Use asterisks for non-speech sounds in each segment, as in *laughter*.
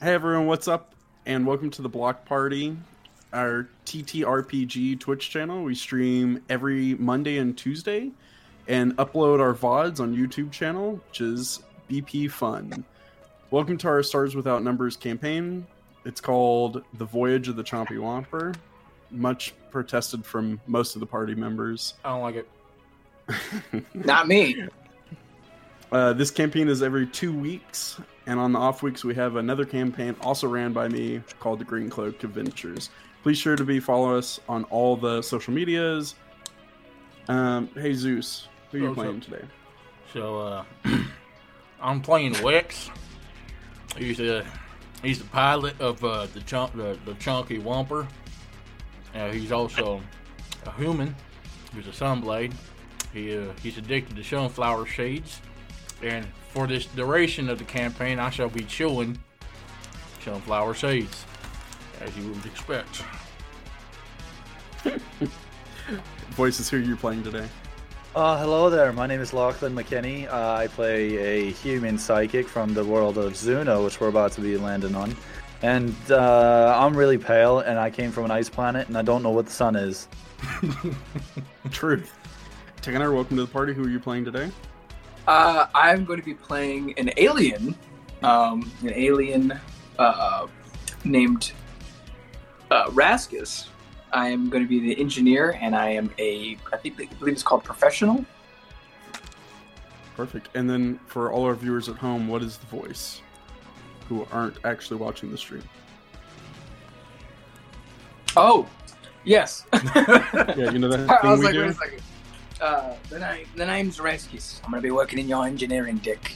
Hey everyone, what's up? And welcome to the Block Party, our TTRPG Twitch channel. We stream every Monday and Tuesday and upload our VODs on YouTube channel, which is BP Fun. Welcome to our Stars Without Numbers campaign. It's called The Voyage of the Chompy Whomper, much protested from most of the party members. I don't like it. *laughs* Not me. Uh, this campaign is every two weeks, and on the off weeks we have another campaign also ran by me called the Green Cloak Adventures. Please sure to be follow us on all the social medias. Um, hey Zeus, who are you What's playing up? today? So uh, *clears throat* I'm playing Wex. He's a he's the pilot of uh, the chunk the, the chunky Whomper. Uh, he's also a human. He's a sunblade. He uh, he's addicted to sunflower seeds, and for this duration of the campaign, I shall be chewing sunflower seeds, as you would expect. Voice is who you're playing today. *laughs* Uh, hello there. My name is Lachlan McKinney. Uh, I play a human psychic from the world of Zuno, which we're about to be landing on. And uh, I'm really pale, and I came from an ice planet, and I don't know what the sun is. Truth. Tanner, welcome to the party. Who are you playing today? Uh, I'm going to be playing an alien, um, an alien uh, named uh, Raskus. I am going to be the engineer, and I am a I think I believe it's called professional. Perfect. And then for all our viewers at home, what is the voice? Who aren't actually watching the stream? Oh, yes. *laughs* Yeah, you know that I thing was we like, wait do. a second. Uh, the, name, the name's Raskus. I'm going to be working in your engineering, Dick.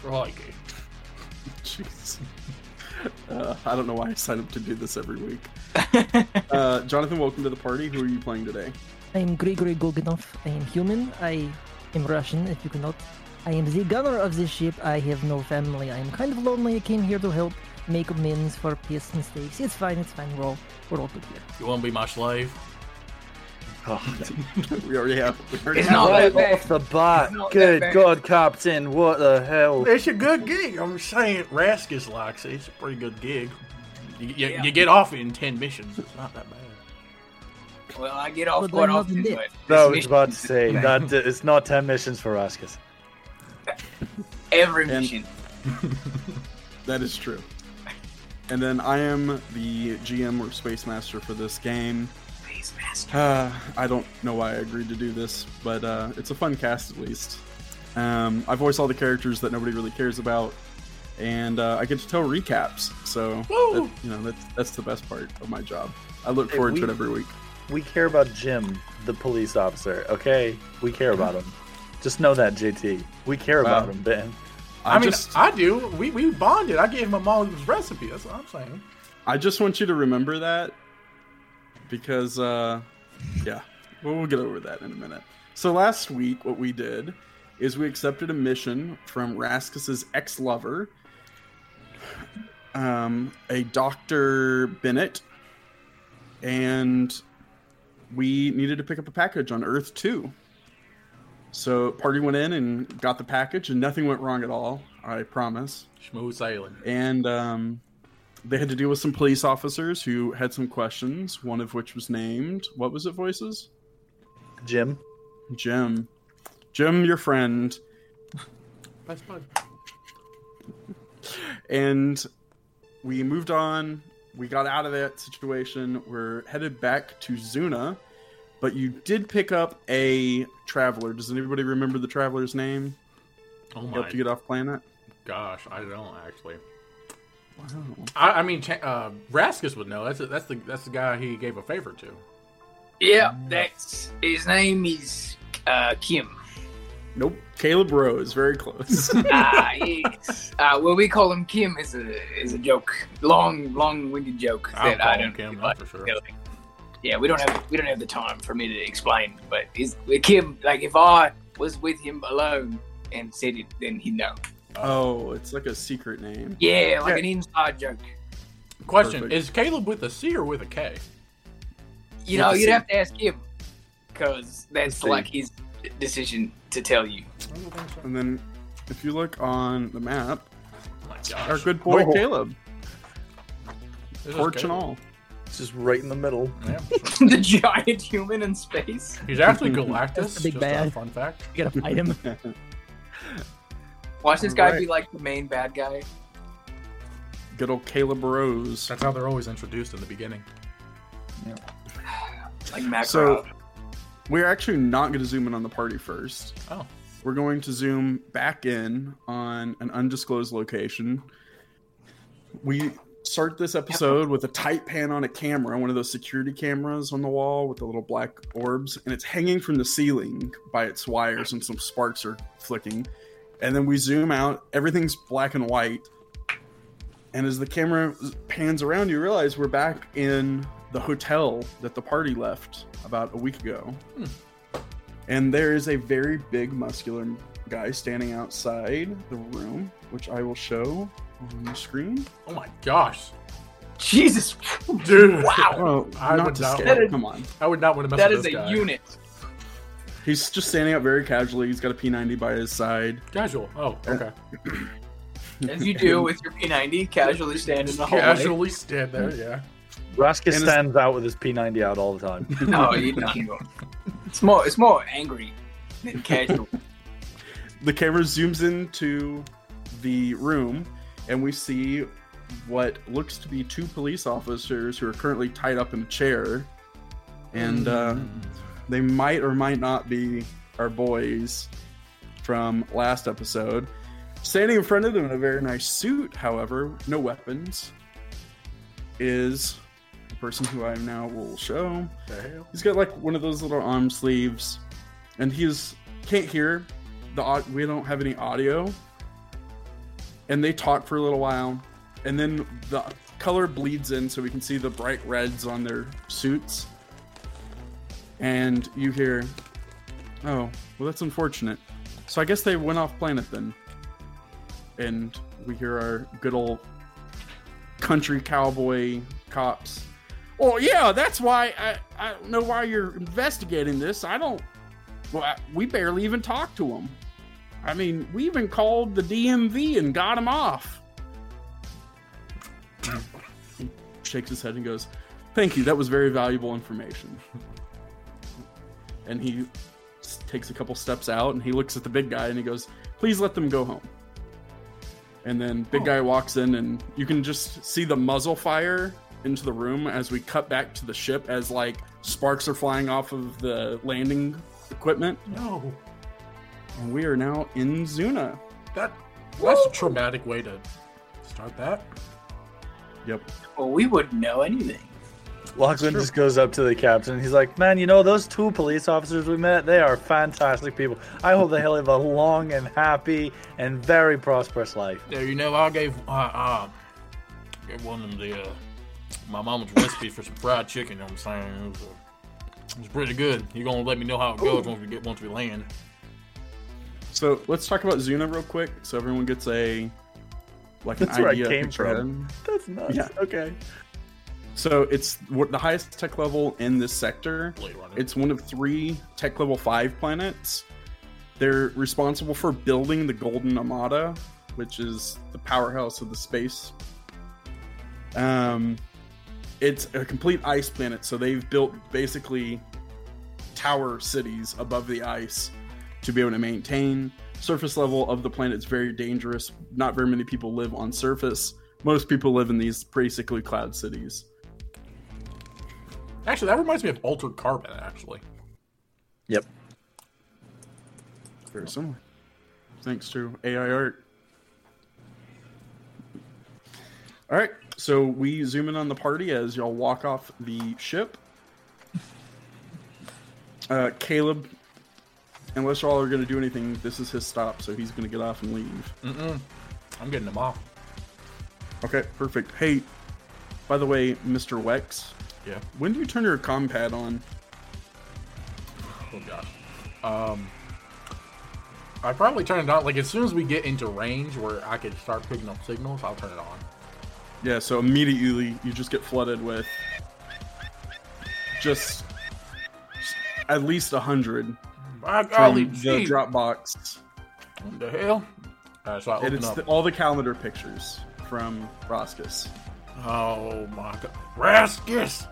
Crikey. *laughs* Jeez. Uh, I don't know why I sign up to do this every week. uh, Jonathan, welcome to the party. Who are you playing today? *laughs* I'm Grigory Goginov. I am human. I am Russian, if you cannot. I am the gunner of this ship. I have no family. I am kind of lonely. I came here to help make amends for past mistakes. It's fine, it's fine. We're all, we're all good here. You want to be my slave? *laughs* we already have. We already It's have not that. that bad. Off the bat. Not that Good bad. God, Captain. What the hell? It's a good gig. I'm saying Raskus likes it. It's a pretty good gig. You, you, Yeah. you get off it in 10 missions. It's not that bad. Well, I get off But quite they're not often, Dick. but No, I this was about to mission- *laughs* say that uh, it's not 10 missions for Raskus. every And- mission. That is true. And then I am the GM or Space Master for this game. *sighs* Please, master. Uh, I don't know why I agreed to do this, but uh, it's a fun cast at least. Um, I voice all the characters that nobody really cares about, and uh, I get to tell recaps. So, that, you know, that's that's the best part of my job. I look Hey, forward to we- it every week. We care about Jim, the police officer, okay? We care about him. Just know that, JT. We care about Wow. him, Ben. I, mean, just, I do. We, we bonded. I gave him my mom's recipe. That's what I'm saying. I just want you to remember that because, uh, yeah, well, we'll get over that in a minute. So last week, what we did is we accepted a mission from Raskus's ex-lover, um, a Doctor Bennett, and we needed to pick up a package on Earth Two. So party went in and got the package, and nothing went wrong at all. I promise Smooth sailing. and um, they had to deal with some police officers who had some questions. One of which was named what was it? Voices, Jim? Jim, Jim, your friend, Best bud. and we moved on. We got out of that situation. We're headed back to Zuna, but you did pick up a traveler. Does anybody remember the traveler's name? Oh Helped my you get off planet. gosh. I don't actually. Wow. I, I mean, Cha- uh, Raskus would know. That's a, that's the that's the guy he gave a favor to. Yeah, that's his name is uh, Kim. Nope. Caleb Rose. Very close. *laughs* Ah, yes. uh, well, we call him Kim is a is a joke, long, long-winded joke I'll that call I him don't Kim, like. that's for sure. really. Yeah, we don't have we don't have the time for me to explain, but is Kim like if I was with him alone and said it, then he'd know. oh, it's like a secret name. Yeah, like Yeah. an inside joke. Question: Perfect. Is Caleb with a C or with a K? You With know, the you'd C. have to ask him because that's The C. like his decision to tell you. *laughs* And then, if you look on the map, Oh my our gosh. good boy No. Caleb. This is Torch and good. all. It's just right in the middle. Yeah. the giant human in space. He's *laughs* actually Galactus. That's the big just A bad. fun fact. You gotta fight him. Watch this guy Right. be like the main bad guy. Good old Caleb Rose. That's how they're always introduced in the beginning. Like Matt So- Crowd. We're actually not going to zoom in on the party first. Oh. We're going to zoom back in on an undisclosed location. We start this episode with a tight pan on a camera, one of those security cameras on the wall with the little black orbs, and it's hanging from the ceiling by its wires, and some sparks are flicking. And then we zoom out, everything's black and white. And as the camera pans around, you realize we're back in the hotel that the party left about a week ago. And there is a very big, muscular guy standing outside the room, which I will show on the screen. Oh my gosh, Jesus, dude! wow, Oh, I not would to doubt scale. it. Come on. I would not want to mess that with is a this guy. unit. *laughs* He's just standing up very casually. He's got a P90 by his side. Casual. Oh, okay. As you do with your P90, casually stand in the hallway. Casually stand there. Yeah. Raska it's- stands out with his P90 out all the *laughs* time. *laughs* No, you don't. you don't. It's more, it's more angry *laughs* than casual. the camera zooms into the room and we see what looks to be two police officers who are currently tied up in a chair and uh, they might or might not be our boys from last episode standing in front of them in a very nice suit however no weapons is the person who i now will show The hell? He's got like one of those little arm sleeves, and he's can't hear the au- we don't have any audio. And they talk for a little while, and then the color bleeds in, so we can see the bright reds on their suits. And you hear, "Oh, well, that's unfortunate." So I guess they went off planet then. And we hear our good old country cowboy cops well, yeah, that's why I, I don't know why you're investigating this. I don't. Well, I, we barely even talked to him. I mean, we even called the DMV and got him off. he shakes his head and goes, "Thank you. That was very valuable information." And he s- takes a couple steps out and he looks at the big guy and he goes, "Please let them go home." And then big Oh. guy walks in and you can just see the muzzle fire into the room as we cut back to the ship as like sparks are flying off of the landing equipment. No. And we are now in Zuna. That. That's a traumatic way to start that. Yep. Well, we wouldn't know anything. Lachlan just goes up to the captain. He's like, "Man, you know those two police officers we met? They are fantastic people. I hope they live a long and happy and very prosperous life." Yeah, you know, I gave uh, uh gave one of them the uh, my mama's recipe for some fried chicken. You know what I'm saying it was, uh, it was pretty good. You're gonna let me know how it goes once we get once we land. So let's talk about Zuna real quick so everyone gets a like an That's idea where I came picture from. of it. That's nuts. Yeah. Okay. So it's what the highest tech level in this sector. Blade Runner. It's one of three tech level five planets. They're responsible for building the Golden Armada, which is the powerhouse of the space. Um, it's a complete ice planet, so they've built basically tower cities above the ice to be able to maintain. Surface level of the planet is very dangerous. Not very many people live on surface. Most people live in these basically cloud cities. actually that reminds me of Altered Carbon. Actually, Yep. Very similar. Thanks to AI art. All right, so we zoom in on the party as y'all walk off the ship. Uh, Caleb, unless y'all are going to do anything, this is his stop, so he's going to get off and leave. I'm getting them off. Okay, perfect. Hey, by the way, Mr. Wex, Yeah. when do you turn your comm pad on? Oh gosh. Um, I probably turn it on. Like as soon as we get into range where I could start picking up signals, I'll turn it on. Yeah, so immediately you just get flooded with just at least a hundred My from golly, the gee, Dropbox, um, what the hell? Uh, so I and open it's up. the, all the calendar pictures from Roscus. Oh my god. Raskus!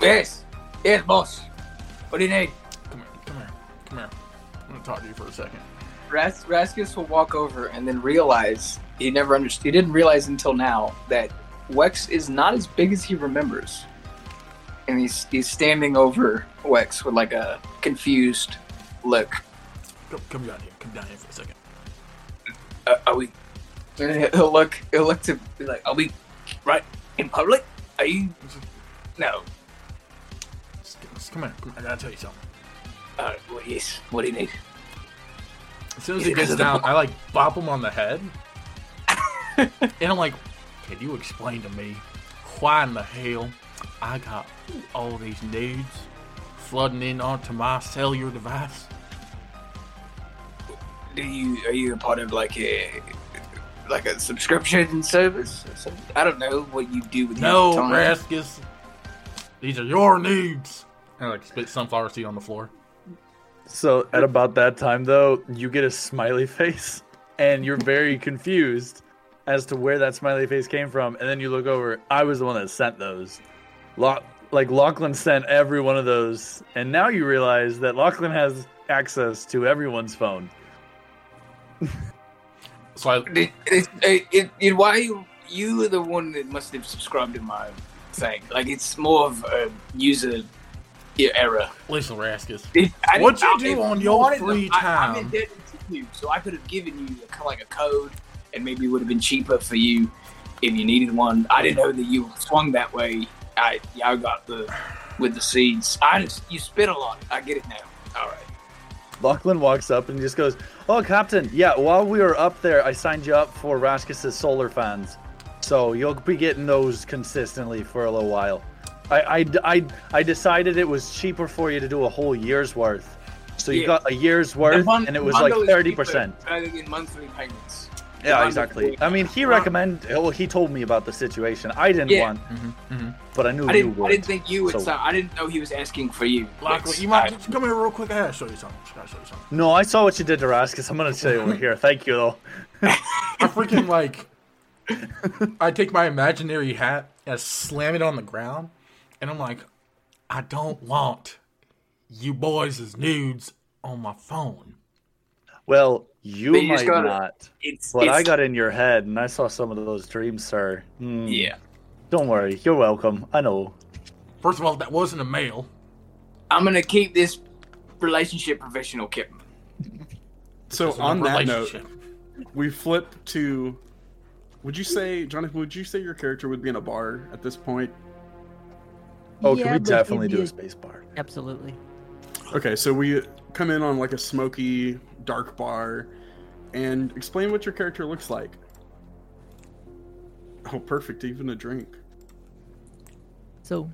Yes, yes, boss. What do you need? Come here, come here, come here. I'm gonna talk to you for a second. Ras- Raskus will walk over and then realize he never understood. He didn't realize until now that Wex is not as big as he remembers, and he's he's standing over Wex with like a confused look. Come, come down here, come down here for a second. Uh, are we? *laughs* And He'll look. He'll look to be like, are we right in public? Are you? No. Just, just come here, come here. I gotta tell you something. Uh, well, yes. What do you need? As soon as he gets down, I like bop him on the head. and I'm like, can you explain to me why in the hell I got all these nudes flooding in onto my cellular device? Do you? Are you a part of like a like a subscription service? Or something? I don't know what you do with No, your time. Raskus. These are your nudes. And I like spit sunflower seed on the floor. So at about that time, though, you get a smiley *laughs* face, and you're very confused as to where that smiley face came from. And then you look over. I was the one that sent those. Lock, like Lachlan sent every one of those, and now you realize that Lachlan has access to everyone's phone. So I, It, it, it, it, it, why you you are the one that must have subscribed to my thing? Like it's more of a user error. listen, Raskus. It- I What didn't- you do I- on if your wanted free them, I, I'm time? indebted to you, so I could have given you a, kind of like a code, and maybe it would have been cheaper for you if you needed one. I didn't know that you swung that way. I yeah, I got the with the seeds. I just you spit a lot. I get it now. All right. Lachlan walks up and just goes, "Oh, Captain, yeah. While we were up there, I signed you up for Raskus's solar fans, so you'll be getting those consistently for a little while. I, I, I, I decided it was cheaper for you to do a whole year's worth, so you Yeah. got a year's The worth, bun- and it was like bundle is thirty cheaper percent. rather than monthly payments. Yeah, bundle exactly. is I mean, he Wow. recommended. Well, he told me about the situation. I didn't Yeah. want, mm-hmm, but I knew I you didn't. I would. didn't think you would. So- sign- I didn't know he was asking for you. Lachlan, It's- you might I- come here real quick. I gotta show you something. I gotta show you something. no, I saw what you did to Raskus. I'm gonna stay over here. Thank you though. I freaking like. I take my imaginary hat and I slam it on the ground, and I'm like, I don't want you boys' nudes on my phone. Well, you But you just might gotta- not. it's, But it's- I got in your head, and I saw some of those dreams, sir. Hmm. Yeah, Don't worry, you're welcome. I know. First of all, that wasn't a male. I'm gonna keep this relationship professional, Kip. So It's a on that note, relationship. we flip to. Would you say, Jonathan? Would you say your character would be in a bar at this point? *laughs* Oh, Yeah, can we but definitely do it'd be a space bar? a- Absolutely. Okay, so we come in on like a smoky, dark bar, and explain what your character looks like. Oh, perfect! Even a drink. So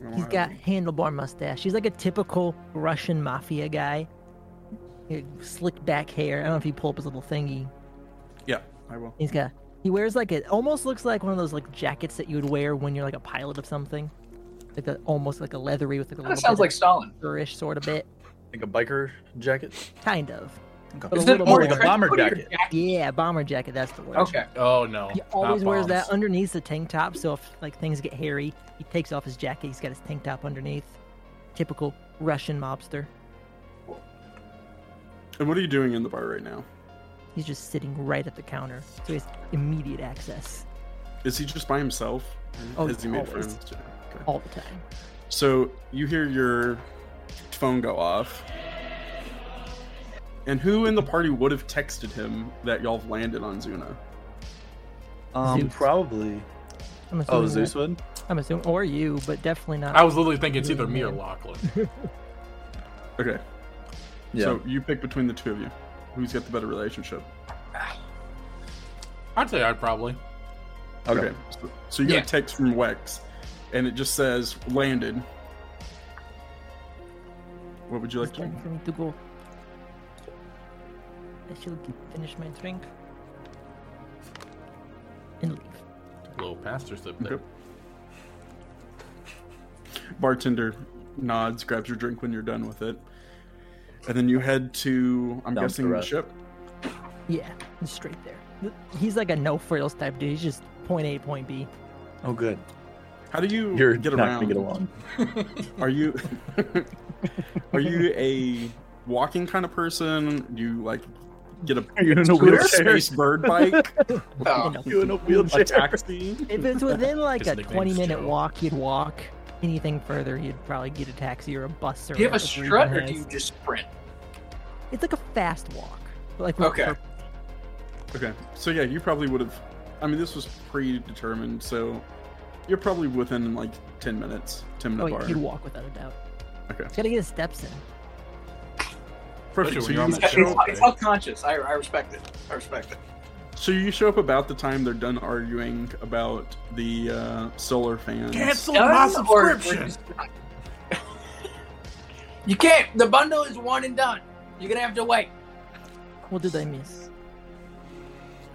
Wow. He's got handlebar mustache. He's like a typical Russian mafia guy. He- Slick back hair. I don't know if you pull up his little thingy. Yeah, I will. He's got. He wears like it almost looks like one of those like jackets that you would wear when you're like a pilot of something, like a, almost like a leathery with like a little That sounds bit like Stalin. of fur-ish sort of bit, Like a biker jacket? kind of. Okay. But a Is it little more like bit a of- trench bomber coat or jacket? yeah, bomber jacket. That's the word. Okay. Oh no! He always wears that underneath the tank top. So if like things get hairy, he takes off his jacket. He's got his tank top underneath. Typical Russian mobster. And what are you doing in the bar right now? He's just sitting right at the counter, so he has immediate access Is he just by himself? Oh, Has he made always. friends? Okay. all the time. So you hear your phone go off. And who in the party would have texted him that y'all have landed on Zuna? Um, Zeus. probably. I'm Oh, assuming. that- Zeus would? I'm assuming, or you, but definitely not. I was literally thinking it's either me or Lachlan. Okay, Yeah. so you pick between the two of you. Who's got the better relationship? I'd say I'd probably. okay. So, so you get Yeah. a text from Wex, and it just says, landed. What would you like It's to do? time for me to go. I shall g- finish my drink and leave. Little pastor slip there. Okay. Bartender nods, grabs your drink when you're done with it. And then you head to, I'm Down to guessing, the the rest. ship. Yeah, it's straight there. He's like a no frills type dude. He's just point A, point B. Oh, good. How do you You're get not around? gonna get *laughs* along. Are you *laughs* are you a walking kind of person? Do you like get a you in a *laughs* space bird bike, Oh, You know. You in a a wheelchair? taxi? If *laughs* it's within like His a nickname's 20 minute Joe. walk, you'd walk. Anything further, you'd probably get a taxi or a bus or do you have a whatever Uber strut or do has. you just sprint? It's like a fast walk. Like with- Okay. Okay, so yeah, you probably would have. I mean, this was predetermined, so you're probably within like ten minutes, ten Oh, minute yeah, bar. you'd walk without a doubt. Okay. He's gotta get his steps in. Perfect. So Especially when you, you're It's, on show, that it's all conscious. I, I respect it. I respect it. so you show up about the time they're done arguing about the uh, solar fans. Cancel my Done or we're subscription. just done? you can't. The bundle is one and done. You're gonna have to wait. What did I miss?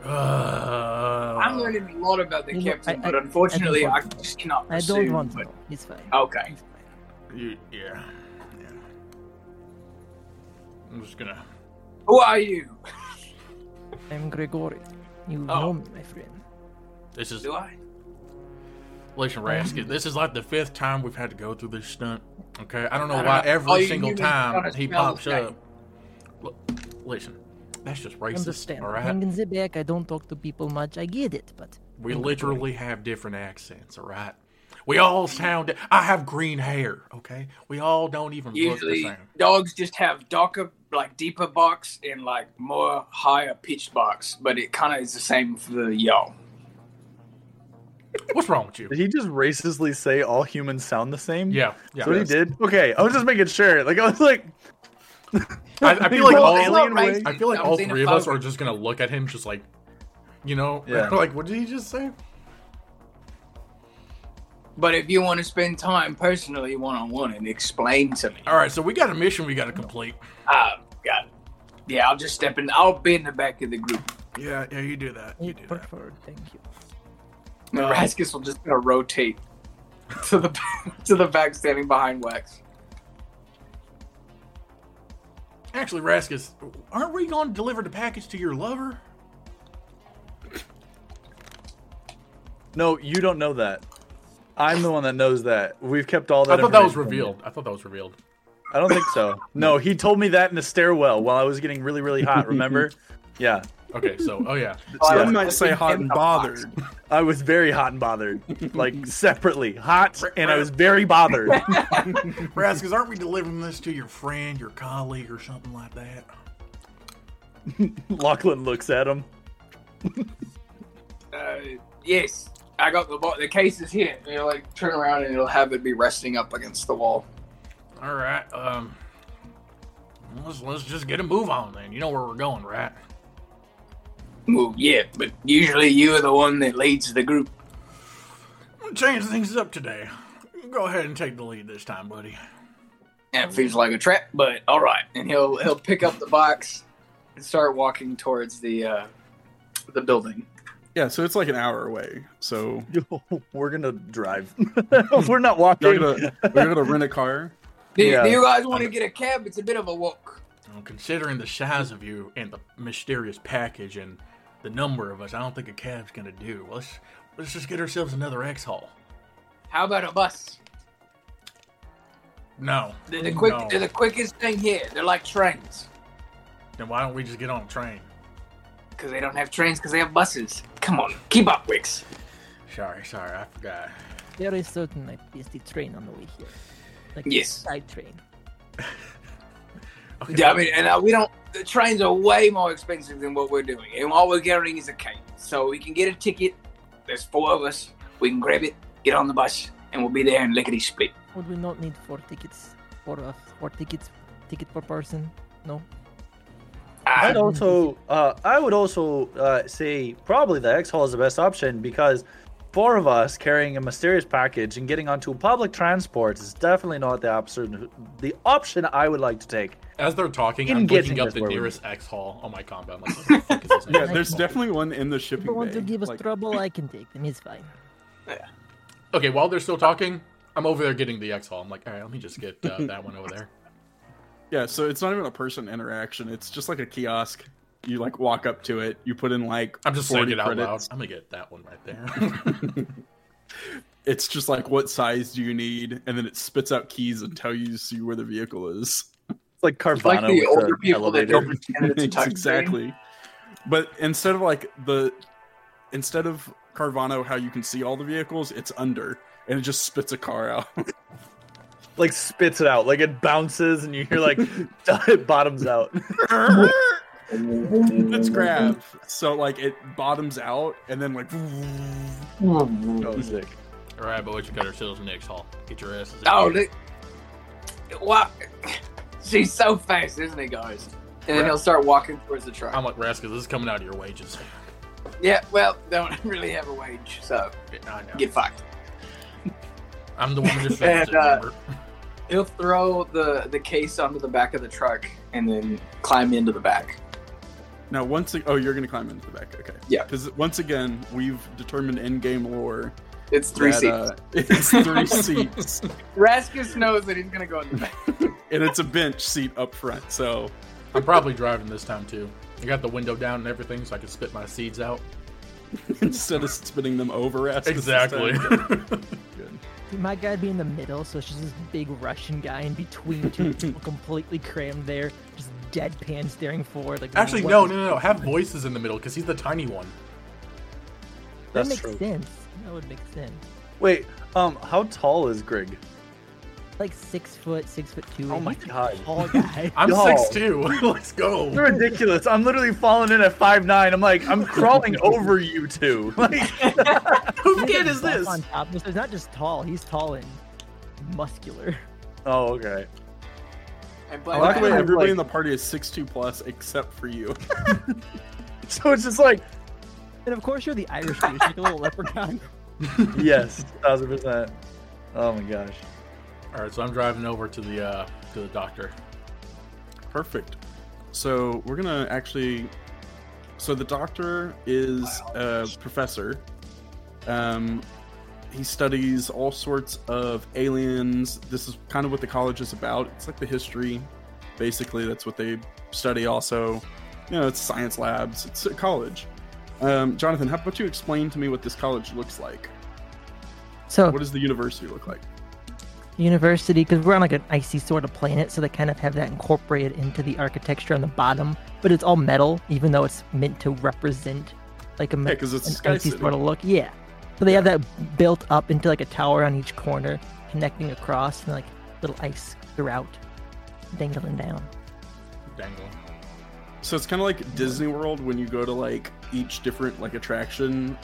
Uh, I'm learning a lot about the You know, captain, I- but I- unfortunately, I I, don't want just cannot I pursue. don't want to. but- Know. He's fine. Okay. He's fine. You, yeah, yeah. I'm just gonna. Who are you? I'm Gregory. You Oh. know me, my friend. This is Do I? Listen, Raskin, this is like the fifth time we've had to go through this stunt. Okay, I don't know I don't why know. every All you- single you need to time tell he us about pops this guy. up. L- listen, that's just racist. Understand. All I right, Hang in the back. I don't talk to people much. I get it, but we literally have different accents. All right, we all sound. I have green hair. Okay, we all don't even Usually, look the same. dogs just have darker, like deeper barks and like more higher pitched barks, but it kind of is the same for the yo. What's wrong with you? Did he just racistly say all humans sound the same? Yeah, yeah. That's what he did? Okay, I was just making sure. Like, I was like, I, I feel like Well, all it's not racist. I feel like I'm all xenophobic. three of us are just gonna look at him, just like, you know, *laughs* Yeah. like what did he just say? But if you want to spend time personally, one on one, and explain to me, All right, so we got a mission we got to complete. uh, God, yeah, I'll just step in. I'll be in the back of the group. Yeah, yeah, you do that. You you do that. prefer. Thank you. No. Raskus will just gonna rotate *laughs* to the to the back, standing behind Wax. Actually, Raskus, aren't we going to deliver the package to your lover? no, you don't know that. I'm the one that knows that. We've kept all that. I thought that was information from you. revealed. I thought that was revealed. I don't think so. No, he told me that in the stairwell while I was getting really, really hot. Remember? yeah, Okay, so oh yeah, Some Yeah. might say hot and bothered. I was very hot and bothered, like separately, hot, and I was very *laughs* bothered. Raskus, aren't we delivering this to your friend, your colleague, or something like that? Lachlan looks at him. *laughs* Uh, yes, I got the bo- the case is here. And you'll like turn around and it'll have it be resting up against the wall. All right, um, let's let's just get a move on then. You know where we're going, right? Well, yeah, but usually you are the one that leads the group. I'm gonna change things up today. Go ahead and take the lead this time, buddy. And it feels like a trap, but all right. And he'll he'll pick up the box and start walking towards the uh, the building. Yeah, so it's like an hour away. So We're gonna drive. *laughs* We're not walking. we're gonna, we're gonna rent a car. Do, Yeah. do you guys want to get a cab? It's a bit of a walk. Well, considering the size of you and the mysterious package and the number of us, I don't think a cab's gonna do. Let's let's just get ourselves another X haul. How about a bus? No, They're the quick. No. They're the quickest thing here. They're like trains Then why don't we just get on a train? because they don't have trains because they have buses. Come on, keep up, Wicks. Sorry, sorry, I forgot. There is certain like is the train on the way here. Like Yes. side train. Okay. Yeah, I mean, and uh, we don't. The trains are way more expensive than what we're doing, and all we're getting is a cake. So we can get a ticket. There's four of us. We can grab it, get on the bus, and we'll be there in lickety split. Would we not need four tickets? Four of four tickets, ticket per person. No. *laughs* I'd Uh, also, uh, I would also uh, say probably the X Hall is the best option because four of us carrying a mysterious package and getting onto public transport is definitely not the option. The option I would like to take. As they're talking, Didn't I'm get looking to up this the where we- nearest X Hall on my combo. I'm like, what *laughs* the fuck is this Yeah, X there's Hall? definitely one in the If shipping you want to bay. give us Like, *laughs* trouble, I can take them. It's fine. Okay, while they're still talking, I'm over there getting the X Hall. I'm like, all right, let me just get uh, that one over there. yeah, so it's not even a person interaction. It's just like a kiosk. You like walk up to it. You put in like I'm just 40 saying it out loud. credits. I'm gonna get that one right there. *laughs* It's just like what size do you need, and then it spits out keys until you see where the vehicle is. It's like It's like Carvana the with older the people *laughs* elevator. that don't pretend it's a touchscreen. exactly. But instead of like the instead of Carvano, how you can see all the vehicles, it's under, and it just spits a car out. *laughs* like spits it out. Like it bounces and you hear *laughs* like it bottoms *laughs* out. Let's Mm-hmm. grab. So like it bottoms out, and then like *laughs* Oh, sick. All right, boys, we got ourselves next haul. Get your asses. in Oh, here. look. Wow. She's so fast, isn't he, guys? And then Right. he'll start walking towards the truck. I'm like Rascal. This is coming out of your wages. yeah, well, don't *laughs* really have a wage, so I know. get fucked. I'm the one *laughs* who just found it. And, uh, remember? He'll throw the, the case onto the back of the truck and then climb into the back. now once a- oh you're gonna climb into the back. Okay. Yeah. Because once again we've determined in game lore It's three that, seats. uh, *laughs* it's three seats, Raskus knows that he's gonna go in *laughs* the back. and it's a bench seat up front. So *laughs* I'm probably driving this time too. I got the window down and everything, so I can spit my seeds out. instead of spitting them over, *laughs* as *laughs* Good. My guy'd be in the middle, so it's just this big Russian guy in between two *laughs* people completely crammed there, just deadpan staring forward. Like Actually, what no, is- no, no, no. Have voices in the middle because he's the tiny one. That That's makes true. sense. That would make sense. Wait, um, how tall is Grig? Like six foot, six foot two. Oh my he's a god. Tall guy. I'm Yo. six two. *laughs* Let's *laughs* You're go. ridiculous. I'm literally falling in at five nine. I'm like, I'm crawling over you two. *laughs* Like, whose He's kid got is buff this? On top. So he's not just tall. He's tall and muscular. *laughs* Oh, okay. And I but like the way I have, everybody like- in the party is six two plus except for you. So it's just like, And of course, you're the Irish dude, like a little *laughs* leprechaun. yes, thousand percent. Oh my gosh. All right, so I'm driving over to the uh, to the doctor. Perfect. So we're gonna actually. So the doctor is a professor. Um, he studies all sorts of aliens. This is kind of what the college is about. It's like the history, basically. That's what they study. Also, you know, it's science labs. It's a college. Um, Jonathan, how about you explain to me what this college looks like? So Oh. What does the university look like? university because we're on like an icy sort of planet, so they kind of have that incorporated into the architecture on the bottom. But it's all metal, even though it's meant to represent like a me- Yeah, because it's an Sky icy City. sort of look. Yeah. So they have that built up into like a tower on each corner, connecting across and like little ice throughout, dangling down. Dangle. So it's kind of like Disney World when you go to like each different like attraction,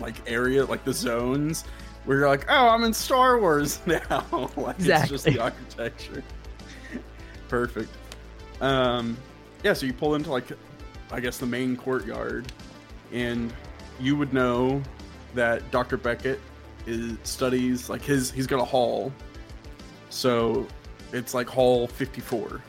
like area, like the zones, where you're like, oh, I'm in Star Wars *laughs* now. like it's just Exactly. the architecture. Perfect. Um, yeah. So you pull into like, I guess the main courtyard, and you would know that Dr. Beckett is studies like his. He's got a hall, so it's like Hall 54.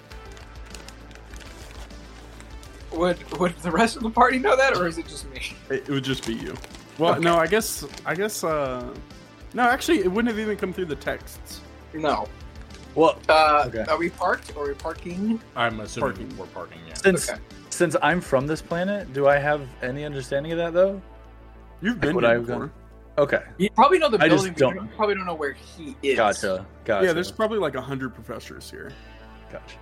would would the rest of the party know that, or is it just me? It, it would just be you. Well, no, I guess, I guess, uh, no, actually, it wouldn't have even come through the texts. No. Well, Uh, Okay. Are we parked? Are we parking? I'm assuming Parking. we're parking. Yeah. since Okay. since I'm from this planet, do I have any understanding of that though? You've been what here I've before. done. Okay, You probably know the I just building, but don't. you probably don't know where he is. gotcha, gotcha. Yeah, there's probably like a hundred professors here. gotcha.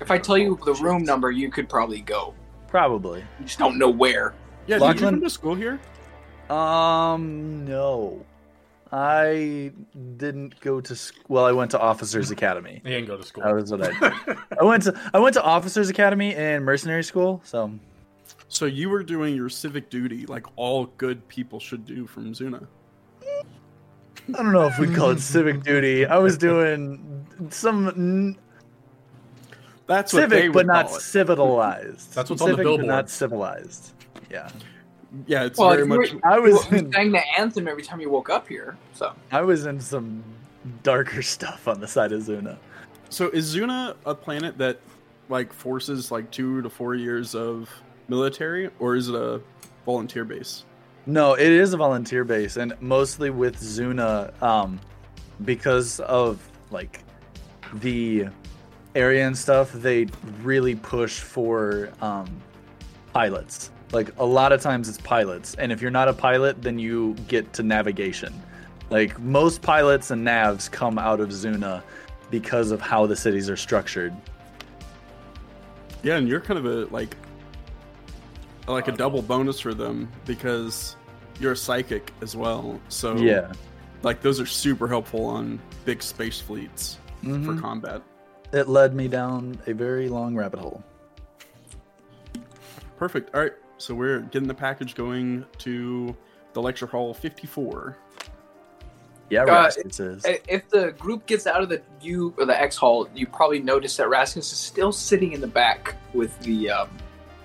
If I tell you the room number, you could probably go. Probably. You just don't know where. Yeah, did you Lachlan- come to school here? Um, no, I didn't go to school. Well, I went to Officers Academy. He didn't go to school. That was what I. Did. I went to I went to Officers Academy and Mercenary School. So So you were doing your civic duty, like all good people should do from Zuna. I don't know if we call it civic duty. I was doing some n- That's what they civic, would but not call it. civilized. That's what's on the civic, billboard. But not civilized. Yeah, Yeah, it's Well, very if much. *laughs* you I You was in, sang the anthem every time you woke up here, so I was in some darker stuff on the side of Zuna. So is Zuna a planet that like forces like two to four years of military, or is it a volunteer base? No, it is a volunteer base, and mostly with Zuna, um, because of like the area and stuff. They really push for um, pilots. Like a lot of times it's pilots, and if you're not a pilot, then you get to navigation. Like most pilots and navs come out of Zuna because of how the cities are structured. Yeah, and you're kind of a like like a double bonus for them because you're a psychic as well. So Yeah. like those are super helpful on big space fleets for combat. It led me down a very long rabbit hole. Perfect. All right, so we're getting the package going to the lecture hall 54. Yeah, Uh, Raskus is. I- If the group gets out of the U or the X hall, you probably notice that Raskus is still sitting in the back with the um,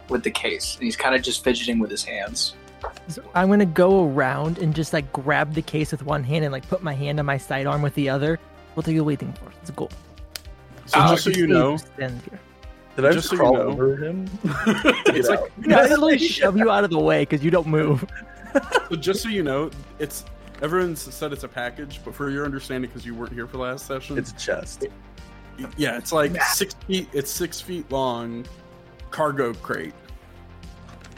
with the case, and he's kind of just fidgeting with his hands. So I'm gonna go around and just like grab the case with one hand and like put my hand on my sidearm with the other. What are you waiting for? Let's go. So Uh, just so you know, Stand *laughs* here. Did I just just so you crawl know- over him? it's like No, *laughs* I literally shove you out of the way because you don't move. So just so you know, it's everyone's said it's a package, but for your understanding, because you weren't here for last session, It's a chest. yeah, it's like six feet. It's six feet long, cargo crate.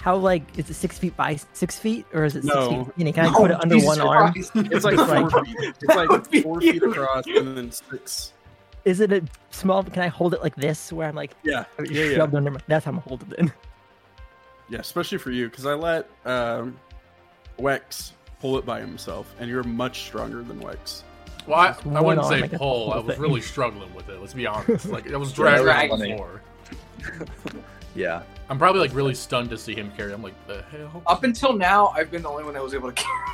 How like is it six feet by six feet or is it six No. feet? And can I Oh, put it under *laughs* one arm? It's *laughs* like Right. four feet. It's That would be like four feet huge. across and then six. Is it a small? Can I hold it like this where I'm like Yeah, yeah, yeah, shoved under? My, that's how I'm holding it. *laughs* In. yeah. Especially for you, because I let um, Wex pull it by himself, and you're much stronger than Wex. Well, I, Just I one wouldn't arm, say like, that's pull. the I whole was thing. really struggling with it. Let's be honest. Like I was dragging that on was the funny. floor. Yeah. I'm probably like really stunned to see him carry. I'm like, the hell? Up until now, I've been the only one that was able to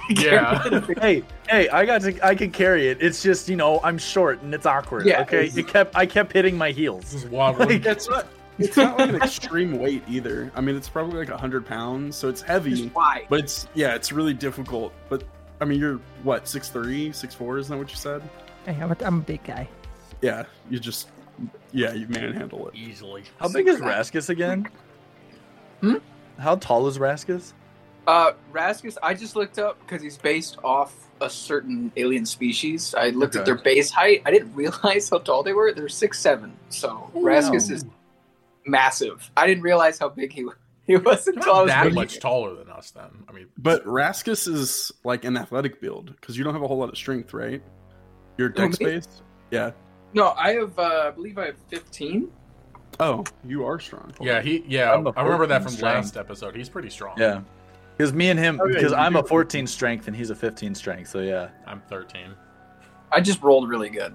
carry. Yeah. *laughs* carry the thing. *laughs* Hey, hey, I got to I could carry it. It's just, you know, I'm short and it's awkward. Yeah. okay. It kept I kept hitting *laughs* my heels. Just wobbling. It's not. It's not *laughs* like an extreme weight either. I mean, it's probably like hundred pounds, so it's heavy. Just why? But it's yeah, it's really difficult. But I mean, you're what six three, six four? Isn't that what you said? Hey, I'm, a, I'm a big guy. Yeah, you just yeah, you manhandle *laughs* it. easily. How big is Raskus again? Hmm? How tall is Raskus? Uh, Raskus, I just looked up because he's based off a certain alien species. I looked at Okay. their base height. I didn't *laughs* realize how tall they were. They're six seven, so Raskus is massive. I didn't realize how big he *laughs* was. He wasn't They're until I not was that looking much at- taller than us, then. I mean, But Raskus is like an athletic build because you don't have a whole lot of strength, right? Your Oh, deck me? space. Yeah. No, I have. Uh, I believe I have fifteen. Oh, you are strong. *laughs* yeah, he, yeah, I'm a I remember that from 14 last episode. He's pretty strong. Yeah. Because me and him, Okay, because you I'm do a have 14 strength and he's a 15 strength, so yeah. I'm 13. *laughs* I just rolled really good.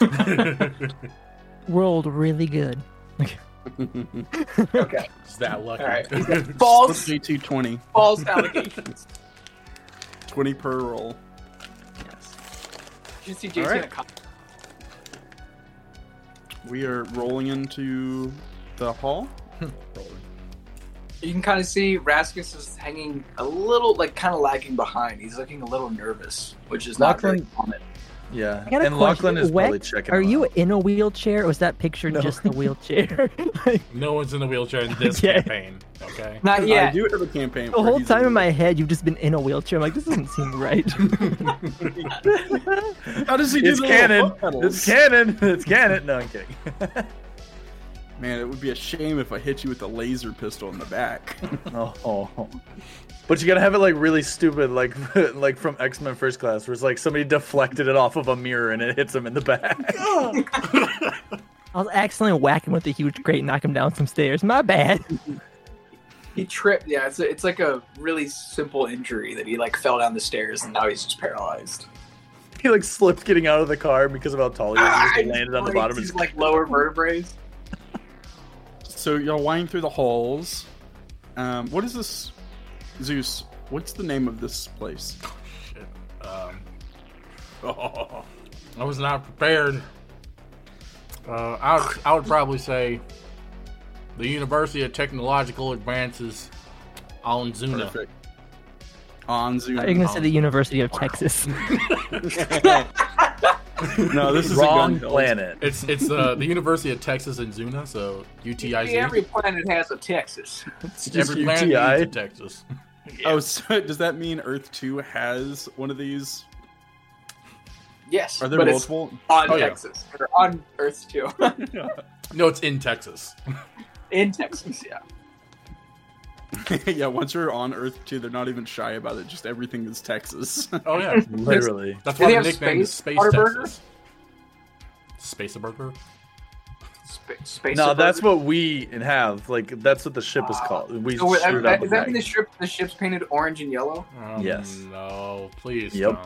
it's Rolled really good. Okay, that lucky. All right. False. false, JT 20. *laughs* false allegations. 20 per roll. You see JT All right. in a co- We are rolling into the hall. You can kind of see Raskus is hanging a little, like, kind of lagging behind. He's looking a little nervous, which is not very Lachlan- common. Yeah. I got a and Lachlan question. is probably Wex, checking. Are him you out. in a wheelchair or is that picture No. just the *laughs* wheelchair? Like, *laughs* No one's in the wheelchair in *laughs* this Okay. campaign. Okay. Not I yet. do have a campaign. Uh, the where whole he's time in my head, you've just been in a wheelchair. I'm like, this doesn't seem right. *laughs* How does he do It's the little canon. foot pedals? It's canon. *laughs* It's canon. No, I'm kidding. Man, it would be a shame if I hit you with a laser pistol in the back. *laughs* Oh. But you gotta have it like really stupid, like *laughs* like from X Men First Class, where it's like somebody deflected it off of a mirror and it hits him in the back. *laughs* I was accidentally whacking with a huge crate and knock him down some stairs. My bad. He tripped. Yeah, it's, it's like a really simple injury that he, like, fell down the stairs and now he's just paralyzed. he like slipped getting out of the car because of how tall he was. and Ah, just landed on the breaks bottom. of his, his like, *laughs* lower vertebrae. So y'all wind through the halls. Um, what is this, Zeus? What's the name of this place? Shit. Um, *laughs* I was not prepared. Uh, I, would, I would probably say the University of Technological Advances on Zuna. Perfect. On Zoom. I'm gonna say the University of Texas. no, this is a wrong gun hill. planet. It's it's *laughs* uh, the University of Texas in Zuna, so UTIZ. Every planet has a Texas. It's just Every planet UTI. leads to Texas. Oh, so *laughs* does that mean Earth Two has one of these? *laughs* Yes. Are there but it's multiple? *laughs* on Oh, yeah. Texas. Or on Earth, too. *laughs* No, it's in Texas. in Texas, yeah. yeah, once you're on Earth too, they're not even shy about it. Just everything is Texas. *laughs* Oh *laughs* yeah, Literally. that's Do why they the have nickname is space Space Whataburger? Texas. Space burger. Sp- space. No, suburban. that's what we have. Like that's what the ship is called. We So, what- screwed up that, with is that that. when the ship the ship's painted orange and yellow? Um, Yes. No, please. *laughs* Yep.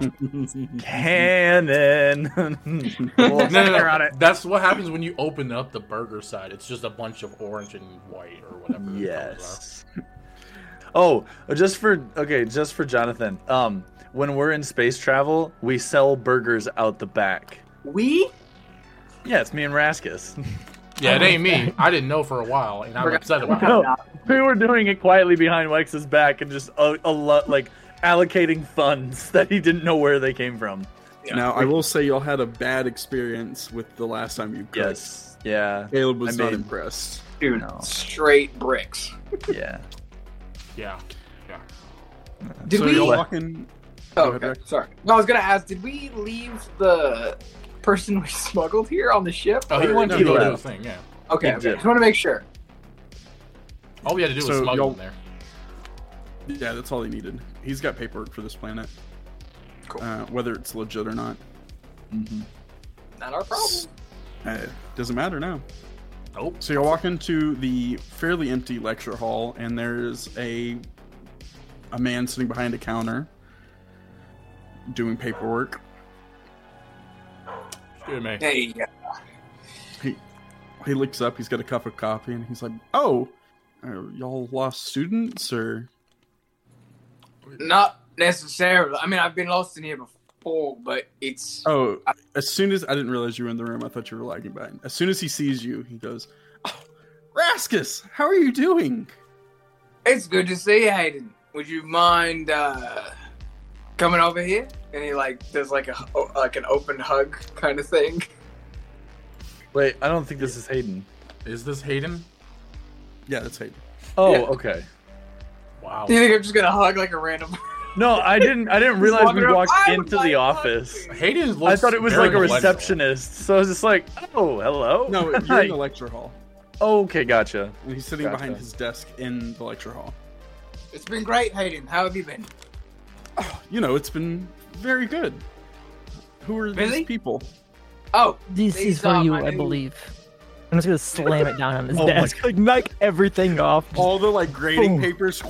*laughs* don't. Cannon. *laughs* No, no, no. They're on it. That's what happens when you open up the burger side. It's just a bunch of orange and white or whatever. the colors Yes. *laughs* Oh, just for okay, just for Jonathan. Um, when we're in space travel, we sell burgers out the back. We Yeah, it's me and Raskus. are. Yeah, it ain't me. I didn't know for a while, and I'm We're- upset about it. *laughs* No, we were doing it quietly behind Wex's back and just uh, a, a lot like allocating funds *laughs* that he didn't know where they came from. Now, I will say y'all had a bad experience with the last time you cooked. Yes. Yeah. Caleb was I not mean- impressed. dude No. straight bricks. *laughs* Yeah. Yeah. Yeah. Did so we? y'all walking? Oh, Go ahead, okay. Rex. Sorry. No, I was gonna ask. Did we leave the person we *laughs* smuggled here on the ship? Oh, he Or- wanted no, to go he do a left. thing. Yeah. Okay, He okay. did. just want to make sure. All we had to do was So, smuggle y'all- him there. Yeah, that's all he needed. He's got paperwork for this planet. Cool. Uh, whether it's legit or not, Mm-hmm. Not our problem. uh, doesn't matter now. Nope. So you walk into the fairly empty lecture hall, and there's a a man sitting behind a counter doing paperwork. Excuse me. Hey, yeah. He he looks up. He's got a cup of coffee, and he's like, "Oh, uh, y'all lost students, or not necessarily. I mean, I've been lost in here before, but it's oh." As soon as I didn't realize you were in the room, I thought you were lagging behind. As soon as he sees you, he goes, "Oh, Raskus, how are you doing?" it's good to see you, Hayden. Would you mind uh, coming over here? And he like does like a o- like an open hug kind of thing. *laughs* Wait, I don't think this is Hayden. Is this Hayden? Yeah, that's Hayden. Oh, Yeah. okay. Wow. Do you think I'm just gonna hug like a random? No, I didn't. I didn't realize we Walking around, walked "I would into like the to hug office. you." Hayden I looks. thought it was very like a millennial. receptionist, so I was just like, "Oh, hello." No, *laughs* you're in Like, the lecture hall, okay, gotcha. and he's sitting Gotcha. behind his desk in the lecture hall. It's been great, Hayden. How have you been? you know, it's been very good. Who are Really? these people? Oh, This They is for saw you, my I new- believe. I'm just gonna slam it down *laughs* on his Oh my desk, like knock everything off. Oh, Just, All the like grading Boom. papers.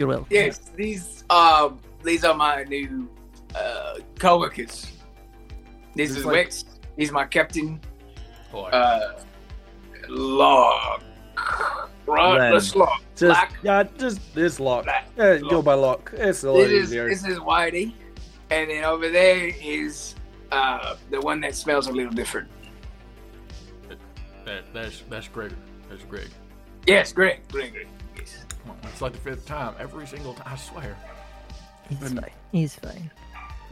you will. yes, these um these are my new uh, coworkers. This It's is like- Wix. He's my captain. Boy. Uh, log. Right, Len. let's log. Just Lock. yeah, just it's lock. Lock. Yeah, go by lock. It's a lot This is easier. this is Whitey, and then over there is uh, the one that smells a little different. that, that's that's Greg. That's Greg. Yes, great, great, great. Yes. It's like the fifth time. Every single time. I swear. He's And- fine. He's fine.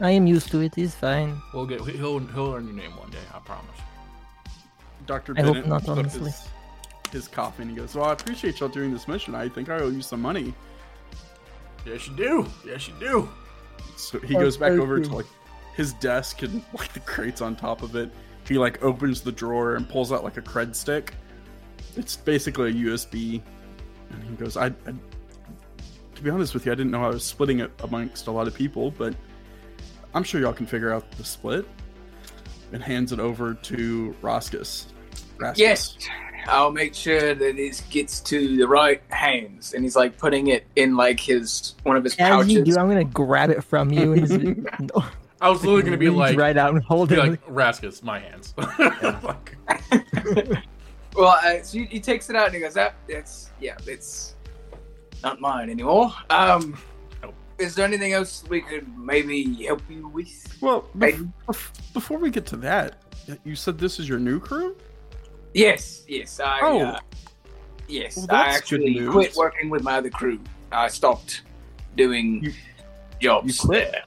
I am used to it. He's fine. We'll get. He'll he'll earn your name one day. I promise. Dr. I hope Bennett not, lifts up honestly. His, his coffee and he goes, Well, I appreciate y'all doing this mission. I think I owe you some money. Yes, you do. Yes, you do. So he Oh, goes back thank over you. to like his desk and like the crates on top of it. He like opens the drawer and pulls out like a cred stick. It's basically a USB. And he goes, I, I to be honest with you, I didn't know I was splitting it amongst a lot of people, but I'm sure y'all can figure out the split. And hands it over to Roskus. Raskus. Yes, I'll make sure that this gets to the right hands. And he's like putting it in like his one of his As you pouches. do, I'm gonna grab it from *laughs* you *laughs* and just no, I was literally gonna be reach like, right out and hold be it. like Raskus, my hands. *laughs* Like, Well, uh, so he, he takes it out and he goes, "That that's yeah, it's not mine anymore." Um, Nope. is there anything else we could maybe help you with? Well, Hey. bef- bef- before we get to that, you said this is your new crew? Yes, yes, I. Oh. Uh, yes, Well, I that's good actually news. quit working with my other crew. I stopped doing You- jobs. you quit? there.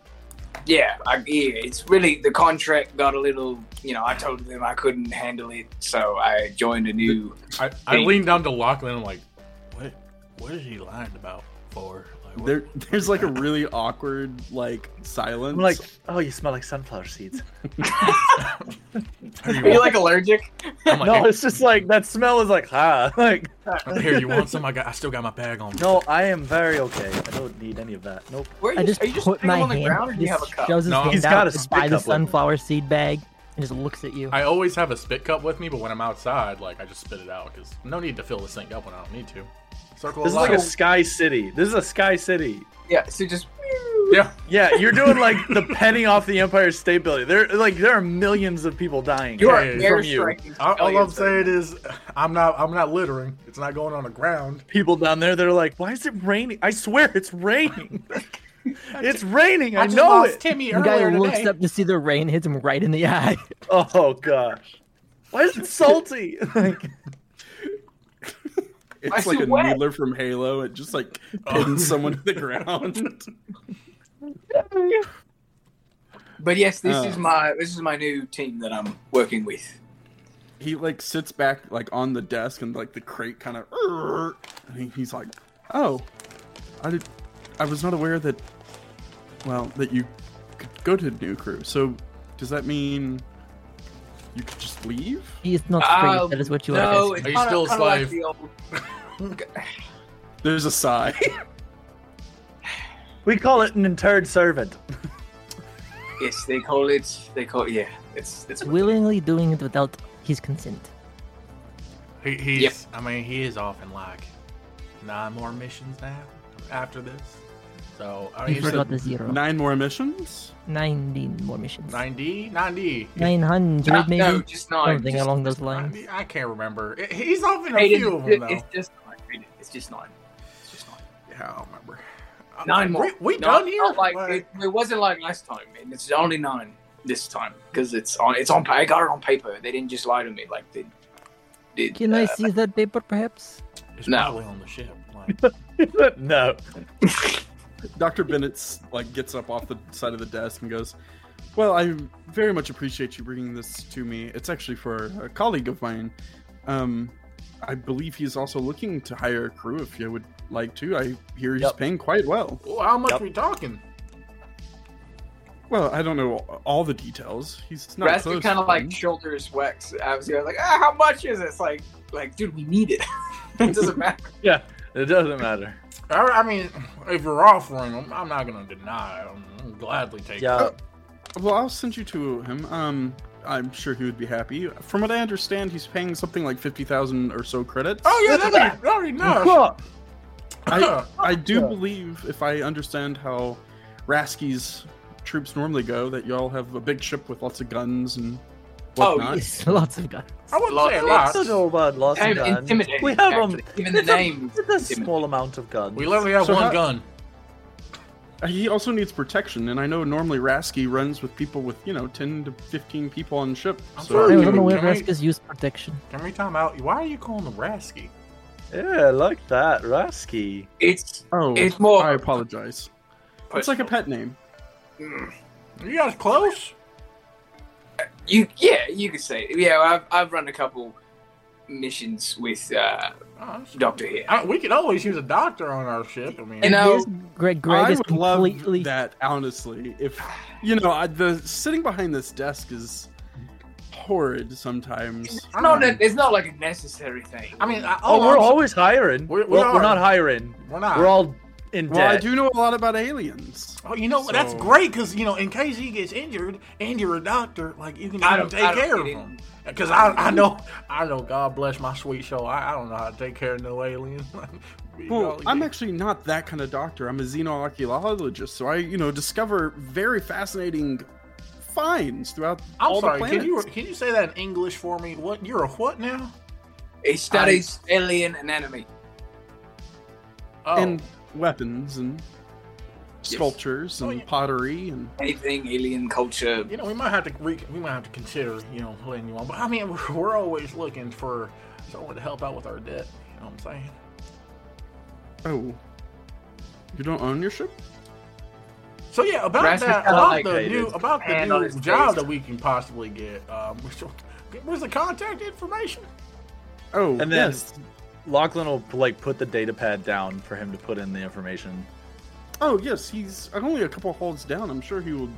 Yeah, I, yeah, it's really the contract got a little. You know, I told them I couldn't handle it, so I joined a new. I, I leaned down to Lachlan. I'm like, what? What is he lying about for? Like, There, *laughs* there's like a really awkward like silence. I'm like, oh, you smell like sunflower seeds. Here Are you you want, like allergic? I'm like, *laughs* no, it's just like that smell is like, ha. *laughs* Like, here, here, you want some? I got. I still got my bag on. no, I am very okay. I don't need any of that. Nope. Where are you, I just are you just put putting my them on the hand. ground, or do you just have a cup? shoves his No. hand He's out got a to spit buy the cup with him. sunflower seed bag and just looks at you. *laughs* I always have a spit cup with me, but when I'm outside, like I just spit it out because no need to fill this thing up when I don't need to. Circle This of is like a life. sky city. This is a sky city. Yeah. So just yeah, Yeah, you're doing like the *laughs* penny off the Empire State Building. There, like, there are millions of people dying. you are Yeah, air from striking. all, all I'm saying is I'm not. I'm not littering. It's not going on the ground. people down there that are like, "Why is it raining?" I swear it's raining. it's raining. I, just know lost it. Timmy the guy earlier looks today. up to see the rain hits him right in the eye. *laughs* Oh gosh. Why is it salty? Like, I it's see like a wet. needler from Halo. It just like Oh. pins someone to the ground. But yes, this Oh. Uh. is my this is my new team that I'm working *laughs* with. he like sits back like on the desk and like the crate kind of. And he- he's like, oh, I did. I was not aware that. Well, that you could go to new crew. So, does that mean you could just leave? He is not free. Um, that is what you no, are. it's Are you kinda- still a kinda like slave? the old- There's a sigh. we call it an interred servant. Yes, they call it. They call yeah. It's it's Willingly doing it without his consent. He, he's. I mean, he is off in like nine more missions now after this. So Oh, I He mean, forgot the zero. *laughs* Nine more emissions. 19 more missions. 90, 90. 900 not, maybe? no, just nine. Something just, along those lines. I can't remember. It- He's off in a Hey, it is- few of them it- though. it's just nine. Read it. It's just nine. It's just nine. Yeah, I don't remember. Nine more. We, we Not- done here? not Like, it, it wasn't like last time, and it's only nine this time because it's on. It's on. pa- I got it on paper. They didn't just lie to me. Like they did. Can I uh, see that paper perhaps? it's no. probably on the ship. Like, *laughs* no. Dr. Bennett's like gets up off the side of the desk and goes, "Well, I very much appreciate you bringing this to me. It's actually for a colleague of mine. Um, I believe he's also looking to hire a crew if you would like to. I hear he's Yep. paying quite well. well, how much Yep. we talking? Well, I don't know all the details. He's not Raskin close kind to of like me. shoulders Wex. I was gonna like, ah, how much is this? Like, like, dude, we need it. *laughs* it doesn't matter. It doesn't matter. I, I mean, if you're offering them, I'm not gonna deny. I'm, I'm gladly taking. Yeah. Well, I'll send you to him. Um, I'm sure he would be happy. From what I understand, he's paying something like fifty thousd or so credits. Oh yeah, that'd be, that'd be Oh, nice. Cool. *laughs* I, I do Yeah. believe, if I understand how Raski's troops normally go, that y'all have a big ship with lots of guns and Oh, whatnot. Yes, *laughs* lots of guns. I wouldn't Lot- say a We also know lot. about lots of I'm guns. intimidated. We have actually. them. Even the It's a- name. is It's a intimidating. small amount of guns. We literally have So one how- gun. Uh, He also needs protection, and I know normally Rasky runs with people with, you know, 10 to 15 people on ship. I'm So I sorry. don't know where Can I- Raskus used protection. Can we time out? Why are you calling him Rasky? Yeah, like that, Rasky. It's Oh, it's more. I apologize. It's like a pet name. Mm. You guys close? You yeah, you could say it. yeah. I've I've run a couple missions with uh, Oh, that's- Doctor here. I, we could always use a doctor on our ship. I mean, You know- This Greg, Greg I is would love completely. that, honestly. If, you know, I, the sitting behind this desk is horrid sometimes. I No, mean- that it's not like a necessary thing. I mean, I, all Oh, we're I'm- always hiring. We- we well, are. Ah. we're not hiring. we're not. We're all in Well, I debt. do know a lot about aliens. Oh, you know that's So- great because you know in case he gets injured and you're a doctor, like you can I even don't- take I don't care of get him. Because I, I know I know God bless my sweet soul. I, I don't know how to take care of no alien. *laughs* You Well, know, I'm you- actually not that kind of doctor. I'm a xenoarchaeologist, so I, you know, discover very fascinating finds throughout I'm all sorry. the Can planets. you can you say that in English for me? What you're a what now? Um, He studies alien anatomy. Oh, And weapons and sculptures Oh, and yeah. pottery and Anything alien culture. you know we might have to re- we might have to consider you know letting you on. But I mean *laughs* we're, we're always looking for someone to help out with our debt. You know what I'm saying? oh, you don't own your ship? So yeah, about Brass is that, kinda about like the new, hated. about the And on new his job face. that we can possibly get. Um, *laughs* so- where's the contact information? Oh, And then yes. Lachlan will like put the data pad down for him to put in the information. Oh yes, he's only a couple halls down. I'm sure he will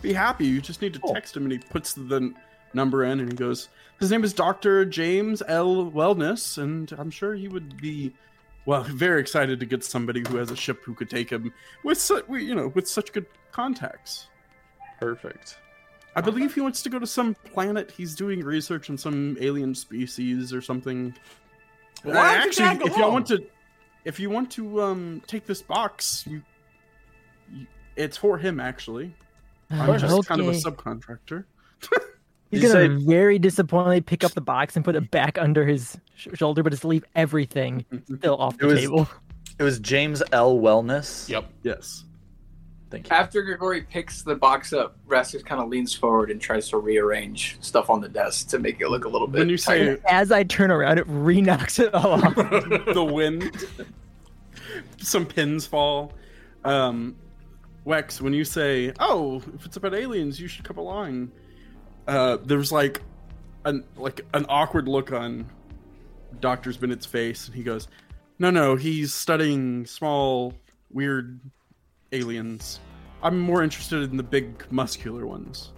be happy. You just need to text him, and he puts the n- number in, and he goes, "His name is Doctor James L. Wellness," and I'm sure he would be, well, very excited to get somebody who has a ship who could take him with such, you know, with such good contacts. Perfect. I believe he wants to go to some planet. He's doing research on some alien species or something. Well, why Uh, don't you actually, tag if y'all along? want to, if you want to um, take this box, you, you, it's for him actually. I'm just kind of a Okay. subcontractor. He's You gonna very disappointed pick up the box and put it back under his sh- shoulder, but just leave everything still off the It was- table. It was James L. Wellness. Yep. Yes. Thank you. After Grigori picks the box up, Raskus kind of leans forward and tries to rearrange stuff on the desk to make it look a little bit. When you tighter. say As I turn around, it re knocks it all off. the wind, some pins fall. Um, Wex, when you say, "Oh, if it's about aliens, you should come along," uh, there's like an like an awkward look on Doctor Bennett's face, and he goes, "No, no, he's studying small, weird aliens. I'm more interested in the big, muscular ones."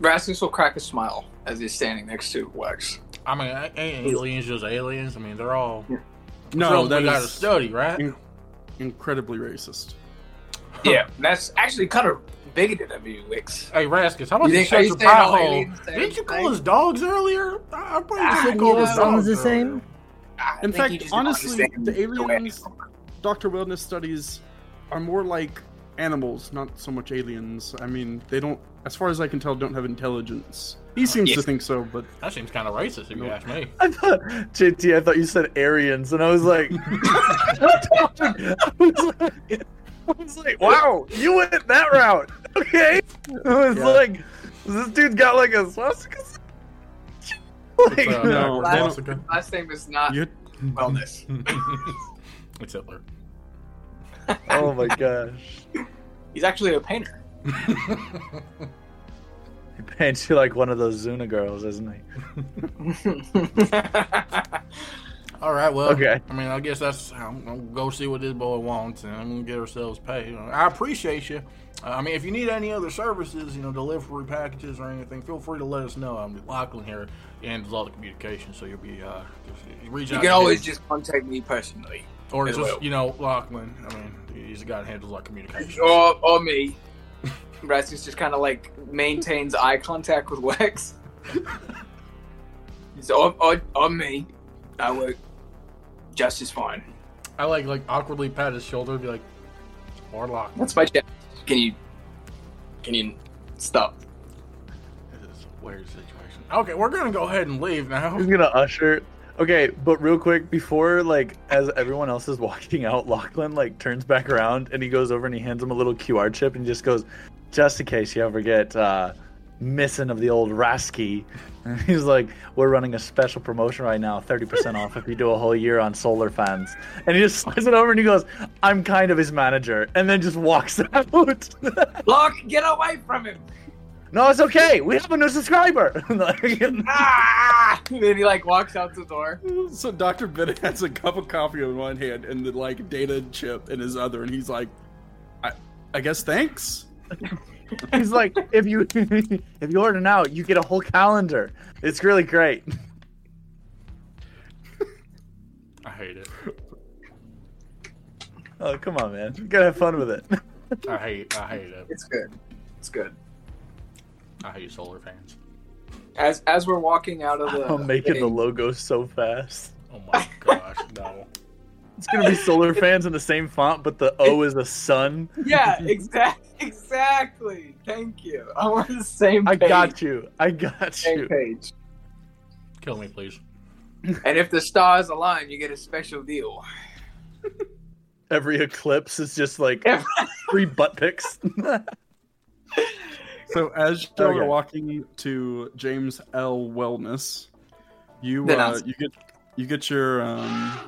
Raskus will crack a smile as he's standing next to Wex. I mean, a- ain't aliens just aliens. I mean, they're all. No, something that we gotta is study, right? in- incredibly racist. Yeah, and that's actually kind of bigoted of you, Wix. Hey, Raskus, how about You you think- are shut you your saying pie all hole? aliens say Didn't you call anything? us dogs earlier? I, I'm pretty Ah, sure you you called know, us dogs. sounds the same. earlier. I In think fact, you just don't honestly, understand the way I aliens- talk. Doctor Wellness studies are more like animals, not so much aliens. I mean, they don't, as far as I can tell, don't have intelligence. He seems to yes. think so, but *laughs* That seems kind of racist, if you ask *laughs* me. I thought JT, I thought you said Aryans, and I was like, *laughs* I was like, I was like, wow, you went that route. Okay, I was Yeah. like, this dude got like a swastika. *laughs* Like, It's, uh, no, they Last- Last name is not you, wellness. *laughs* it's Hitler. oh my gosh, He's actually a painter. *laughs* he paints you like one of those Zuna girls, isn't he? All right, well, Okay. I mean, I guess that's. I'm gonna go see what this boy wants, and I'm gonna get ourselves paid. I appreciate you. Uh, I mean, if you need any other services, you know, delivery packages or anything, feel free to let us know. I'm Lachlan here, and there's a lot of communication, so you'll be uh, just reach you out can to always him. just contact me personally, or as just well. you know, Lachlan. I mean, he's a guy that handles a lot of communication. or or me. Raskus just kind of like maintains eye contact with Wex. He's on on on me. I work just as fine. I like like awkwardly pat his shoulder, and be like, "Or Lachlan." That's my chat. Can you can you stop? This is a weird situation. Okay, we're gonna go ahead and leave now. He's gonna usher. Okay, but real quick before like as everyone else is walking *laughs* out, Lachlan like turns back around and he goes over and he hands him a little QR chip and just goes, just in case you ever get uh, missing of the old Rasky. *laughs* And he's like, we're running a special promotion right now, thirty percent off if you do a whole year on solar fans. And he just slides it over and he goes, I'm kind of his manager, and then just walks *laughs* out. Lock, get away from him! no, it's okay. We have a new subscriber. *laughs* Like, Ah! *laughs* And then he like walks out the door. so Doctor Bennett has a cup of coffee in one hand and the like data chip in his other, and he's like, I, I guess thanks. He's like, if you *laughs* if you order now, you get a whole calendar. It's really great. I hate it. Oh come on, man, you gotta have fun with it. I hate. I hate it. It's good. It's good. I hate solar fans. As as we're walking out of the I'm making the thing, logo so fast. Oh my gosh, no. It's gonna be solar fans in the same font, but the O is a sun. Yeah, exact *laughs* exactly. Thank you. I'm on the same I page. got you. I got Same you. page. Kill me, please. And if the stars align, you get a special deal. Every eclipse is just like Every- three butt pics. *laughs* So as you Oh, are Okay. walking to James L. Wellness, you Then uh, I'll- you get you get your um,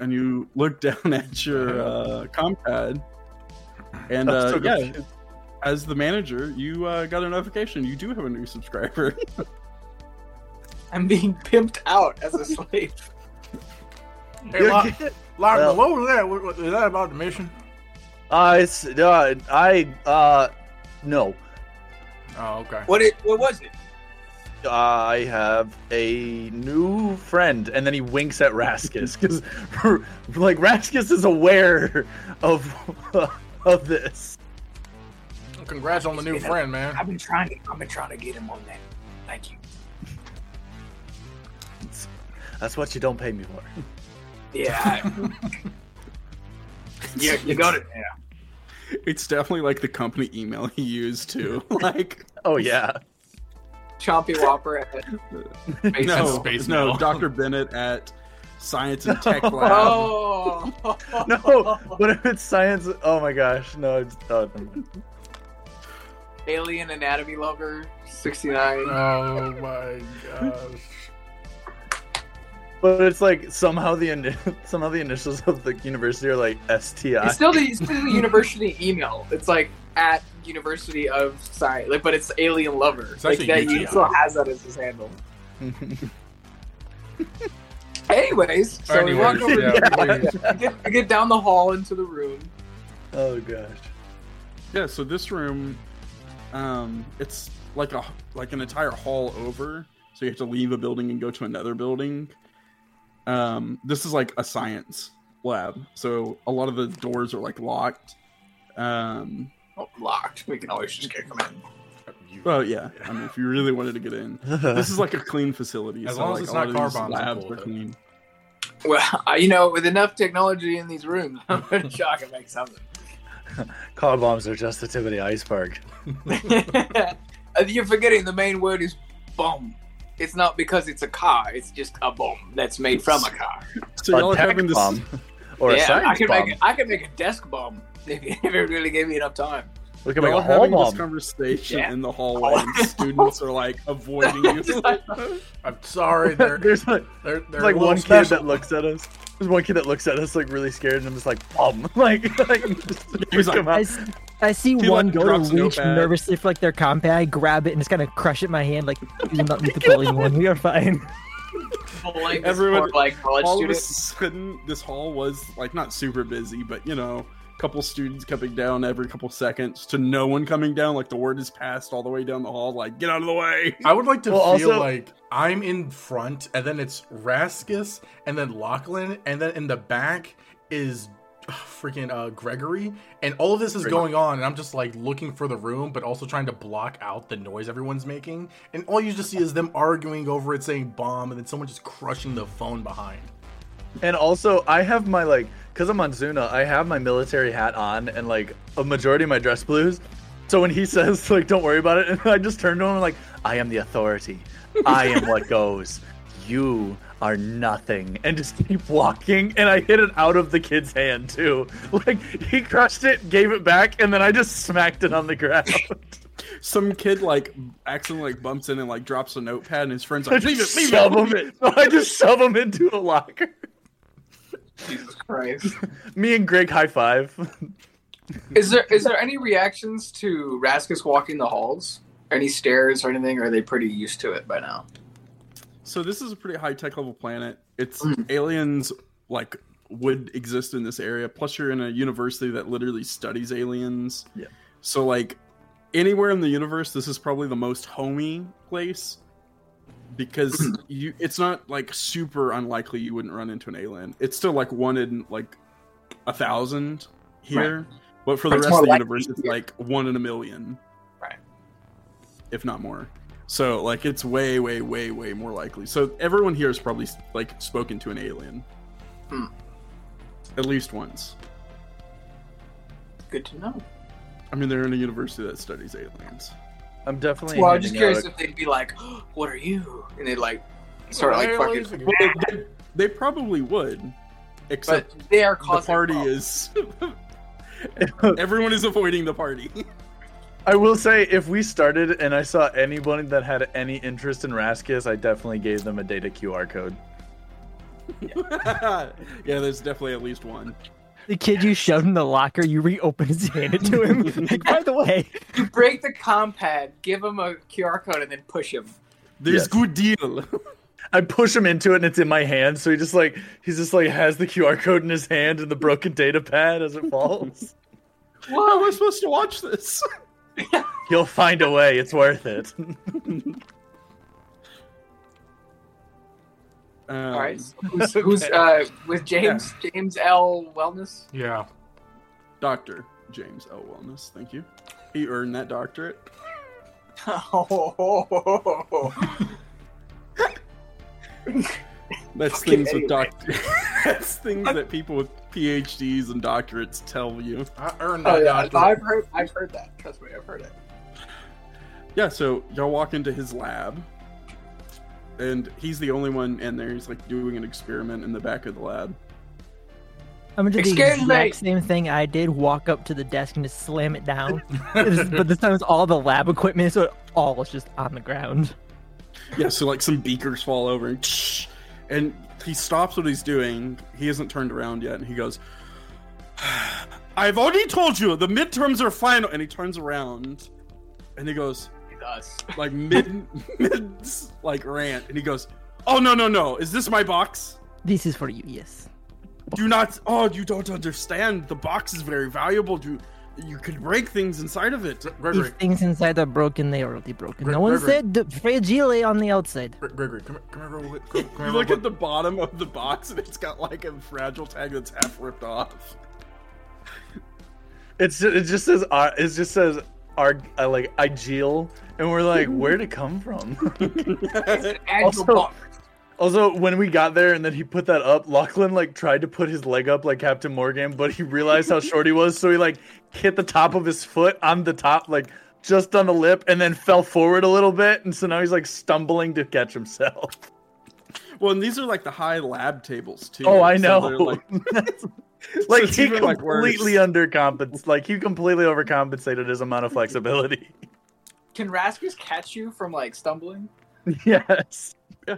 and you look *laughs* down at your uh, compad, and I'm uh, so yeah, confused. as the manager, you uh, got a notification. You do have a new subscriber. *laughs* I'm being pimped out as a slave. Hey, Lock, You're- Like, Well- what was that? What- what- Is that about the mission? Uh, it's uh, I uh, no, Oh, okay. What it? What was it? I have a new friend, and then he winks at Raskus because, *laughs* like, Raskus is aware of *laughs* of this. Congrats on the new friend, man. *laughs* I've been trying to. I've been trying to get him on that. Thank you. That's what you don't pay me for. *laughs* Yeah. I, yeah, you got it. Yeah. It's definitely like the company email he used too. *laughs* Like Oh yeah, Chompy Whopper. At, no, *laughs* space no, mail. Dr. Bennett at Science *laughs* and Tech Lab. oh. no. What if it's science? Oh my gosh, no. It's, oh, never mind. Alien Anatomy Lover 69. Oh my *laughs* gosh. But it's like somehow the ini- *laughs* somehow the initials of the university are like STI. It's still the, it's still the university email. It's like at University of Science, like, but it's Alien Lover. It's like actually that, he UTI. still has that as his handle. Anyways, so we walk Anyways, over, yeah, please. we, get, we get down the hall into the room. *laughs* oh gosh. Yeah, so this room, um, it's like a like an entire hall over. So you have to leave a building and go to another building. Um, this is like a science lab, so a lot of the doors are like locked. Um, Oh, locked. We can always just kick him in. well, yeah, I mean, if you really wanted to get in, this is like a clean facility. As so long as like it's a lot not of car these bombs, I'm labs cool are with it. clean. Well, *laughs* I, you know, with enough technology in these rooms, *laughs* I'm pretty sure I can make something. *laughs* *laughs* Car bombs are just the tip of the iceberg. Uh, You're forgetting the main word is bomb. It's not because it's a car. It's just a bomb that's made from a car. So y'all a are tech having this. bomb *laughs* or a I science could bomb. make a, I could make a desk bomb *laughs* if, if it really gave me enough time. We can Y'all make a are whole having this bomb. conversation Yeah. in the hallway, and students are like *laughs* avoiding you. I'm sorry. *laughs* They're, they're, There's like, they're there's like a little one kid special. that looks at us. There's one kid that looks at us like really scared, and I'm just like bomb. *laughs* Like, like just He's like, come I, out. s- I see He, one like, go drops a to reach notepad. nervously for like their compa. I grab it and just kind of crush it in my hand, like you not need to kill anyone. We are fine. Blame this Everyone- poor, like college all of a students. *laughs* sudden this hall was like not super busy but you know couple students coming down every couple seconds to no one coming down like the word is passed all the way down the hall like get out of the way *laughs* I would like to Well, feel also- like I'm in front, and then it's Raskus, and then Lachlan, and then in the back is uh, freaking uh, Gregory, and all of this is going on, and I'm just like looking for the room, but also trying to block out the noise everyone's making, and all you just see is them arguing over it, saying bomb, and then someone just crushing the phone behind. And also, I have my like, cause I'm on Zuna. I have my military hat on and like a majority of my dress blues. So when he *laughs* says like, "Don't worry about it," *laughs* and I just turn to him and I'm like, "I am the authority. I am what goes. You are nothing." And just keep walking. And I hit it out of the kid's hand too. *laughs* Like he crushed it, gave it back, and then I just smacked it on the ground. *laughs* some kid like accidentally like bumps in and like drops a notepad and his friends I like leave it just leave shove it him. In. *laughs* I just shove him into a locker. Jesus Christ. Me and Greg high five. *laughs* Is there is there any reactions to Raskus walking the halls? Any stares or anything? Or are they pretty used to it by now? so this is a pretty high tech level planet it's Mm. Mhm. aliens like would exist in this area plus you're in a university that literally studies aliens Yeah. so like anywhere in the universe this is probably the most homey place because *clears throat* you it's not like super unlikely you wouldn't run into an alien it's still like one in like a thousand here but for the It's rest more of the likely universe it's here. like one in a million Right. if not more so like it's way way way way more likely so everyone here has probably like spoken to an alien Hmm. at least once Good to know. i mean they're in a university that studies aliens I'm definitely. Well, I'm just handing out curious a- if they'd be like, *gasps* "What are you?" and they'd like start like Hey, fucking. ladies and Well, they, they probably would, But except they are the causing party problems. is. *laughs* Everyone is avoiding the party. *laughs* *laughs* I will say, if we started and I saw anyone that had any interest in Raskus, I definitely gave them a data QR code. yeah, there's definitely at least one. The kid you shoved in the locker, you reopen his hand it to *laughs* him. like, by the way, You break the compad, give him a QR code, and then push him. There's Yes. good deal. *laughs* I push him into it and it's in my hand. So he just like he's just like has the QR code in his hand and the broken data pad as it falls. *laughs* How am I supposed to watch this? *laughs* You'll find a way. It's worth it. *laughs* Um, All right. so *laughs* Who's, who's uh, with James? James L. *laughs* Wellness. Yeah. Doctor James L. Wellness. Thank you. He earned that doctorate. Oh, That's Fucking things with anyway. doctor. *laughs* That's things that people with PhDs and doctorates tell you. I earned Oh that yeah, doctor. I've heard. I've heard that. Trust me, I've heard it. Yeah, so y'all walk into his lab, and he's the only one in there. He's like doing an experiment in the back of the lab. I'm gonna do the Excuse me. exact same thing I did: walk up to the desk and just slam it down. It was- but this time it's all the lab equipment, so it all is just on the ground. Yeah, so like some beakers fall over, and and he stops what he's doing. He hasn't turned around yet, and he goes, *sighs* "I've already told you the midterms are final." And he turns around, and he goes, It's us. like mid *laughs* mid like rant and he goes oh no no no is this my box This is for you, yes. do not oh you don't understand the box is very valuable you you could break things inside of it *laughs* Gregory, If things inside are broken, they are already broken. Gre- no one Gregory. said the fragile on the outside. Gre- Gregory, come here, come here real quick. Come, come you here *laughs* look real at the bottom of the box and it's got like a fragile tag that's half ripped off It's ju- it just says uh, it just says our uh, like ideal, and we're like, where'd it come from? *laughs* It's an Also- actual box. also, when we got there and then he put that up, Lachlan like tried to put his leg up like Captain Morgan, but he realized how short he was, so he like hit the top of his foot on the top, like just on the lip, and then fell forward a little bit, and so now he's like stumbling to *laughs* catch himself. well and these are like the high lab tables too Oh, I so know. they're, like, *laughs* *laughs* like it's he even, like, worse. completely undercompensates. Like he completely overcompensated his amount of flexibility. Can Raskus catch you from like stumbling? *laughs* yes.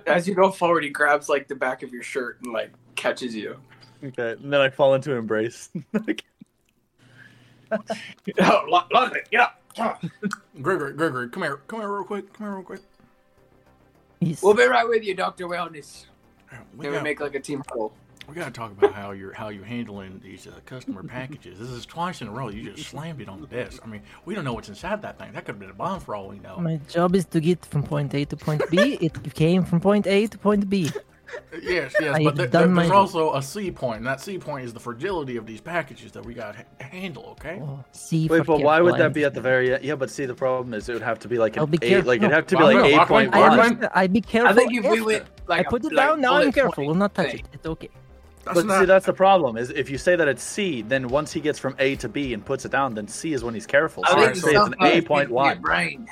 As you go forward, he grabs like the back of your shirt and like catches you. Okay. And then I fall into embrace. *laughs* Oh, lo- love it. Get up. quick. Gregory, Gregory, come here, come here real quick. Come here real quick. Yes. We'll be right with you, Doctor Wellness. Yeah, We Can we gotta, make like a team huddle? we gotta talk about how you're how you're handling these uh, customer packages. This is twice in a row. You just slammed it on the desk. I mean, we don't know what's inside that thing. That could have been a bomb for all we know. My job is to get from point A to point *laughs* B. it came from point A to point B. Yes, yes, I but there, have done there- there's my- also a C point, and that C point is the fragility of these packages that we got to handle. Okay, Oh, C Wait, for but why would that careful. be at the very end? Yeah, but see, the problem is it would have to be like I'll an be eight. careful. Like it'd have to be Well, like no, eight Lachlan- point I Lachlan- one. understand. I'd be careful. I think if we after. went like I put it a, like, down. Now I'm bullet careful. point We'll not touch thing. it. It's okay. that's But see, that's the problem. Is if you say that it's C, then once he gets from A to B and puts it down, then C is when he's careful. I So I'd Alright, think say it's an something A is point in your one, Brain.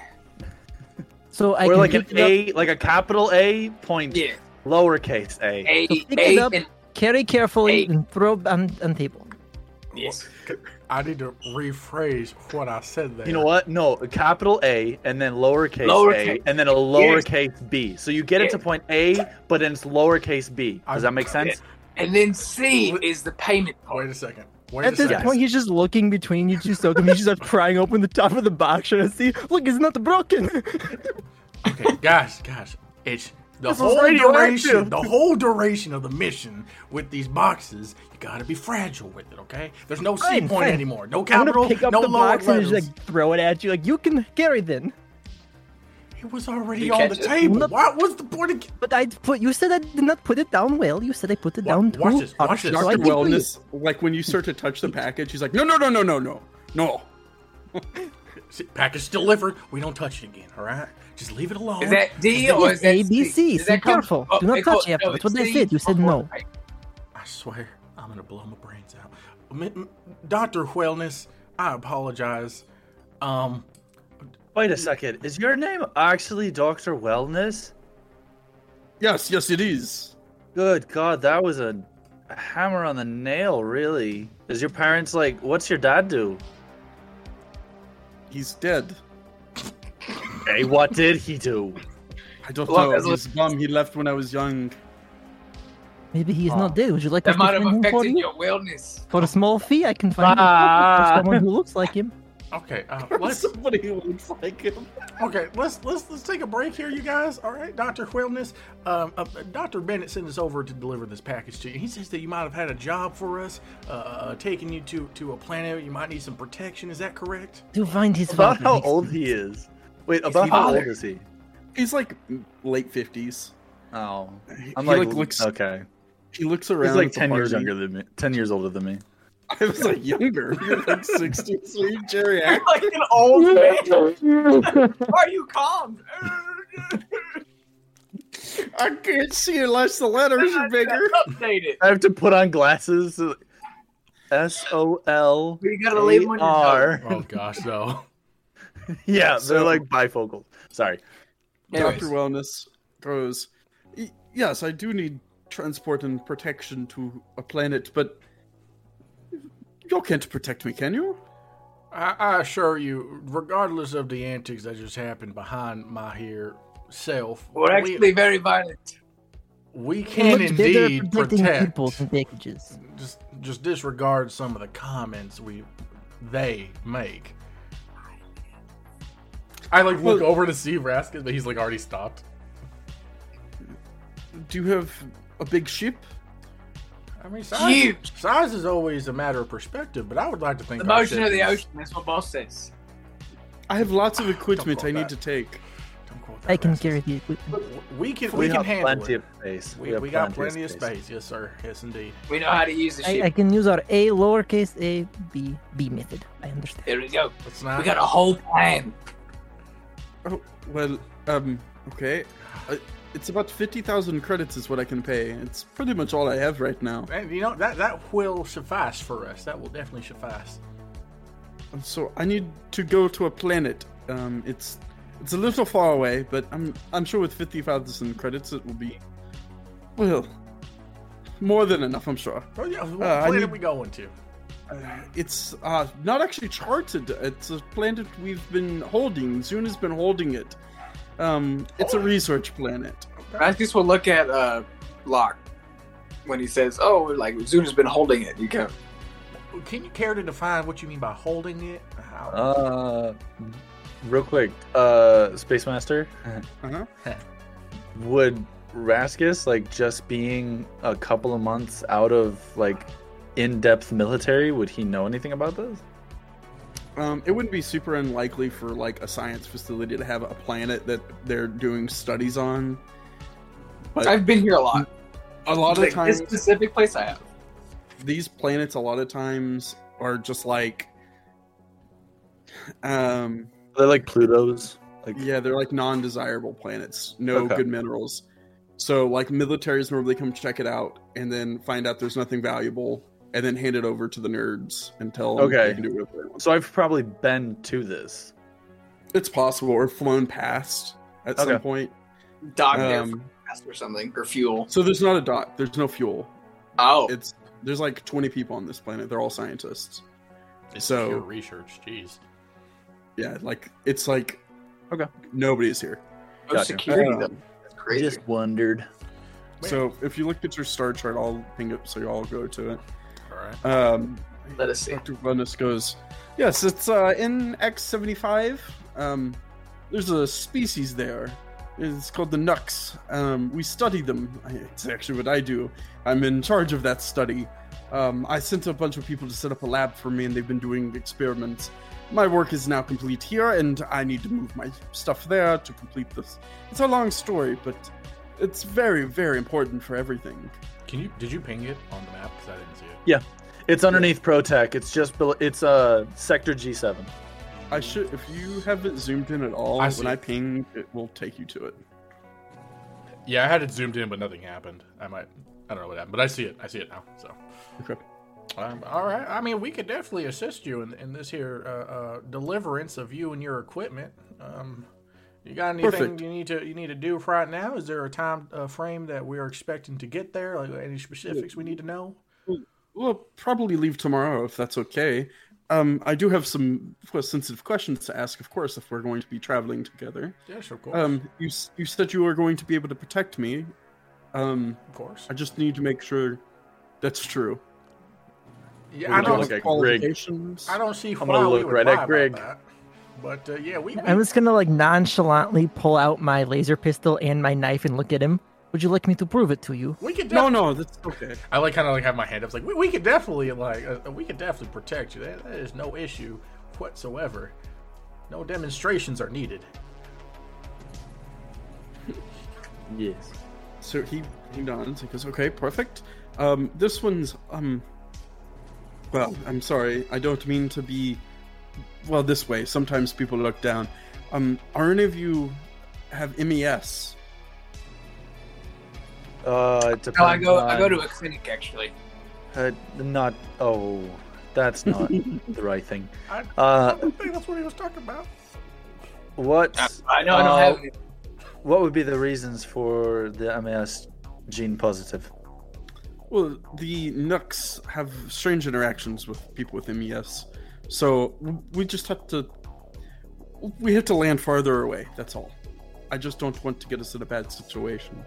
So I or can like an pick it up, A, like a capital A point, Yeah. lowercase A. A, So pick A, it up. and- carry carefully, Hey. and throw on, on table. yes. I need to rephrase what I said there. You know what? No, a capital A and then lowercase, Lowercase. A and then a lowercase B. So you get it to Yeah. point A, but then it's lowercase B. I'm- Does that make sense? And then C is the payment Wait part. a second. Wait At a this second. point, he's just looking between you two, so he just starts prying open the top of the box trying to see. Look, it's not broken. *laughs* Okay, guys, guys, it's the This is whole duration. radioactive. The whole duration of the mission with these boxes, you gotta be fragile with it. Okay, there's no C Fine, point fine. anymore. No I'm capital. gonna pick up no the lower box and letters. just like throw it at you. Like you can carry then. it was already You on catch the it. table. Look- What was the point of? But I put. You said I did not put it down well. You said I put it Wa- down too. watch this, watch hard, this. so I dr did for you. wellness like when you start to touch the package he's like no no no no no no no See, Package delivered. We don't touch it again. All right, just leave it alone. Is that D or is It's that A, B, C? C. Is Be that come- careful. oh, Do not it goes- touch it. no, That's what it's they C Oh, said. You said before- no. I swear, I'm gonna blow my brains out. M- m- Dr. Wellness, I apologize. Um, Wait a second. Is your name actually Doctor Wellness? yes yes it is Good God, that was a hammer on the nail. Really? Is your parents like? What's your dad do? he's dead Hey, what did he do? I don't Well, know. that's His mom, he left when I was young. *laughs* Maybe he's Oh. not dead. Would you like us That to might find have him for affected you? your wellness. For a small fee, I can find him. Ah. someone who looks like him. Okay, *laughs* uh, Or let's somebody who looks like him. okay let's let's let's take a break here, you guys. All right, Doctor Wellness, um, uh, Doctor Bennett sent us over to deliver this package to you. He says that you might have had a job for us, uh, uh, taking you to to a planet. You might need some protection. Is that correct? To find *laughs* his About father how makes old sense. he is. Wait, about how father. old is he? He's like late fifties. Oh, He I'm like, like, looks. okay. He looks around. He's like at the ten years party. *laughs* younger than me. Ten years older than me. I was like younger. You're like sixty. So you geriatric. *laughs* like an old *laughs* man. Are you calm? I can't see unless the letters are *laughs* bigger. Update it. I have to put on glasses. S O L You gotta leave A him on your tongue. R. Oh gosh, no. *laughs* Yeah, So- they're like bifocal. Sorry. Anyways, Doctor Wellness goes. "Y- Yes, I do need transport and protection to a planet, but you can't protect me, can you? *laughs* I, I assure you, regardless of the antics that just happened behind my here self, We're actually very violent. we, we can It looks better indeed protecting protect. people from packages. Just just disregard some of the comments we they make. I like look Well- over to see Raskin, but he's like already stopped. Do you have a big ship? I mean, size, Huge. size is always a matter of perspective, but I would like to think The our motion ship of the is- ocean. That's what boss says. I have lots of equipment call I need that. to take. Don't quote that, I can Raskin. carry the equipment. We can we, can have handle plenty it. of space. We, have we got plenty of space. Yes, sir. Yes, indeed. We know how to use the I, ship. I can use our A lowercase a b b method. I understand. There we go. Let's not. We got a whole plan. Oh, well, um, okay. Uh, it's about 50,000 credits is what I can pay. It's pretty much all I have right now. And you know that that will suffice for us. That will definitely suffice. And So I need to go to a planet. Um, it's it's a little far away, but I'm I'm sure with 50,000 credits it will be well more than enough, I'm sure. Oh Uh, yeah, what I planet need- we going to? Uh, it's uh, not actually charted. It's a planet we've been holding. Zune has been holding it. Um, it's Oh. a research planet. Raskus will look at uh, Locke when he says, "Oh, like Zuna's been holding it." You go. Can you care to define what you mean by holding it? How- Uh, real quick, uh, Space Master, Uh-huh. would Raskus like just being a couple of months out of like in-depth military? Would he know anything about this? Um, it wouldn't be super unlikely for like a science facility to have a planet that they're doing studies on. But I've been here a lot. a lot of Like, times, this specific place I have. these planets a lot of times are just like, um, They're like Pluto's. Like yeah, they're like non-desirable planets, no Okay. good minerals. So like militaries normally come check it out and then find out there's nothing valuable and then hand it over to the nerds and tell them Okay. they can do whatever they want. So I've probably been to this. It's possible or flown past at some Okay. point. Dog there for Um, gas or something or fuel. So there's not a dot. There's no fuel. Oh, It's there's like 20 people on this planet. They're all scientists. It's so- pure research. Jeez. Yeah, like it's like Okay. nobody's here. no gotcha. security Um, though. That's crazy. wondered. So if you look at your star chart, I'll ping it so you all go to it. All right. Um, Let us see. Dr. Vanus goes, yes, it's uh, in X75. Um, there's a species there. It's called the Nux. Um, we study them. I- It's actually what I do. I'm in charge of that study. Um, I sent a bunch of people to set up a lab for me, and they've been doing experiments. My work is now complete here, and I need to move my stuff there to complete this. It's a long story, but it's very, very important for everything. Can you did you ping it on the map? Because I didn't see it. It's underneath ProTech. It's just below, it's uh sector G7. I should. If you haven't zoomed in at all, I see. when I ping, it will take you to it. Yeah, I had it zoomed in, but nothing happened. I might. I don't know what happened, but I see it. I see it now. So. Okay. Um, all right. I mean, we could definitely assist you in, in this here uh, uh, deliverance of you and your equipment. Um, you got anything Perfect. you need to you need to do for right now? Is there a time uh, frame that we are expecting to get there? Like any specifics we need to know? We'll probably leave tomorrow if that's okay. Um, I do have some of course, sensitive questions to ask, of course, if we're going to be traveling together. Yes, of course. Um, you s- you said you were going to be able to protect me. Um, of course. I just need to make sure that's true. Yeah, We're I gonna don't, look at qualifications. I don't see I'm why gonna we look would right lie at about Greg. that. But uh, yeah, we. we I'm just gonna like nonchalantly pull out my laser pistol and my knife and look at him. Would you like me to prove it to you? we could No, definitely. no, that's okay. I like kind of like have my hand up. It's like we, we could definitely like uh, we could definitely protect you. That, that is no issue whatsoever. No demonstrations are needed. Yes. So he he nods. He goes, "Okay, perfect. Um, this one's um. Well, I'm sorry. I don't mean to be. Well, this way. Sometimes people look down. Um, are any of you have E MES? Uh, it No, I go. depends I go on- to a clinic actually. Uh, not. Oh, that's *laughs* not the right thing. I, I Uh, don't think that's what he was talking about. what? I know. I uh, don't have. Any. What would be the reasons for the MAS gene positive? Well, the Nux have strange interactions with people with MES, so w- we just have to. We have to land farther away. That's all. I just don't want to get us in a bad situation.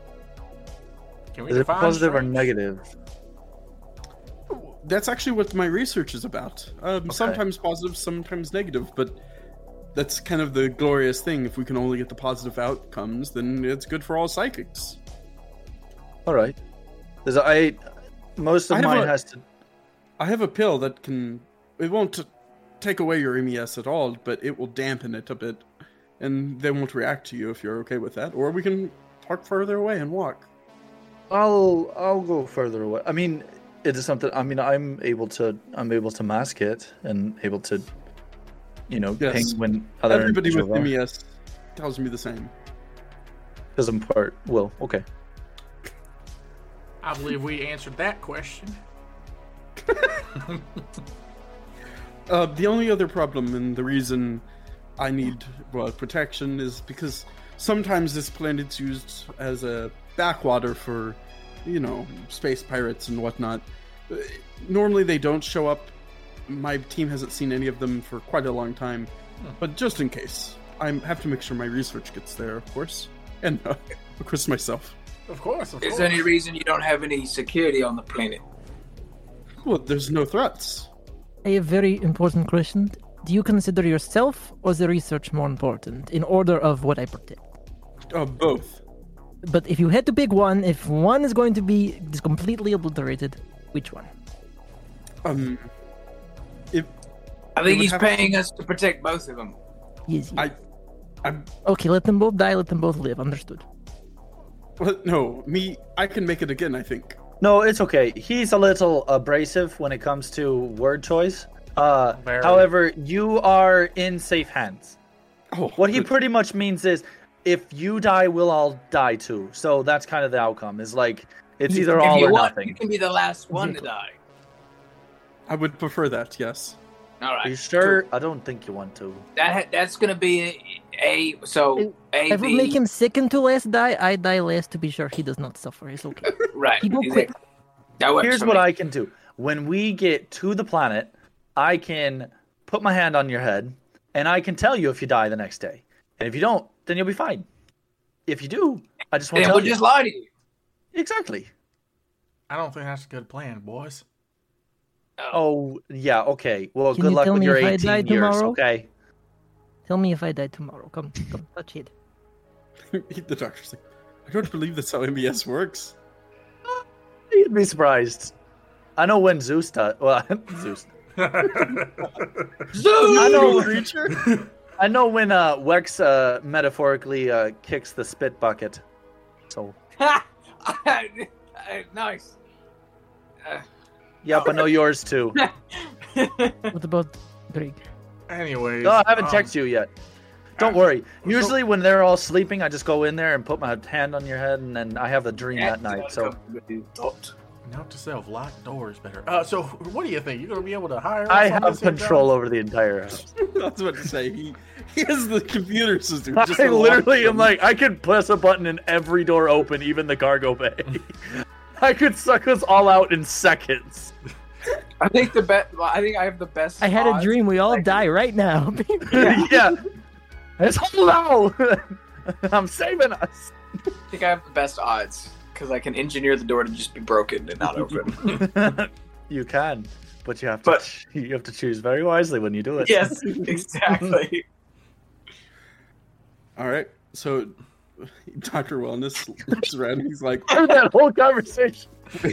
Can we Is it define positive or strange? negative? That's actually what my research is about. Um, Sometimes positive, sometimes negative, but that's kind of the glorious thing. If we can only get the positive outcomes, then it's good for all psychics. All right. There's I. Most of I have mine a- has to. I have a pill that can. It won't take away your MES at all, but it will dampen it a bit, and they won't react to you if you're okay with that. Or we can park further away and walk. I'll I'll go further away. I mean, it is something. I mean, I'm able to I'm able to mask it and able to, you know, Yes. ping when other Everybody with individuals are. MES tells me the same. Because I'm part. Well, okay. I believe we answered that question. Uh, the only other problem and the reason I need well, protection is because sometimes this planet's used as a backwater for, you know, space pirates and whatnot. Uh, Normally they don't show up. My team hasn't seen any of them for quite a long time, but just in case, I have to make sure my research gets there, of course, and uh, of course myself. Of course, of Is course. there any reason you don't have any security on the planet? Well, there's no threats. I have a very important question. Do you consider yourself or the research more important in order of what I protect? Uh, both. But if you had to pick one, if one is going to be just completely obliterated, which one? Um, if I It think would he's have- paying us to protect both of them. Yes, yes. I, I'm Okay, let them both die, let them both live. Understood. Well, no, me. I can make it again. I think. No, it's okay. He's a little abrasive when it comes to word choice. Uh, Very. however, you are in safe hands. Oh, What he good. pretty much means is, if you die, we'll all die too. So that's kind of the outcome. Is like it's either if all you or want, You nothing. can be the last one to die. I would prefer that. Yes. *laughs* All Are you right. sure? I don't think you want to. That ha- that's gonna be a, a so a If we B, make him second to last die, I die last to be sure he does not suffer. It's okay. right. He will exactly. quit. That works Here's for what me. I can do. When we get to the planet, I can put my hand on your head, and I can tell you if you die the next day. And if you don't, then you'll be fine. If you do, I just want Then to we'll tell you. just lie to you. Exactly. I don't think that's a good plan, *laughs* boys. Oh yeah, okay. Well, Can good you luck tell with me your if I 18 die years, tomorrow? okay? Tell me if I die tomorrow. Come, come, touch it. the doctor's like, I don't believe that's how MBS works. *laughs* You'd be surprised. I know when Zeus died. Well, *laughs* Zeus. I know. creature. *laughs* I know when uh, Wex uh, metaphorically uh, kicks the spit bucket. So, *laughs* Ha! Uh, nice. yep, I know yours too. What about Greg? Anyways, No, I haven't um, checked you yet. Don't worry. so- Usually, when they're all sleeping, I just go in there and put my hand on your head, and then I have a dream that night. So, um, Note to self: lock doors better. Uh, so what do you think? You're gonna be able to hire? I us on have this here control job? over the entire house. I was about to say he, he has the computer *laughs* system. I unlocked literally them. am like, I could press a button and every door open, even the cargo bay. *laughs* I could suck us all out in seconds. I think the best. Well, I think I have the best. I had a odds. dream. We all Like- die right now. *laughs* *laughs* Yeah. It's hello. *laughs* I'm saving us. I think I have the best *laughs* *laughs* odds because I can engineer the door to just be broken and not open. *laughs* you can, but you have to But- you have to choose very wisely when you do it. yes, exactly. All right. So *laughs* Dr. Wellness looks around. He's like, *laughs* that whole conversation.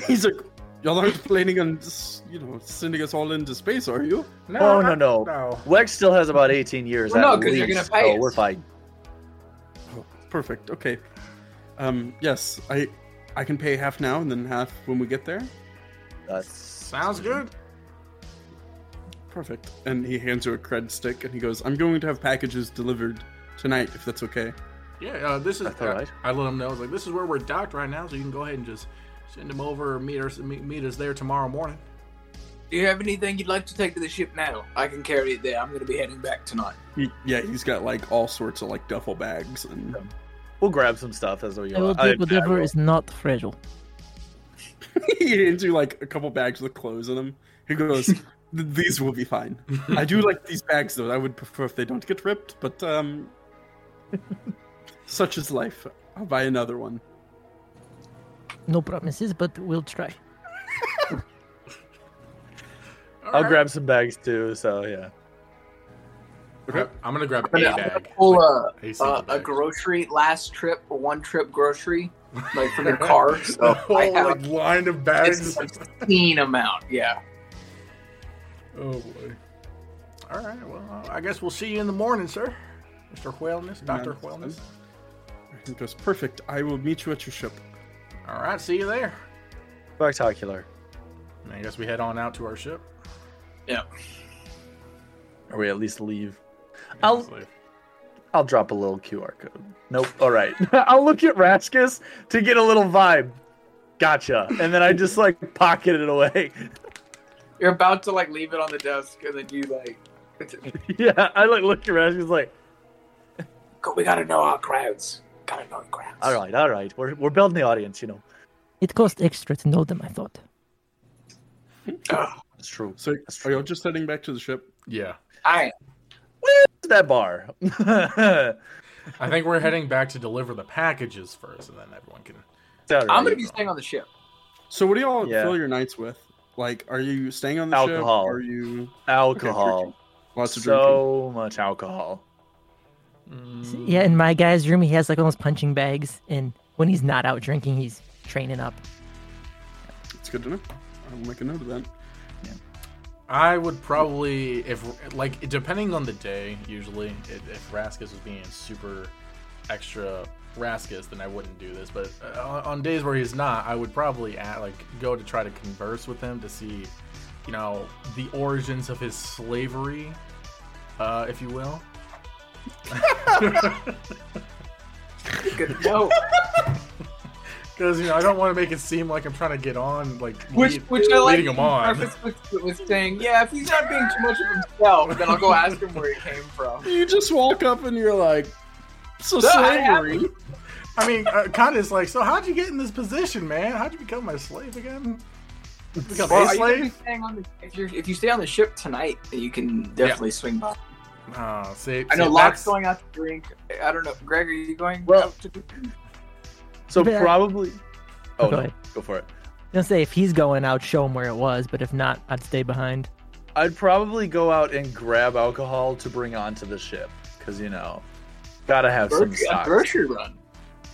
he's like, y'all aren't planning on, s- you know, sending us all into space, are you? No, Oh, no, not- no. no. Wex still has about 18 years. Well, at no, 'cause you're least, gonna pay so us. we're fine. Oh, perfect. Okay. Um, yes, I, I can pay half now and then half when we get there. That's Sounds good. Perfect. And he hands you a cred stick and he goes, I'm going to have packages delivered tonight if that's okay. Yeah, uh, this is. That's all right. I, I let them know. I was like, this is where we're docked right now, so you can go ahead and just send them over. Meet us. Meet, meet us there tomorrow morning. *laughs* Do you have anything you'd like to take to the ship now? I can carry it there. I'm going to be heading back tonight. He, yeah, he's got like all sorts of like duffel bags and *laughs* We'll grab some stuff as we I go. will take whatever is not fragile. he hands you like a couple bags with clothes in them. He goes, "Th- "These will be fine." I do like these bags though. I would prefer if they don't get ripped, but um, such is life. I'll buy another one. No promises, but we'll try. I'll grab some bags too. So yeah. I, am gonna grab a uh, I'm gonna- bag. *laughs* Pull a, uh, Like, single a, a bag. grocery last trip, or one trip grocery, like from *laughs* *laughs* your car. So I have like, line of it's an *laughs* obscene amount. Yeah. Oh boy. All right. Well, uh, I guess we'll see you in the morning, sir. Mr. Wellness, Doctor Yeah, Wellness. He goes, "Perfect. I will meet you at your ship." All right. See you there. Spectacular. And I guess we head on out to our ship. Or we at least leave. I'll- It's like, I'll drop a little QR code. Nope. All right. *laughs* I'll look at Raskus to get a little vibe. Gotcha. And then I just like pocketed it away. *laughs* You're about to like leave it on the desk, and then you like, it's, yeah. I like look at Raskus like, "Go- we gotta know our crowds. Gotta know the crowds. all right, all right. We're, we're building the audience, you know. It cost extra to know them, I thought. That's true. So are y'all just heading back to the ship? yeah. I Where's that bar? *laughs* I think we're heading back to deliver the packages first, and then everyone can. I'm gonna be staying on the ship. So what do y'all Yeah. fill your nights with? Like, are you staying on the Alcohol. ship? Are you alcohol. lots of drinking? so much alcohol. Mm, Yeah, in my guy's room, he has like all those punching bags, and when he's not out drinking, he's training up. It's good to know. I'll make a note of that. I would probably, if like, depending on the day, usually, if, if Raskus was being super extra Raskus, then I wouldn't do this. But uh, on- on days where he's not, I would probably at, like go to try to converse with him to see, you know, the origins of his slavery, uh, if you will. Good to know. Because you know, I don't want to make it seem like I'm trying to get on, like which lead- which I like leading him on. preface with, with saying, yeah, if he's not being too much of himself, then I'll go ask him where he came from. *laughs* You just walk up and you're like, so No, I slavery. I mean, uh, kind of like, so how'd you get in this position, man? How'd you become my slave again? Become Well, a are you gonna be slave? staying on the- if you if you stay on the ship tonight, then you can definitely swing by. Oh, see, I know see, Locke's that's- going out to drink. I don't know, Greg, are you going? Well- out to drink? So Yeah. probably. Oh, Go no. ahead. Go for it. I'll say if he's going out, show him where it was, but if not, I'd stay behind. I'd probably go out and grab alcohol to bring onto the ship because you know, gotta have some Grocery- a stock. grocery run.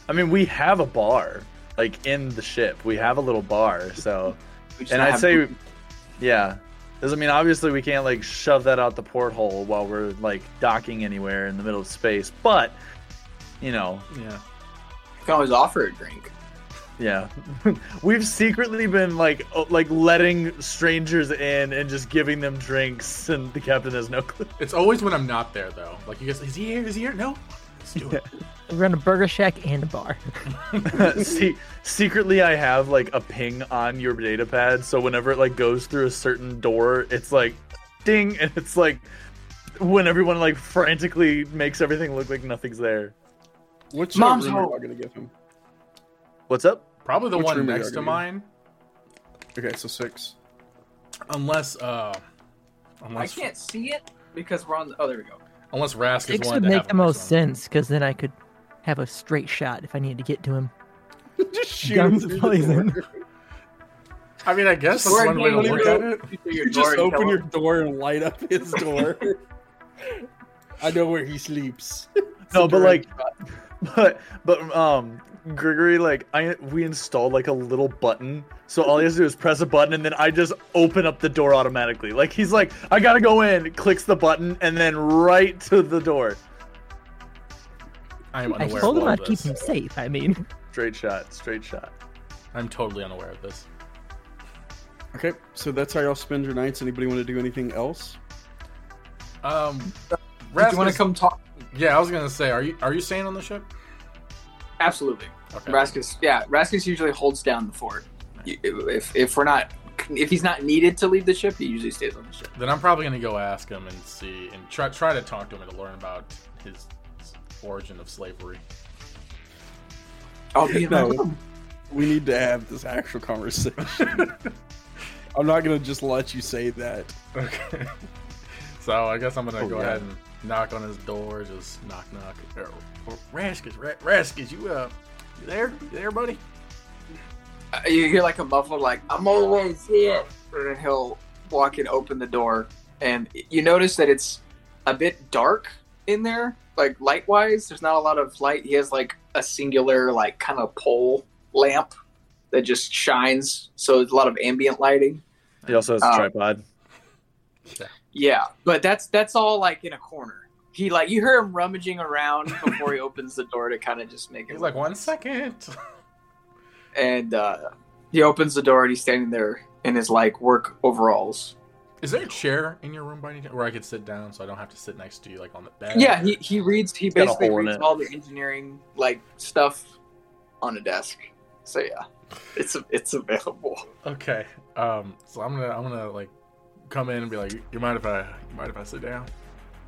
I mean, we have a bar like in the ship. We have a little bar, so We just don't and I'd have say, food. yeah, doesn't mean obviously we can't like shove that out the porthole while we're like docking anywhere in the middle of space, but you know, Yeah. you can always offer a drink. yeah, *laughs* we've secretly been like o- like letting strangers in and just giving them drinks, and the captain has no clue. It's always when I'm not there, though. Like, you guys, is he here? Is he here? No. Let's do it. We run a burger shack and a bar. *laughs* See, secretly, I have like a ping on your data pad, so whenever it like goes through a certain door, it's like ding, and it's like when everyone like frantically makes everything look like nothing's there. What's Mom's your room are home. you gonna give him? What's up? Probably the Which one room are you next to arguing? mine, Okay, so six. *laughs* unless, uh, I unless, can't see it because we're on. The, oh, there we go. unless Rask is Six one would to make have the him or most something. sense, because then I could have a straight shot if I needed to get to him. Just shoot him Guns through the blazing. door. I mean, I guess that's We're one way to going look to- at it. You just open your door and light up his *laughs* door. I know where he sleeps. *laughs* No, but like, *laughs* but but um, Gregory, like, I we installed like a little button, so all he has to do is press a button, and then I just open up the door automatically. Like he's like, I gotta go in, clicks the button, and then right to the door, I am I unaware told of him all I'd of keep this. him safe. I mean, straight shot, straight shot. I'm totally unaware of this. Okay, so that's how y'all spend your nights. Anybody want to do anything else? Um, Do you want Raskus- to come talk? Yeah, I was gonna say, are you are you staying on the ship? Absolutely. Okay. Raskus, yeah, Raskus usually holds down the fort. You- If if we're not, if he's not needed to leave the ship, he usually stays on the ship. Then I'm probably gonna go ask him and see and try try to talk to him to learn about his origin of slavery. I'll be in my No. room. We need to have this actual conversation. I'm not gonna just let you say that. Okay. *laughs* so I guess I'm gonna Oh, go yeah. ahead and knock on his door. Just knock, knock. Er, er, Raskus, Ra- Raskus, you uh, you there? You there, buddy? Uh, *laughs* You hear like a muffled like "I'm always here," and he'll walk and open the door, and you notice that it's a bit dark in there, like light wise. There's not a lot of light. He has like a singular like kind of pole lamp that just shines, so there's a lot of ambient lighting. He also has a Um, tripod. Yeah, but that's that's all like in a corner. He like you hear him rummaging around before he *laughs* opens the door to kind of just make it. He's like, one second. and uh, he opens the door and he's standing there in his like work overalls. *laughs* Is there a chair in your room by any chance where I could sit down so I don't have to sit next to you like on the bed? Yeah, he, he reads. He got a basically hole in reads it. all the engineering like stuff on a desk. So yeah, it's it's available. Okay. Um. So I'm gonna I'm gonna like come in and be like, you mind if I you mind if I sit down?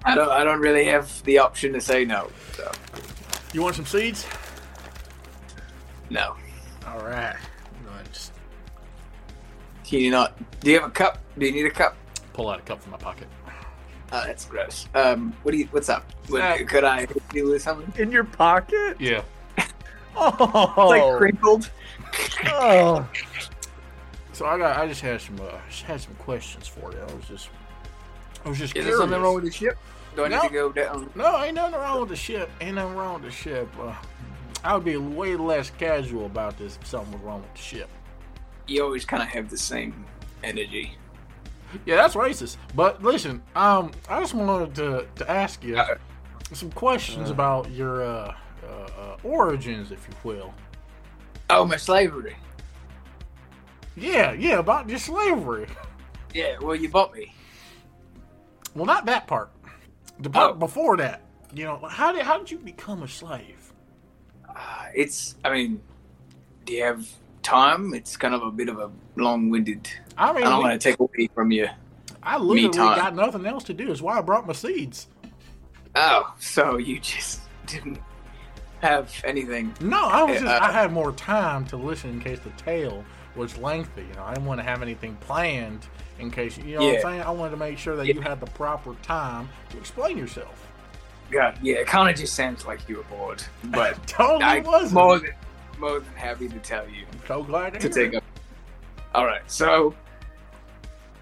I don't I don't really have the option to say no. So You want some seeds? no. All right. You know, I just Can you not? Do you have a cup? Do you need a cup? pull out a cup from my pocket. Oh, that's gross. Um, what do you? What's up? What, Uh, could I help you with something? In your pocket? Yeah. Oh, It's like crinkled. oh. So I got I just had some uh, just had some questions for you. I was just I was just Is there curious. something wrong with the ship? Do I need No. to go down? No, ain't nothing wrong with the ship. Ain't nothing wrong with the ship. Uh, I would be way less casual about this if something was wrong with the ship. You always kind of have the same energy. Yeah, that's racist. But listen, um, I just wanted to, to ask you some questions about your uh, uh, uh, origins, if you will. Oh, my slavery. Yeah, yeah, about your slavery. Yeah. Well, you bought me. Well, not that part. The part Oh. before that. You know, how did how did you become a slave? Uh, it's. I mean, do you have time? It's kind of a bit of a long-winded. I I mean, don't we- want to take away from you. I literally time. got nothing else to do. Is why I brought my seeds. Oh, so you just *laughs* didn't have anything. No, I was just, Yeah. I had more time to listen in case the tale was lengthy. You know, I didn't want to have anything planned in case you know what Yeah. I'm saying. I wanted to make sure that Yeah. you had the proper time to explain yourself. *laughs* God, yeah. It kind of just sounds like you were bored, *laughs* but totally I wasn't. more than more than happy to tell you. I'm so glad to, to hear take it. up. All right. So,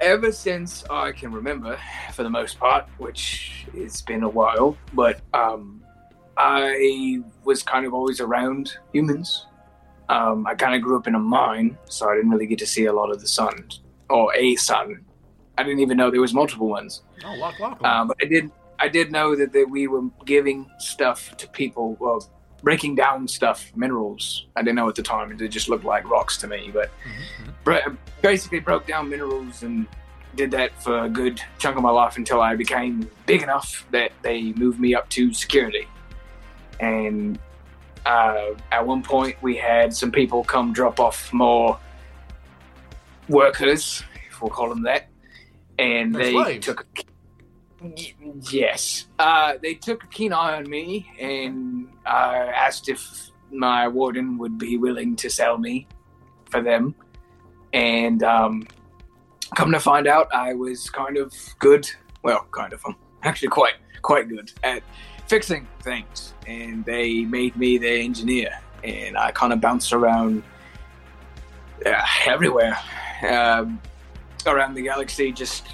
ever since I can remember, for the most part, which it's been a while, but um, I was kind of always around humans. Um, I kind of grew up in a mine, so I didn't really get to see a lot of the sun or a sun. I didn't even know there was multiple ones. Oh, lock, lock, lock. Um, but I did I did know that, that we were giving stuff to people, well, breaking down stuff, minerals. I didn't know at the time; it just looked like rocks to me. But Mhm, bro- basically, broke down minerals and did that for a good chunk of my life until I became big enough that they moved me up to security. And uh, at one point, we had some people come drop off more workers, if we'll call them that, and They're they slaves. took. Y- Yes, uh, they took a keen eye on me and uh, asked if my warden would be willing to sell me for them. And um, come to find out, I was kind of good. Well, kind of. I'm actually quite quite good at fixing things. And they made me their engineer, and I kind of bounced around uh, everywhere. um, around the galaxy, just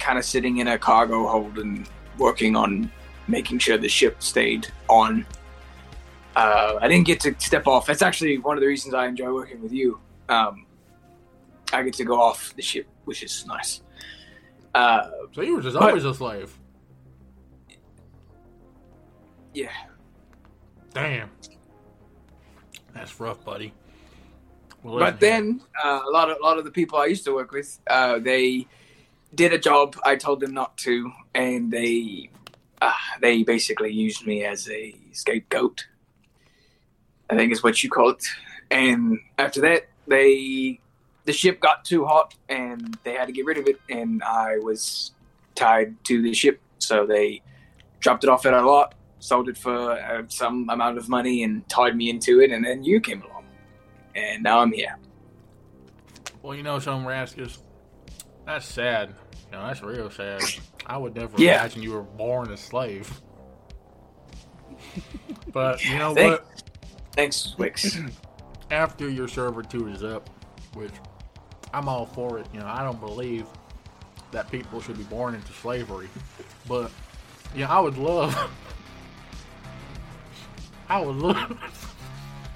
kind of sitting in a cargo hold and working on making sure the ship stayed on. Uh, I didn't get to step off. That's actually one of the reasons I enjoy working with you. Um, I get to go off the ship, which is nice. Uh, So you were just But- always a slave. yeah, Damn. That's rough, buddy. Well, listen but then uh, a lot of a lot of the people I used to work with, uh, they did a job I told them not to, and they uh, they basically used me as a scapegoat. I think is what you call it. And after that, they the ship got too hot, and they had to get rid of it. And I was tied to the ship, so they dropped it off at our lot, sold it for uh, some amount of money, and tied me into it. And then you came along, and now I'm here. here. well, you know, some rascals. That's sad. You know, that's real sad. I would never Yeah. imagine you were born a slave. *laughs* But you know Thank- what? Thanks, Wix. after your servitude is up, which I'm all for it. You know, I don't believe that people should be born into slavery, but you know, I would love, *laughs* I would love.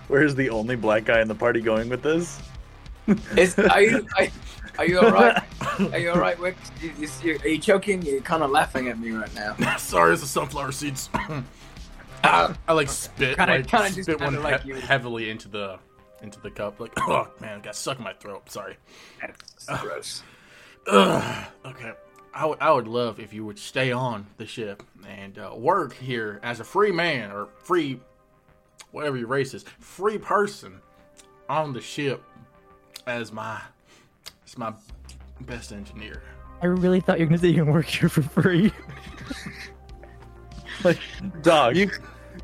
Where's the only black guy in the party going with this? Is, are you are, are you all right? Are you all right, Wix? You, you, you, are you choking? You're kind of laughing at me right now. Sorry, it's the sunflower seeds. *coughs* Uh, I like spit, Kinda- like kinda just spit kinda one he- like you. heavily into the into the cup. Like, *coughs* oh man, got stuck in my throat. Sorry. that's gross. Ugh. Okay. I would I would love if you would stay on the ship and uh, work here as a free man or free, whatever your race is, free person on the ship as my as my best engineer. I really thought you were gonna say you can work here for free. Like, dog. You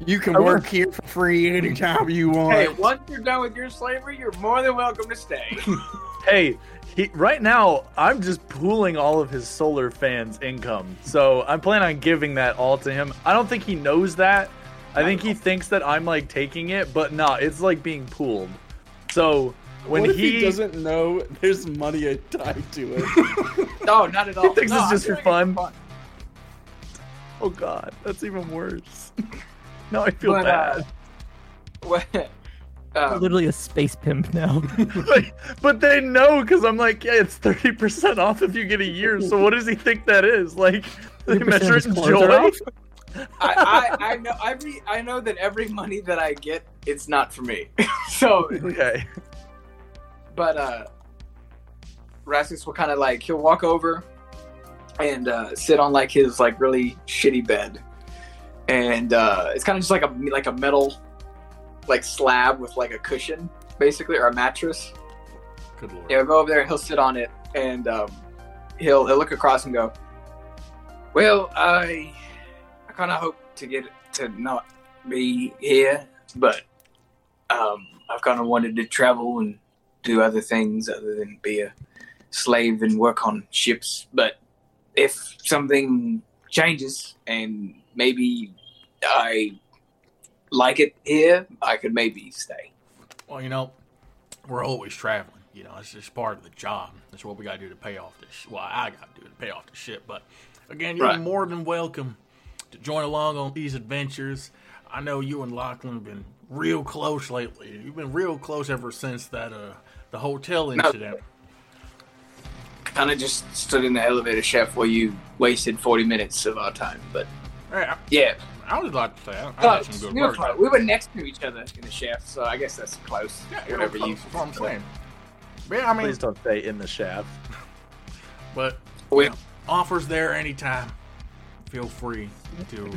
you can I will- work here for free anytime you want. Hey, once you're done with your slavery, you're more than welcome to stay. Hey, he, right now I'm just pooling all of his solar fans' income, so I plan on giving that all to him. I don't think he knows that. I think he thinks that I'm like taking it, but nah, it's like being pooled. So when what if he, he... doesn't know there's money tied to it? No, not at all. thinks No, it's I'm just for doing it fun. oh god, that's even worse. *laughs* now I feel But, uh, bad. *laughs* What? I'm Um, literally a space pimp now. Like, but they know because I'm like, yeah, it's thirty percent off if you get a year. So what does he think that is? Like, they 30% measure it is in clothes are joy. off? I, I, I know every I know that every money that I get, it's not for me. *laughs* so, *laughs* Okay. but uh, Raskus will kind of like he'll walk over and uh, sit on like his like really shitty bed, and uh, it's kind of just like a like a metal like slab with like a cushion basically or a mattress. Good lord. Yeah, he'll go over there and he'll sit on it, and um, he'll he'll look across and go, "Well, I I kind of hope to get to not be here, but um, I've kind of wanted to travel and do other things other than be a slave and work on ships. But if something changes and maybe I like it here, I could maybe stay." Well, you know, we're always traveling. You know, it's just part of the job. That's what we got to do to pay off this. Well, I got to do to pay off the shit. But again, you're Right. more than welcome to join along on these adventures. I know you and Lachlan have been real close lately. You've been real close ever since that uh the hotel incident. kind of just stood in the elevator shaft where you wasted 40 minutes of our time. But Hey, I, yeah, I would like to say I, I Uh, got some good we, were work. close. we were next to each other in the shaft, so I guess that's close. Yeah, you know, whatever you. that's what I'm saying. But yeah, I mean, Please don't say in the shaft. but We- offers there anytime. Feel free to,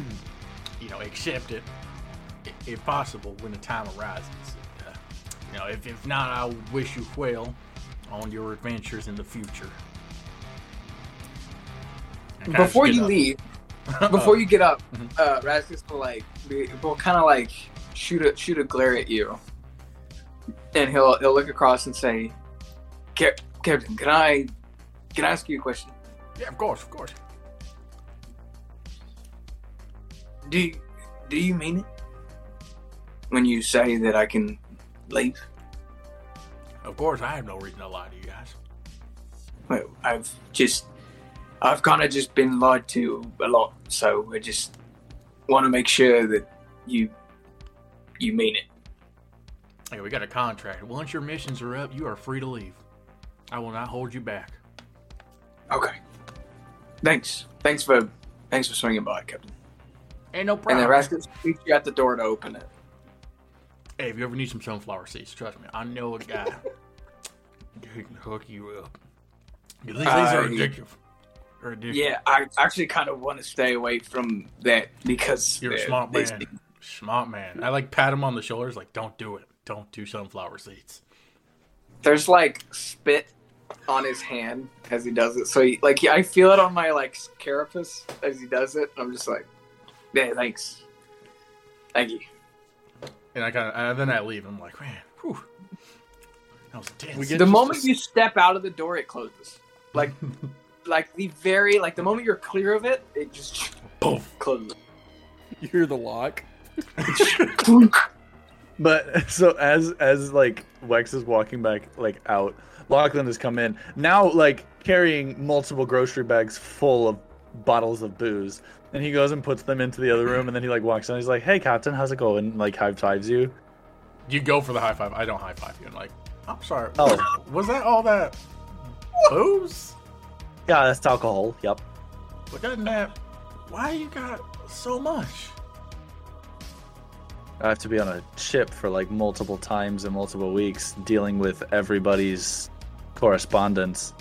you know, accept it i- if possible when the time arises. Uh, you know, if, if not, I wish you well on your adventures in the future. I kinda before stood you *laughs* up. leave, before you get up, Mm-hmm. uh, Raskus will like be- will kind of like shoot a shoot a glare at you, and he'll he'll look across and say, "Cap- "Captain, can I can I ask you a question? yeah, of course, of course. Do you, do you mean it when you say that I can leave?" Of course, I have no reason to lie to you guys. Well, I've just, I've kind of just been lied to a lot, so I just want to make sure that you, you mean it. Hey, we got a contract. Once your missions are up, you are free to leave. I will not hold you back. Okay. Thanks. Thanks for, thanks for swinging by, Captain. Ain't no And problem. then Rascus, you at the door to open it. Hey, if you ever need some sunflower seeds, trust me, I know a guy who can hook you up. 'Cause These, these are I- addictive. They're addictive. Uh, Yeah, I actually kind of want to stay away from that because You're a they're- smart they man. stink. Smart man. I like pat him on the shoulders, like, don't do it. Don't do sunflower seeds. There's like spit on his hand as he does it. So he, like I feel it on my like carapace as he does it. I'm just like, yeah, thanks, thank you. And I kind of, and then I leave. I'm like, man, whew. That was intense. We get- It's the just moment a- you step out of the door, it closes. Like, like the very like the moment you're clear of it, it just Poof. closes. You hear the lock. But *laughs* so as as like Wex is walking back like out, Lachlan has come in now like carrying multiple grocery bags full of bottles of booze, and he goes and puts them into the other room, and then he like walks in. He's like, "Hey, Captain, how's it going?" Like high fives you. You go for the high five. I don't high five you. I'm like, I'm sorry. Oh. Was that all that booze? Yeah, that's alcohol. Yep. But doesn't that, why you got so much? I have to be on a ship for like multiple times in multiple weeks, dealing with everybody's correspondence.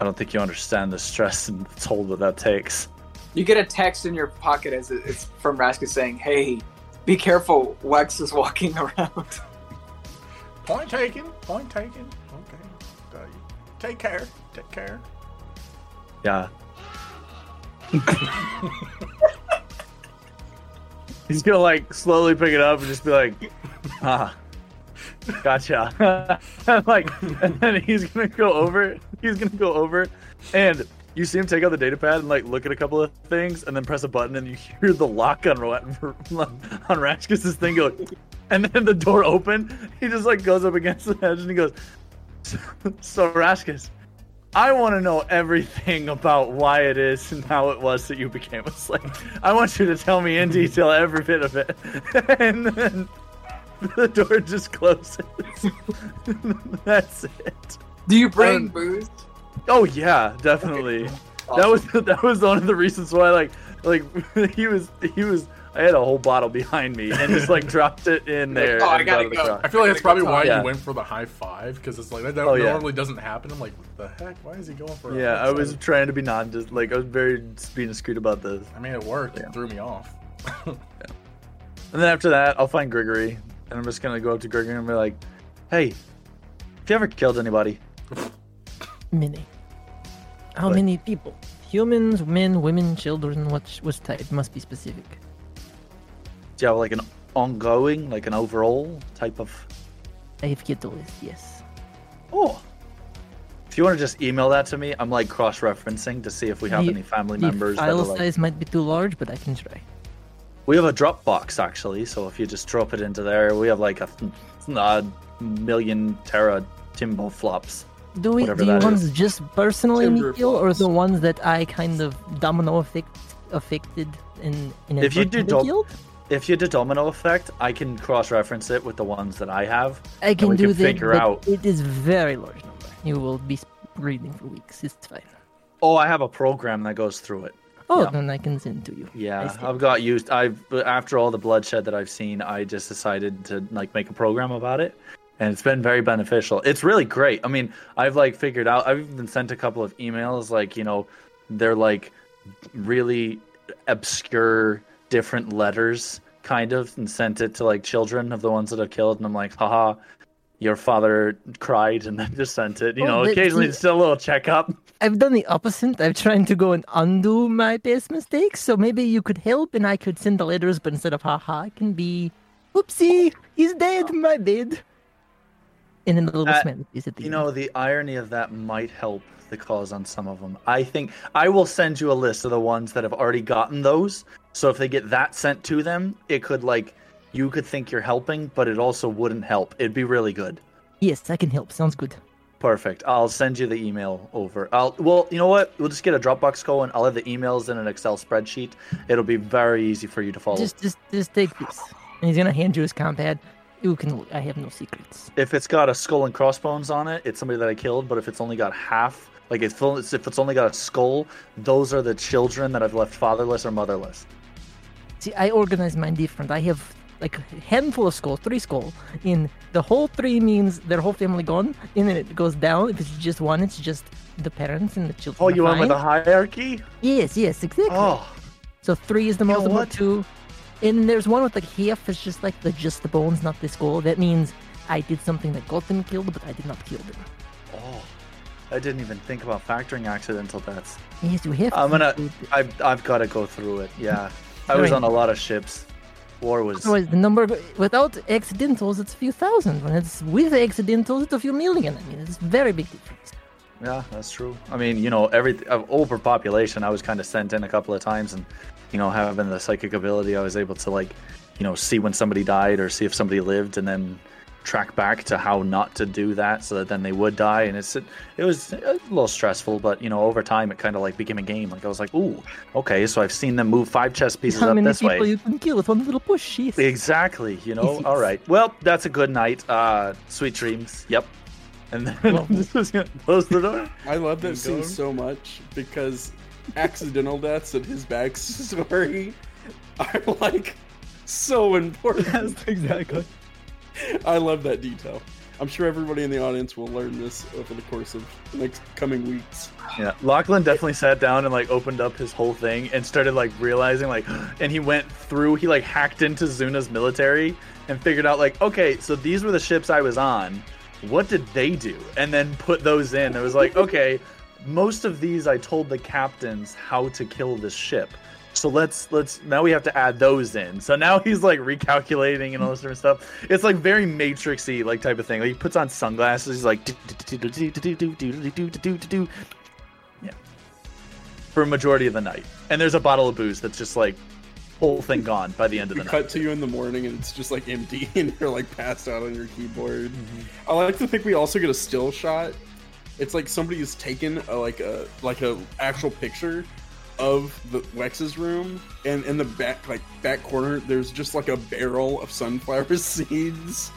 I don't think you understand the stress *laughs* and toll that that takes. You get a text in your pocket as it, it's from Raskus saying, "Hey, be careful. Wex is walking *laughs* around." Point taken. Point taken. Okay. Got you. Take care. Take care. Yeah. *laughs* He's gonna like slowly pick it up and just be like, ah, gotcha. *laughs* And, like, and then he's gonna go over. He's gonna go over, and you see him take out the data pad and like look at a couple of things, and then press a button, and you hear the lock on Ra- on Rashkus's thing go, and then the door open. He just like goes up against the edge and he goes, so, so Rashkus, I want to know everything about why it is and how it was that you became a slave. I want you to tell me in detail every bit of it. *laughs* and then the door just closes. *laughs* That's it. Do you bring Um, booze? Oh yeah, definitely. That was *laughs* that was one of the reasons why like like *laughs* he was he was I had a whole bottle behind me and just like dropped it in Like, *laughs* there. "Oh, I and gotta out of the go." car. I feel like that's probably why Yeah. you went for the high five because it's like that, that Oh, yeah. normally doesn't happen. I'm like, what the heck? Why is he going for? a Yeah, high I was five? trying to be non just like I was very being discreet about this. I mean, it worked. Yeah. It threw me off. And then after that, I'll find Gregory, and I'm just gonna go up to Gregory and be like, "Hey, have you ever killed anybody?" Many. How Like- many people? Humans, men, women, children. What was type? Must be specific. Do you have like an ongoing, like an overall type of? I have get the list. Yes. Oh, if you want to just email that to me, I'm like cross-referencing to see if we have The- any family The members. That are, file like... size might be too large, but I can try. We have a Dropbox actually, so if you just drop it into there, we have like a, th- a million tera timbo flops. Do we Whatever do you that ones just personally Timber me kill, or flops. the ones that I kind of domino effect affected in in If you do dom- killed? If you do domino effect, I can cross-reference it with the ones that I have. I can we do can that. figure but out- It is very large number. You will be sp- reading for weeks. It's fine. Oh, I have a program that goes through it. Oh, Yeah. then I can send to you. I Yeah, see. I've got used. I've but after all the bloodshed that I've seen, I just decided to like make a program about it, and it's been very beneficial. It's really great. I mean, I've like figured out. I've even sent a couple of emails. Like you know, they're like really obscure, different letters, kind of, and sent it to like children of the ones that I've killed, and I'm like, haha. Your father cried, and then just sent it. You Oh, know, but occasionally see- it's still a little checkup. I've done the opposite. I've tried to go and undo my past mistakes. So maybe you could help, and I could send the letters, but instead of haha, it can be oopsie, he's dead, my bed. And then the little Uh, smiley face at the You end. know, the irony of that might help the cause on some of them. I think I will send you a list of the ones that have already gotten those. So if they get that sent to them, it could like you could think you're helping, but it also wouldn't help. It'd be really good. Yes, I can help. Sounds good. Perfect. I'll send you the email over. I'll well, you know what? We'll just get a Dropbox going. I'll have the emails in an Excel spreadsheet. It'll be very easy for you to follow. Just, just, just take this. And he's gonna hand you his compad. You can. I have no secrets. if it's got a skull and crossbones on it, it's somebody that I killed. But if it's only got half, like if it's, if it's only got a skull, those are the children that I've left fatherless or motherless. See, I organize mine different. I have like a handful of skulls, three skull. In the whole three means their whole family gone, and then it goes down. If it's just one, it's just the parents and the children. Oh, are you went with fine. a hierarchy? Yes, yes, exactly. Oh, So three is the know most of what? two. And there's one with like half is just like the just the bones, not the skull. That means I did something that got them killed, but I did not kill them. oh, I didn't even think about factoring accidental deaths. Yes, you have. I'm to gonna. include- I've, I've got to go through it. Yeah, I was Right. on a lot of ships. War was. Otherwise, the number without accidentals, it's a few thousand. When it's with accidentals, it's a few million. I mean, it's a very big difference. Yeah, that's true. I mean, you know, every of overpopulation, I was kind of sent in a couple of times, and you know, having the psychic ability, I was able to like, you know, see when somebody died or see if somebody lived, and then track back to how not to do that so that then they would die. And it's it, was a little stressful, but you know, over time, it kind of like became a game. Like I was like, ooh, okay, so I've seen them move five chess pieces How up many this people way. you can kill with one little push? Yes. Exactly. You know. Yes. All right. Well, that's a good night. Uh, sweet dreams. Yep. And then Well- *laughs* this was gonna close the door. I love You that scene going? so much because accidental deaths in his backstory are like so important. *laughs* exactly. I love that detail. I'm sure everybody in the audience will learn this over the course of the next coming weeks. Yeah, Lachlan definitely sat down and like opened up his whole thing and started like realizing like, and he went through. He like hacked into Zuna's military and figured out like, okay, so these were the ships I was on. What did they do? And then put those in. It was like, okay, most of these I told the captains how to kill this ship. So let's let's now we have to add those in. So now he's like recalculating and all this different stuff. It's like very matrixy like type of thing. Like he puts on sunglasses, he's like Yeah. For a majority of the night. And there's a bottle of booze that's just like whole thing gone by the end of *laughs* We the night. cut to you in the morning and it's just like empty *laughs* and you're like passed out on your keyboard. I like to think we also get a still shot. It's like somebody has taken a, like a like a actual picture of the Lex's room, and in the back like back corner, there's just like a barrel of sunflower *laughs* seeds.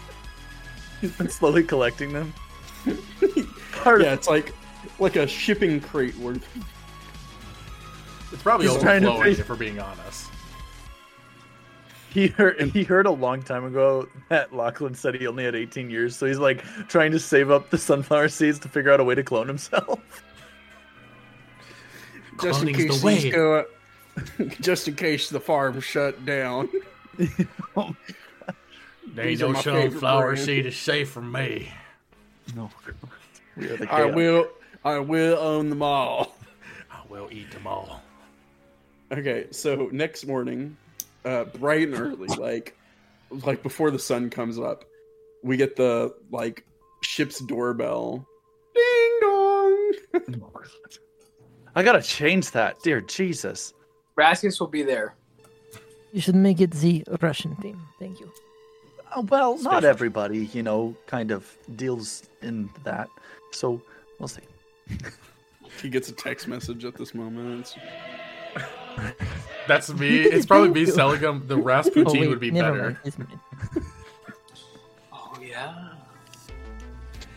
He's been slowly collecting *laughs* them. Part Yeah, it's like like a shipping crate worth. It's probably He's trying to overflowing, be- if we're being honest. He heard, he heard a long time ago that Lachlan said he only had 18 years, so he's like trying to save up the sunflower seeds to figure out a way to clone himself. Just in Cloning's the case way. these go, *laughs* just in case the farm shut down. There ain't These are no my favorite sunflower brands. seed is safe for me. No. I will, I will own them all. I will eat them all. Okay, so next morning, uh, bright and *laughs* early, like like before the sun comes up, we get the like ship's doorbell. Ding dong. I gotta change that, dear Jesus. Raskus will be there. You should make it the Russian theme. Thank you. Uh, well, not Special. everybody, you know, kind of deals in that, so we'll see. He gets a text message at this moment. It's- That's me. It's probably me selling them. The Rasputin Oh, wait, would be never better. Mind. It's mine. Oh yeah.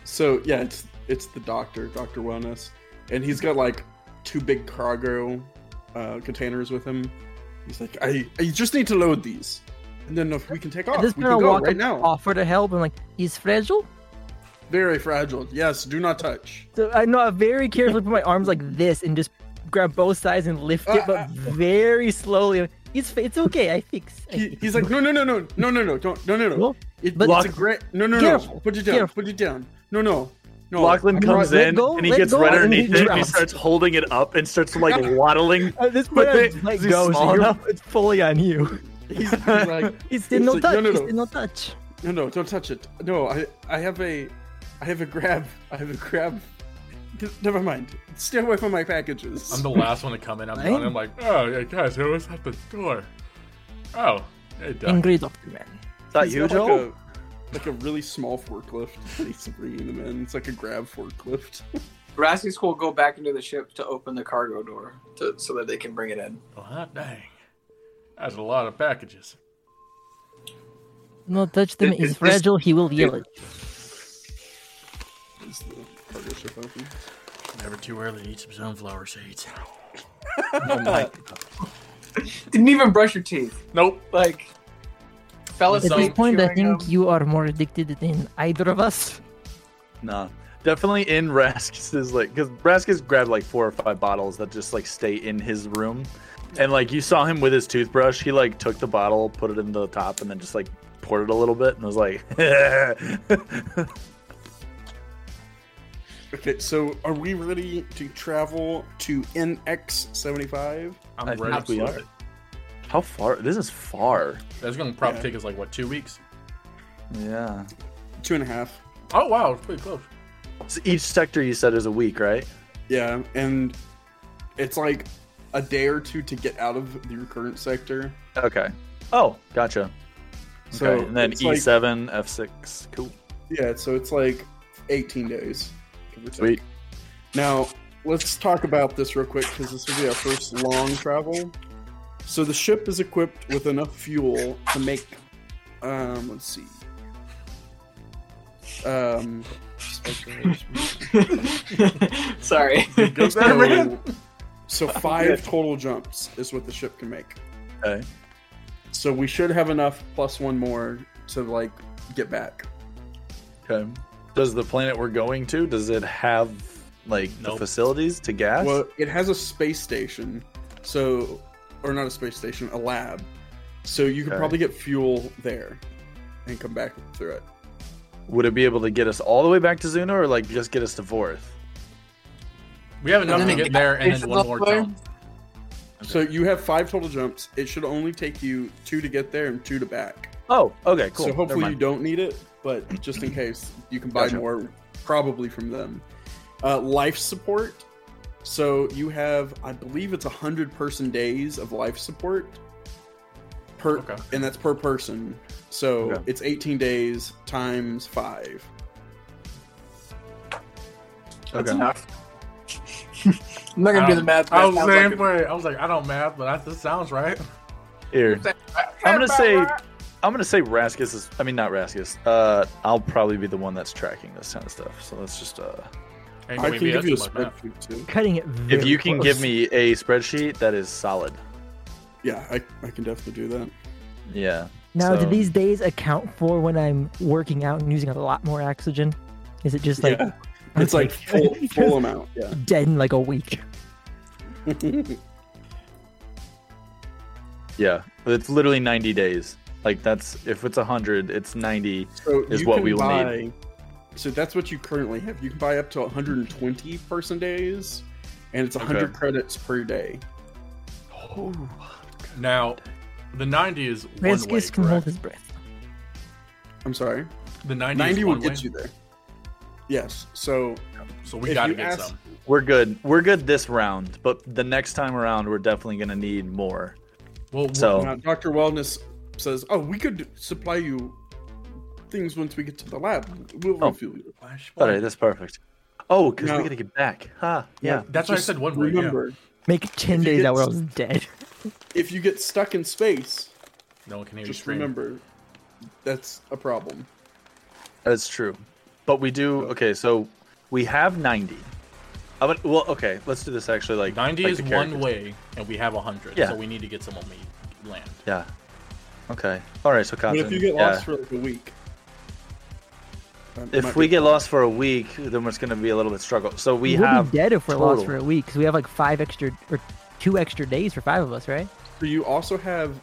So yeah, it's it's the doctor, Doctor Wellness, and he's got like two big cargo uh, containers with him. He's like, I I just need to load these, and then if we can take off, This we man can will go walk right now. up, offer to help. I'm like, he's fragile. Very fragile. Yes, do not touch. So I know I very carefully put my arms like this and just grab both sides and lift it, Uh, but very slowly. It's it's okay. I fix. I he, fix. he's like, no, no, no, no, no, no, no, don't, no, no, no. Well, It, but- it's a great. No, no, no. Careful, Put it down. careful. Put it down. No, no, no. Lachlan I'm comes not- let in go, and he let gets go, Oh, *laughs* right and he underneath it and he drowns. starts holding it up and starts *laughs* like waddling. At Uh, this point, But I they- just let is he go. small So you're, enough? it's fully on you. He's, he's like, *laughs* He did no like, touch. no, no, He no. did no touch. no, no, don't touch it. No, I, I have a, I have a grab. I have a grab. Never mind. Stay away from my packages. I'm the last one to come in. I'm Right? done. I'm like, oh, yeah, guys, who was at the door? Oh, hey, Doc. Angry doctor man. Is that He's you, got like Joel? a- like a really small forklift. *laughs* He's bringing them in. It's like a grab forklift. *laughs* Raskus will go back into the ship to open the cargo door to, so that they can bring it in. Well, hot dang. That's a lot of packages. Do not touch Is- them. is this- It's fragile. He will yell it. Is the cargo ship open? Never too early to eat some sunflower seeds. Didn't even brush your teeth. Nope. Like, fell At this asleep. point, I chewing think gum. you are more addicted than either of us. *laughs* Nah. Definitely in Raskus's like because Raskus grabbed like four or five bottles that just like stay in his room. And like you saw him with his toothbrush, he like took the bottle, put it in the top, and then just like poured it a little bit and was like *laughs* Okay, so are we ready to travel to NX75? I'm I ready. think we are. How far this is far. That's gonna probably Yeah. take us like what two weeks? Yeah. Two and a half. Oh wow, it's pretty close. So each sector you said is a week, right? Yeah, and it's like a day or two to get out of your current sector. Okay. Oh, gotcha. So okay. And then E it's like- E7, F6. Cool. yeah, so it's like 18 days. give or take. Sweet. Now, let's talk about this real quick because this will be our first long travel. So the ship is equipped with enough fuel to make, um, let's see, um, *laughs* *laughs* Sorry. so, so five total jumps is what the ship can make. Okay. So we should have enough plus one more to like get back. Okay. Does the planet we're going to does it have like the Nope. facilities to gas? Well, it has a space station, so or not a space station, a lab. So you could Okay. probably get fuel there and come back through it. Would it be able to get us all the way back to Zuna, or like just get us to Vorth? We have enough then to it get there and It's then one more not fair. time. So you have five total jumps. It should only take you two to get there and two to back. Oh, okay, cool. So hopefully Never you mind. don't need it, but just *clears throat* in case, you can buy Gotcha. more probably from them. Uh, life support. So you have, I believe it's a hundred person days of life support per, Okay. and that's per person. So Okay. it's 18 days times five. That's Okay. enough. I'm not gonna do the math. Um, I but it was sounds saying, like wait, I was like, I don't math, but that, this sounds right. Here, a- I'm gonna say, I'm gonna say Raskus is. I mean, not Raskus. Uh, I'll probably be the one that's tracking this kind of stuff. So let's just. Uh, Ain't I gonna can be give us you a too much math. spreadsheet too. Cutting it. if very you can give close. me a spreadsheet that is solid. Yeah, I, I can definitely do that. Yeah. Now, so- do these days account for when I'm working out and using a lot more oxygen? Is it just like *laughs* yeah. It's like full, full amount. Yeah. dead in like a week? Yeah. It's literally 90 days. Like that's if it's 100, it's 90. So is you what can we will need. buy- So that's what you currently have. You can buy up to 120 person days, and it's 100 credits per day. Oh. Now, the ninety is one way. Raskus can hold correct? his breath. I'm sorry, The 90, 90 is will one get way, you there. Yes. So So we if gotta you get ask- some. We're good. We're good this round, but the next time around, we're definitely gonna need more. Well, So- now, Dr. Wellness says, "Oh, we could supply you things once we get to the lab. We'll Oh. refuel you." Why should- All right, that's perfect. Oh, because No. we gotta get back. Huh? Yeah. That's why I Just said one way. yeah. Remember, Make ten If you days get out where I s- *laughs* was dead. if you get stuck in space, No one can hear you just scream. remember that's a problem. That's true. But we do. Okay, so we have 90. I'm gonna, well, okay, let's do this actually. Like Ninety like is the one characters. way, and we have hundred. Yeah. So we need to get some when we land. Yeah. Okay. All right. So But Compton. if you get yeah. lost for like a week, um, it if might we be- get lost for a week, then it's gonna be a little bit struggle. So we will have be dead if we're total. lost for a week because we have like five extra or two extra days for five of us, right? So you also have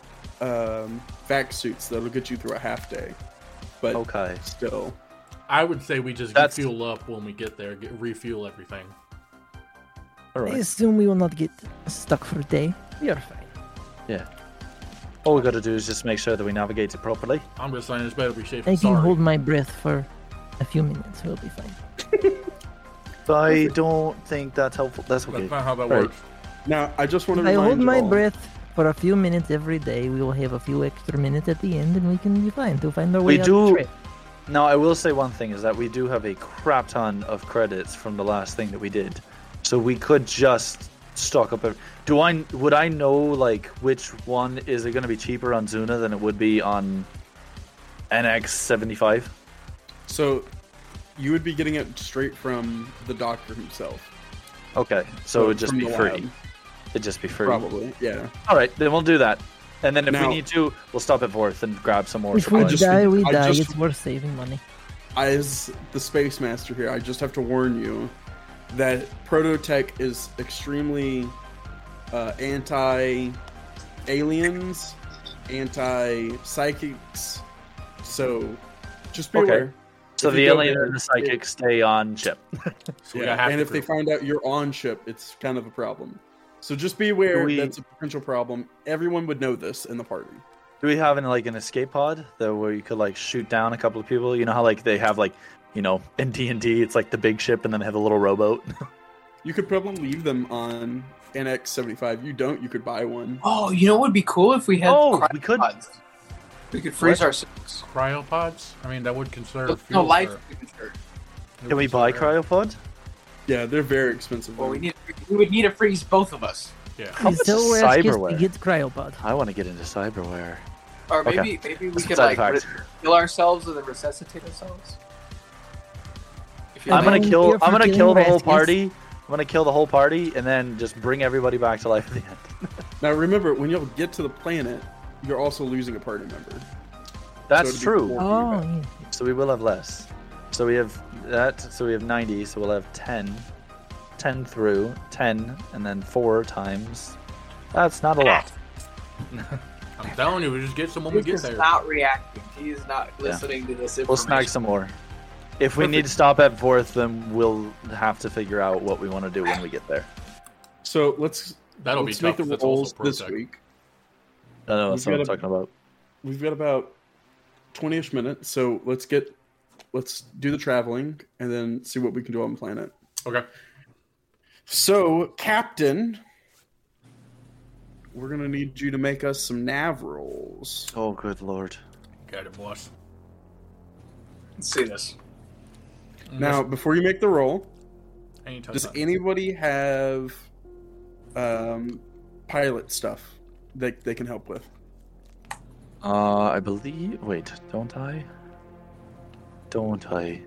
um, vac suits that'll get you through a half day, but Okay. still, I would say we just That's- fuel up when we get there, get, refuel everything. All I right. assume we will not get stuck for a day. We are fine. Yeah. All we gotta do is just make sure that we navigate it properly. I'm just saying it's better be safe than I can sorry. hold my breath for a few minutes. We'll be fine. I don't think that's helpful. That's okay. That's not how that Right. works. now I just want to I remind hold you my all- breath for a few minutes every day. We will have a few extra minutes at the end, and we can be fine to find our way. We out do- The trail. Now, I will say one thing is that we do have a crap ton of credits from the last thing that we did, so we could just stock up. ev- Do I would I know like which one is it going to be cheaper on Zuna than it would be on NX seventy five? So you would be getting it straight from the doctor himself. Okay, so it would just from be the free. lab, It'd just be free. probably. Yeah. All right, then we'll do that. And then if Now- we need to, we'll stop at Vorth and grab some more If we I supplies. just- die, we I die. just- It's worth saving money. As the space master here, I just have to warn you that Prototech is extremely uh, anti aliens, anti psychics. So just be Okay. aware. So If the you go alien there, and the psychic stay on ship. So we gotta Yeah. have And to if they prove- find out you're on ship, it's kind of a problem. So just be aware we- that's a potential problem. Everyone would know this in the party. Do we have an like an escape pod though where you could like shoot down a couple of people? You know how like they have like you know in D and D it's like the big ship and then they have a little rowboat. You could probably leave them on NX seventy five. You don't. You could buy one. Oh, you know what would be cool if we had Oh, cryopods. we could- We could freeze What? ourselves. cryopods. I mean, that would conserve No fuel. life. or- it Can we would buy conserve- cryopod? Yeah, they're very expensive. Well, we though. need. We would need to freeze both of us, How Is much is Delaware asked us to cyberware? get cryopod? I want to get into cyberware. or Okay. maybe maybe we That's a could like side fact. re- kill ourselves and then resuscitate ourselves. If you I'm gonna I'm kill. here for I'm gonna killing kill the whole rascals. party. I'm gonna kill the whole party and then just bring everybody back to life at the end. Now remember, when y'all get to the planet, you're also losing a party member. That's it'd be true. four. Oh, yeah. So we will have less. So we have that. So we have 90. So we'll have 10, 10 through 10, and then four times. That's not a lot. I'm telling you, we just get some when we He's get just there. not reacting. He is not listening to this information. We'll snag some more. If we need Perfect. to stop at fourth, then we'll have to figure out what we want to do when we get there. So let's That'll be let's make tough. the That's rolls also this protect. week. I know that's We've what I'm gotta- talking about. We've got about twenty-ish minutes, so let's get let's do the traveling and then see what we can do on planet. Okay. So, Captain, we're gonna need you to make us some nav rolls. Oh, good lord. Got it, boss. Let's see this. Now, before you make the roll, Anytime. Does anybody have um, pilot stuff that they can help with? Uh, I believe. Wait, don't I? Don't I?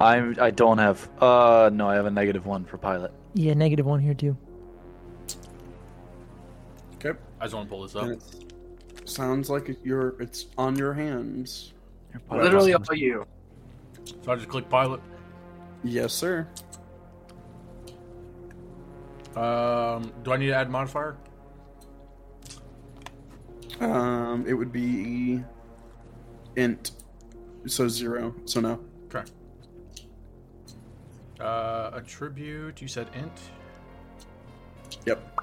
I'm. I don't have. Uh, no, I have a negative one for pilot. yeah, negative one here too. Okay. I just want to pull this up. And it's, sounds like it- you're it's on your hands. Your pilot Literally was- all you. So I just click pilot. Yes, sir. Um, do I need to add modifier? Um, it would be int, so zero, so no. Okay. Uh, attribute. You said int. Yep.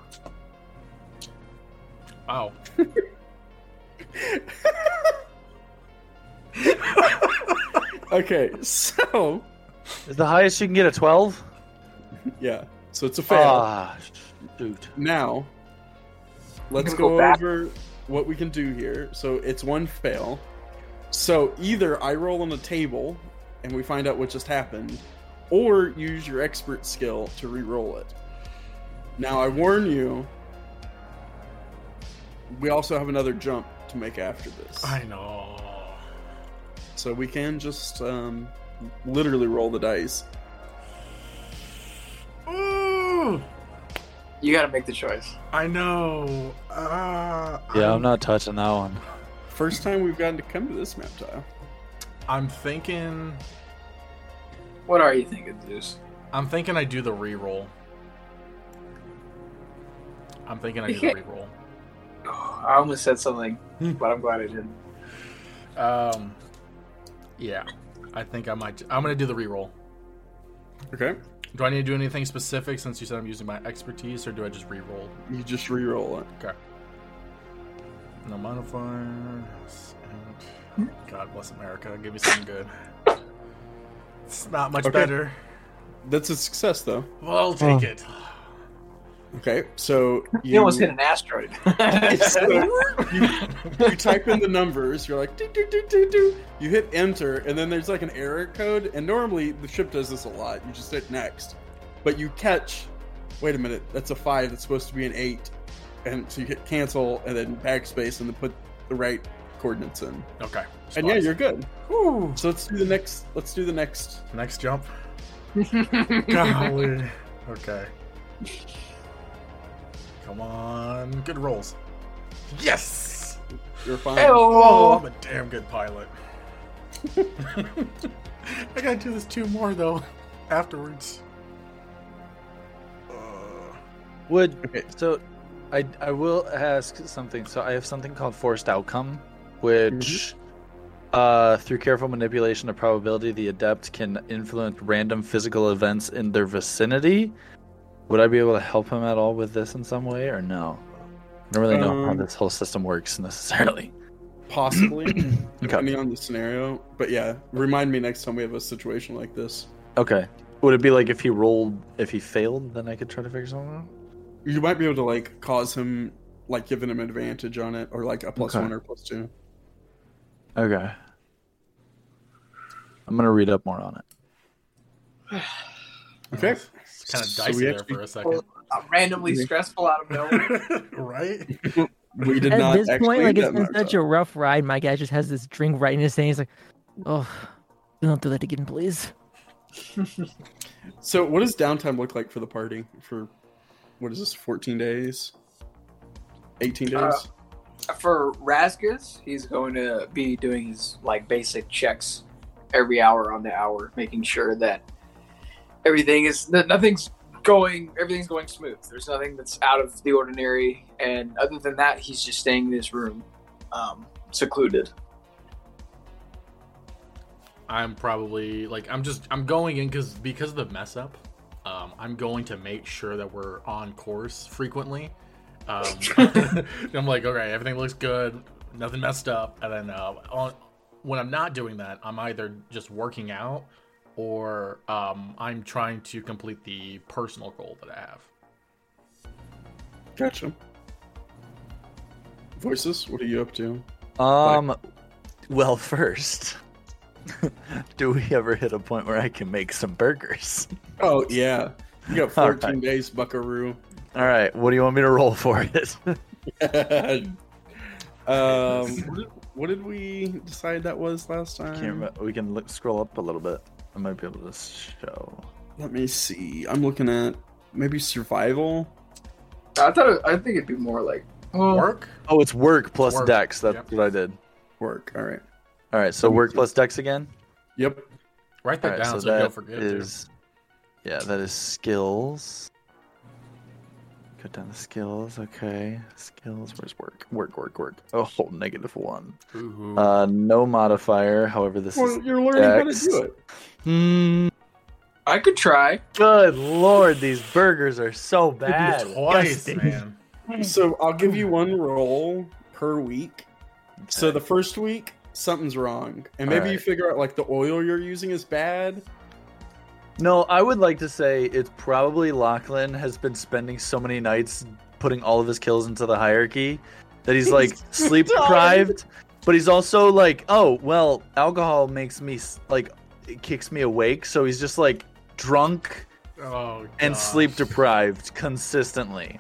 Wow. Okay, *laughs* so Is the highest you can get a 12? yeah, so it's a fail. Ah, shoot. Now, let's can go, go back. over what we can do here. So it's one fail. So either I roll on a table and we find out what just happened, or use your expert skill to re-roll it. Now I warn you, we also have another jump to make after this, I know. so we can just um, literally roll the dice. Ooh, You got to make the choice. I know. Uh, Yeah, I'm not touching that one. First time we've gotten to come to this map tile. I'm thinking. What are you thinking, Zeus? I'm thinking I do the re-roll. I'm thinking I do the re-roll. Oh, I almost said something, Hmm. but I'm glad I didn't. Um, yeah, I think I might. I'm gonna do the re-roll. Okay, Do I need to do anything specific since you said I'm using my expertise, or do I just re-roll? you just re-roll it. No modifiers. And God bless America. Give me something good. It's not much Okay. better. That's a success, though. Well, I'll take Oh. it. Okay, so *laughs* You almost hit an asteroid. *laughs* *laughs* So you, you type in the numbers. You're like, do, do, do, do, do. you hit enter, and then there's like an error code. And normally the ship does this a lot. You just hit next, but you catch. Wait a minute, that's a five. That's supposed to be an eight, and so you hit cancel, and then backspace, and then put the right coordinates in. Oh. Okay. And yeah, you're good. Whew. So let's do the next. Let's do the next. *laughs* Next jump. Golly. Okay. Come on. Good rolls. *laughs* Yes! You're fine. Oh, I'm Heyo. a damn good pilot. *laughs* I gotta do this two more though afterwards. Uh, Would Okay. so I I will ask something. So I have something called forced outcome, which Mm-hmm. uh through careful manipulation of probability the adept can influence random physical events in their vicinity. Would I be able to help him at all with this in some way or no? I don't really know how Um, this whole system works necessarily. Possibly, Okay. depending on the scenario. But yeah, remind me next time we have a situation like this. Okay. Would it be like if he rolled if he failed, then I could try to figure something out? You might be able to like cause him like giving him advantage on it or like a plus Okay. one or plus two. Okay. I'm gonna read up more on it. Okay. *laughs* It's kind of So dicey we there actually- for a second. *laughs* Uh, randomly stressful out of nowhere. right? We did At not this actually point, like it's that been much. such a rough ride. My guy just has this drink right in his hand. He's like, "Oh, do not do that again, please." So what does downtime look like for the party for what is this, fourteen days? Eighteen days? Uh, For Raskus, he's going to be doing his like basic checks every hour on the hour, making sure that everything is that nothing's going everything's going smooth. There's nothing that's out of the ordinary, and other than that, he's just staying in his room, um, secluded. I'm probably like I'm just I'm going in because because of the mess up. Um, I'm going to make sure that we're on course frequently. Um, *laughs* I'm like, okay, everything looks good, nothing messed up, and then uh, on, when I'm not doing that, I'm either just working out or um, I'm trying to complete the personal goal that I have. gotcha. Voices, what are you up to? Um, well, *laughs* first, do we ever hit a point where I can make some burgers? *laughs* Oh yeah. You got fourteen Alright. days, buckaroo. *laughs* All right, what do you want me to roll for it? *laughs* um what did, what did we decide that was last time? Can't remember. We can look, scroll up a little bit. I might be able to show. Let me see. I'm looking at maybe survival. I thought it, I think it'd be more like well, Work? Oh, it's work plus Work, dex. That's yep. what I did. Work. All right. All right, so Let me work see. plus dex again. Yep. Write that All right, down so, so you that don't forget. to. is, yeah, that is skills. Go down to skills. Okay, skills. Where's work? Work, work, work. Oh, negative one. Ooh. Uh, no modifier. However, this is Well, you're learning how to dex. do it. Mm, I could try. good lord, these burgers are so bad. twice, disgusting. man. So I'll give you one roll per week. So the first week, something's wrong, and maybe you Alright. figure out like the oil you're using is bad. No, I would like to say it's probably Lachlan has been spending so many nights putting all of his kills into the hierarchy that he's like sleep deprived, but he's also like, oh well, alcohol makes me s- like it kicks me awake, so he's just like drunk Oh, and gosh. sleep deprived consistently.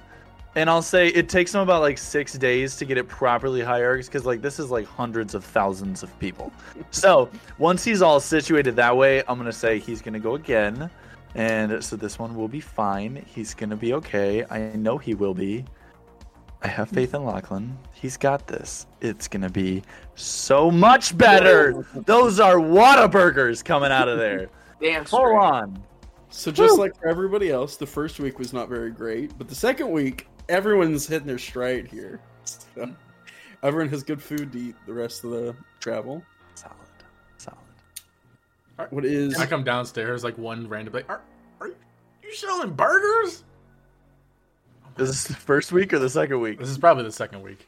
And I'll say it takes him about like six days to get it properly hierarched because like this is like hundreds of thousands of people. so once he's all situated that way, I'm gonna say he's gonna go again, and so this one will be fine. He's gonna be okay. I know he will be. I have faith in Lachlan. He's got this. It's gonna be so much better. Those are Whataburgers coming out of there. Damn Hold straight. on. So just Woo. like for everybody else, the first week was not very great, but the second week, everyone's hitting their stride here. So everyone has good food to eat the rest of the travel. Solid. Solid. What is? I come downstairs like one random like, are, are you- you selling burgers? Is this the first week or the second week? This is probably the second week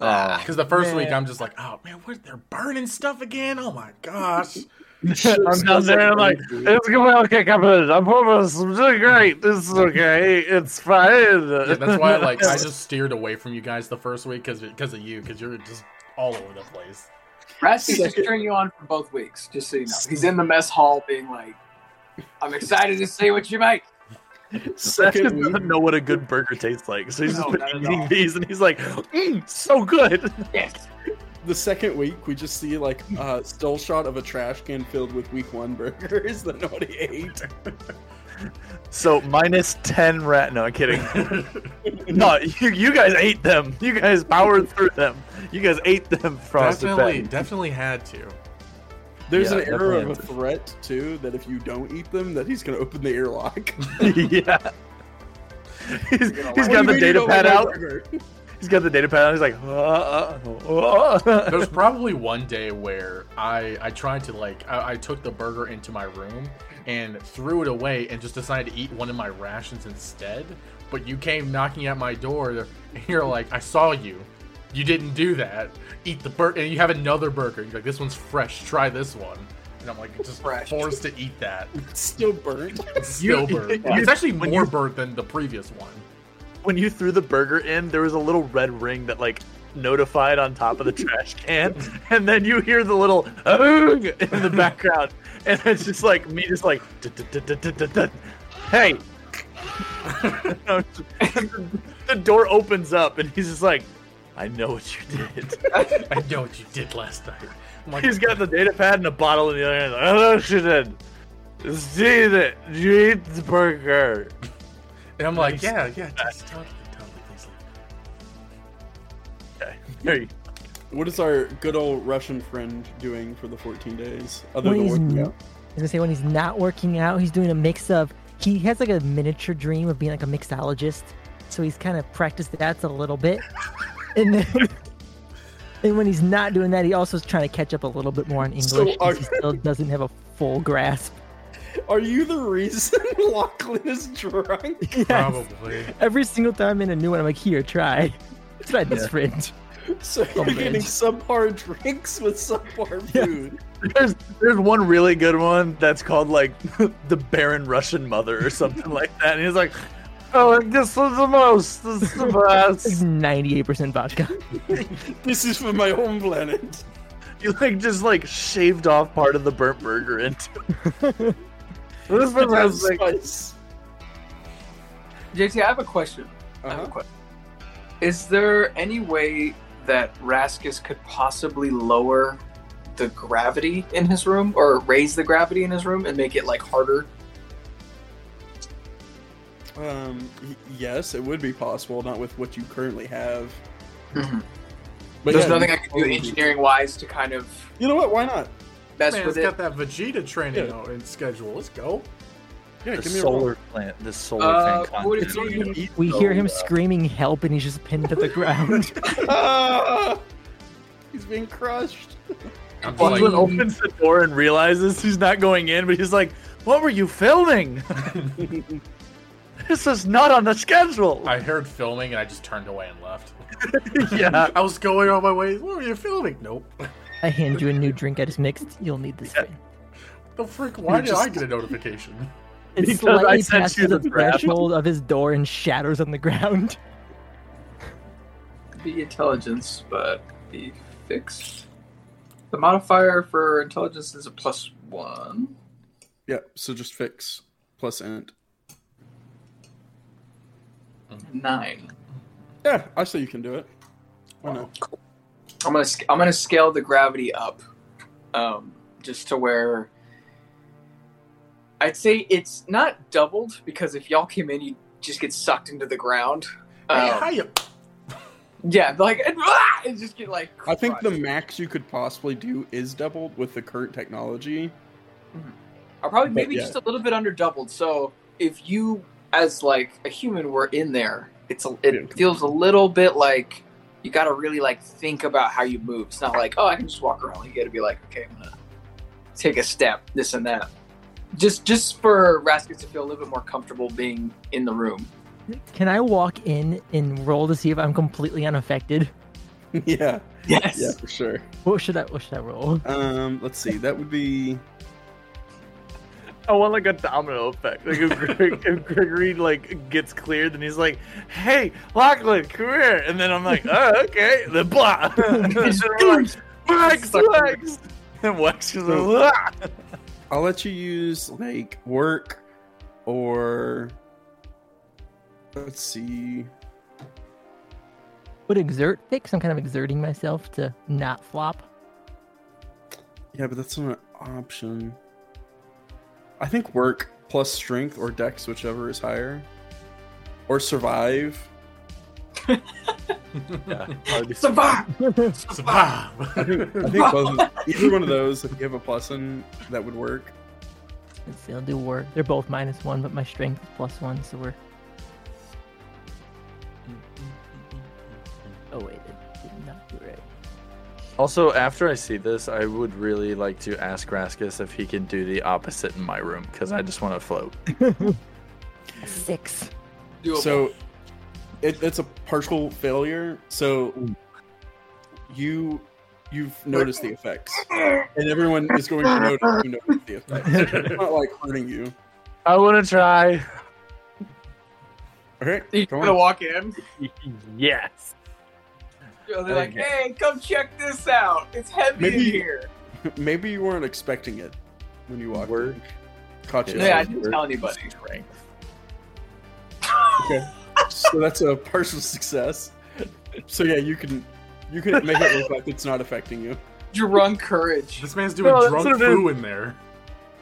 Oh. because the first week Man. I'm just like, oh man, what they're burning stuff again? Oh my gosh! *laughs* I'm down there. I'm like, it's going okay, Captain. I'm almost I'm doing great. This is okay. It's fine. Yeah, that's why *laughs* like I just steered away from you guys the first week because because of you because you're just all over the place. Rasky's *laughs* just turning you on for both weeks, just so you know. He's in the mess hall being like, I'm excited to see what you make. Seth *laughs* doesn't know what a good burger tastes like, so he's No, just been not at eating all. these, and he's like, mm, "So good." Yes. The second week, we just see like a still shot of a trash can filled with week one burgers *laughs* that nobody *laughs* ate. So minus ten rat. No, I'm kidding. *laughs* no, you, you guys ate them. You guys powered through them. You guys ate them, Frosted definitely, Ben. definitely had to. There's Yeah, an error of a definitely. threat too that if you don't eat them, that he's gonna open the airlock. yeah. *laughs* gonna He's, *laughs* he's like- got What do the you mean you data don't like pad my out. burger? *laughs* He's got the data pad out. He's like, uh, *laughs* uh, uh. There's probably one day where I I tried to like I, I took the burger into my room and threw it away and just decided to eat one of my rations instead. But you came knocking at my door and you're like, I saw you. You didn't do that. Eat the burger and you have another burger. You're like, this one's fresh. Try this one. And I'm like, just Fresh. forced to eat *laughs* that. It's Still burnt. It's still you- burnt. you- It's actually when more you- burnt than the previous one. when you threw the burger in, there was a little red ring that like notified on top of the trash can, and then you hear the little "Oog" in the background, and it's just like me, just like, "Dun-dun-dun-dun-dun-dun." hey. *laughs* the door opens up and he's just like, I know what you did. *laughs* I know what you did last night. I'm like, He's got the data pad and a bottle in the other hand. I know what you did. See that you eat the burger. *laughs* and I'm like, yeah, yeah, Nice. just totally, totally, please leave. There you What is our good old Russian friend doing for the 14 days? Other when than he's working no- out? I was gonna say when he's not working out, he's doing a mix of he has like a miniature dream of being like a mixologist, so he's kind of practiced that a little bit, and then *laughs* and when he's not doing that, he also is trying to catch up a little bit more on English. So because are- he still doesn't have a full grasp. Are you the reason *laughs* Lachlan is drunk? Yes. Probably. *laughs* Every single time in a new one, I'm like, here, try, try this Yeah. fridge. So you're man. getting subpar drinks with subpar food. There's there's one really good one that's called like *laughs* the barren Russian mother or something like that. And he's like, Oh, this was the most. This is the best. Ninety-eight percent vodka. This is for my home planet. you like just like shaved off part of the burnt burger into. it. this was fantastic. Spice. JT, I have a question. I have Uh-huh. a question. Is there any way that Raskus could possibly lower the gravity in his room or raise the gravity in his room and make it like harder? Um, y- yes, it would be possible, not with what you currently have. But There's yeah, nothing you- I could do engineering wise to kind of You know what? Why not? mess Man, with it's it. got that Vegeta training Yeah. out in schedule. Let's go. Yeah, The give me solar plant. The solar Uh, fan what con- if a roll. you- You eat We hear though. him screaming help, and he's just pinned to *laughs* the ground. Ah! He's being crushed. I'm Well, just He like, opens the door and realizes he's not going in, but he's like, "What were you filming? *laughs* this is not on the schedule." I heard filming and I just turned away and left. *laughs* yeah. I was going on my way. What were you filming? Nope. I hand you a new drink I just mixed. You'll need this. Thing. The frick? Why You did just- I get a notification? It Because slightly I sent passes you the the draft. threshold of his door and shatters on the ground. *laughs* the intelligence, but be fixed. The modifier for intelligence is a plus one. Yeah, so just fix plus int. Nine. Yeah, I say you can do it. Why not? I'm gonna sc- I'm gonna scale the gravity up, um, just to where I'd say it's not doubled because if y'all came in, you just get sucked into the ground. Hey, Um, *laughs* hiya. yeah, like *laughs* and, ah, and just get like. I think the crushed. max you could possibly do is doubled with the current technology. *laughs* Or probably But maybe yeah. just a little bit under doubled. So if you, as like a human, were in there, it's a, it Yeah. feels a little bit like you got to really like think about how you move. It's not like oh, I can just walk around. You got to be like, okay, I'm gonna take a step, this and that. Just just for Raskus to feel a little bit more comfortable being in the room. Can I walk in and roll to see if I'm completely unaffected? yeah, Yes. yeah, for sure. What should I? What should I roll? Um, let's see. That would be I want like a domino effect. Like if, Greg, *laughs* if Gregory like gets cleared, then he's like, "Hey, Lachlan, come here," and then I'm like, "Oh, okay." Then blah. *laughs* and then we're like, Wax, Sucker. wax. And wax is like, "Ah." I'll let you use like work or let's see. Would exert pick? Some kind of exerting myself to not flop. Yeah, but that's not an option. I think work plus strength or dex, whichever is higher, or survive. Survive! I Survive. think, I think both *laughs* of, either one of those, if you have a plus in, that would work. Let's see, I'll do work. They're both minus one, but my strength is plus one, so we're. Oh wait, that did not do right. Also, after I see this, I would really like to ask Raskus if he can do the opposite in my room because I just want to float. Six. Doable. So it, it's a partial failure. So you you've noticed the effects, and everyone is going to notice you notice the effects. It's not like hurting you. I want to try. Okay, You're come gonna on. walk in. yes. They're like, "Hey, come check this out. It's heavy in Maybe- here." Maybe you weren't expecting it when you walked. Work. in. Caught you. Yeah, I didn't tell anybody. so that's a partial success. So yeah, you can you can make it look like it's not affecting you. Drunk courage. this man's doing No, that's drunk what it is. foo in there.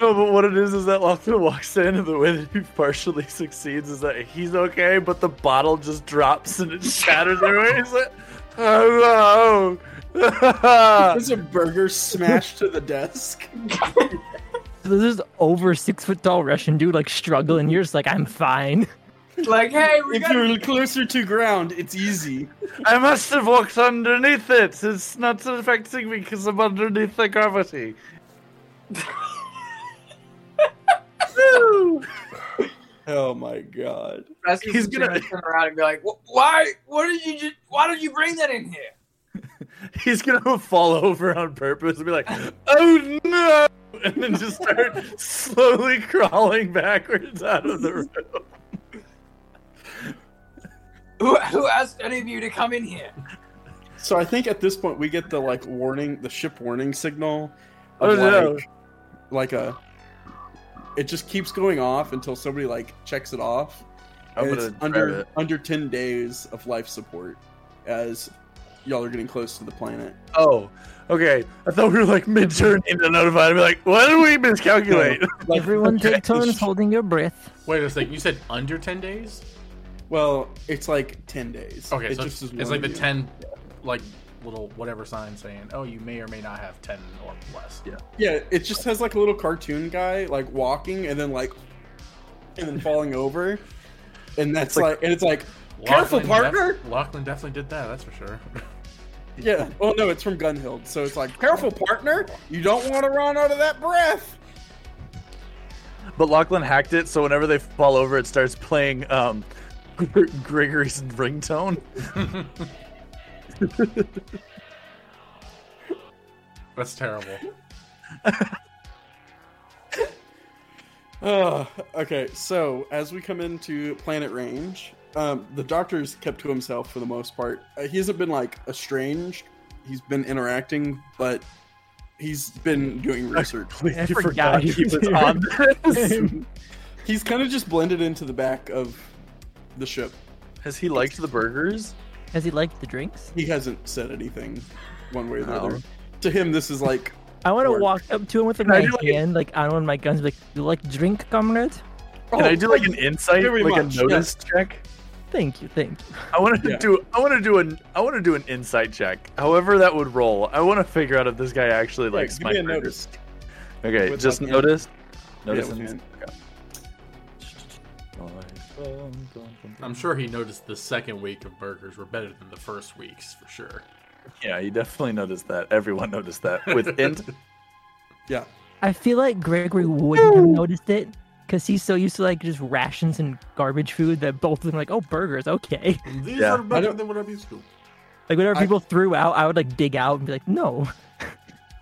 No, but what it is is that Lachlan *laughs* walks in, and the way that he partially succeeds is that he's okay, but the bottle just drops and it shatters everywhere. He's like, "Oh no!" There's a burger smashed to the desk. So this is over six foot tall Russian dude like struggling. You're just like, I'm fine. Like, hey, we If got you're closer to ground, it's easy. *laughs* I must have walked underneath it. It's not affecting me because I'm underneath the gravity. Woo! Oh my god. Rasmus he's is gonna- gonna turn around and be like, "Wh- "Why? What did you just? Why did you bring that in here?" He's gonna *laughs* fall over on purpose and be like, "Oh no!" *laughs* and then just start *laughs* slowly crawling backwards out of the room. Who, who asked any of you to come in here? So I think at this point we get the like warning, the ship warning signal. Oh of, no! like, like a. It just keeps going off until somebody like checks it off. I'm and gonna it's grab under it. under ten days of life support, as y'all are getting close to the planet. Oh, okay. I thought we were like mid journey and then notified. I'd be like, "What did we miscalculate?" Like, Everyone okay. take turns holding your breath. Wait a second. You said under ten days? Well, it's like ten days. Okay, it so just it's, is one it's like the of you. ten, like little whatever sign saying, "Oh, you may or may not have ten or plus." Yeah. Yeah, it just has like a little cartoon guy like walking and then like, and then falling over, and that's like, and it's like Careful, partner! Lachlan definitely did that. That's for sure. *laughs* yeah. Well, no, it's from Gunhild, so it's like careful, partner. You don't want to run out of that breath. *laughs* but Lachlan hacked it, so whenever they fall over, it starts playing um, Gr- Gregory's ringtone. That's terrible. Uh, *sighs* okay, so as we come into planet range, um, the doctor's kept to himself for the most part. Uh, he hasn't been like estranged. He's been interacting, but he's been doing research. *laughs* Please, I you forgot forgot he he was *laughs* was on this. *laughs* he's kind of just blended into the back of the ship. Has he liked the burgers? Has he liked the drinks? He hasn't said anything one way or the Oh. other. To him, this is like I want to Or- walk up to him with like, Can I my do, like, a- hand, like on one of my guns, be like, "You like drink, comrade? Can oh, I do like an insight, Very like much, a notice check? Thank you, thank you." I want to Yeah. do. I want to do an. I want to do an insight check. However, that would roll. I want to figure out if this guy actually Yeah, likes give my me a notice. burgers. Okay, With just my hand. notice. Yeah, Notice. with and- hand. I'm sure he noticed the second week of burgers were better than the first weeks for sure. Yeah, you definitely noticed that. Everyone noticed that. With *laughs* int, Yeah. I feel like Gregory wouldn't have noticed it because he's so used to like just rations and garbage food that both of them are like, "Oh, burgers, okay." *laughs* These Yeah. are better don't- than what I'm used to. Like whatever I- people threw out, I would like dig out and be like, "No."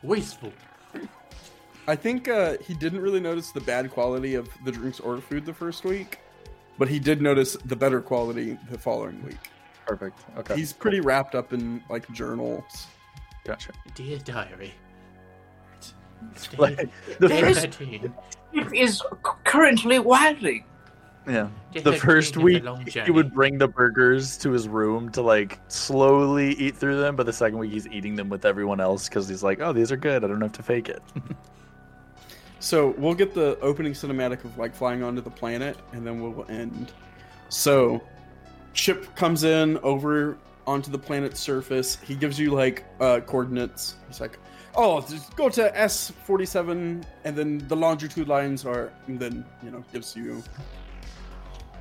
Wasteful. I think uh, he didn't really notice the bad quality of the drinks or food the first week, but he did notice the better quality the following week. Perfect. Okay. He's pretty wrapped up in like journals. Gotcha. Dear diary. It's- it's day- *laughs* Like, the day first, 13. It is currently wilding. yeah, Day the 13 first of the week long he journey. would bring the burgers to his room to like slowly eat through them, but the second week he's eating them with everyone else because he's like, oh, these are good. I don't have to fake it. So we'll get the opening cinematic of like flying onto the planet, and then we'll end. So Chip comes in over onto the planet's surface. He gives you like uh, coordinates. He's like, "Oh, just go to S forty-seven, and then the longitude lines are." And then you know gives you.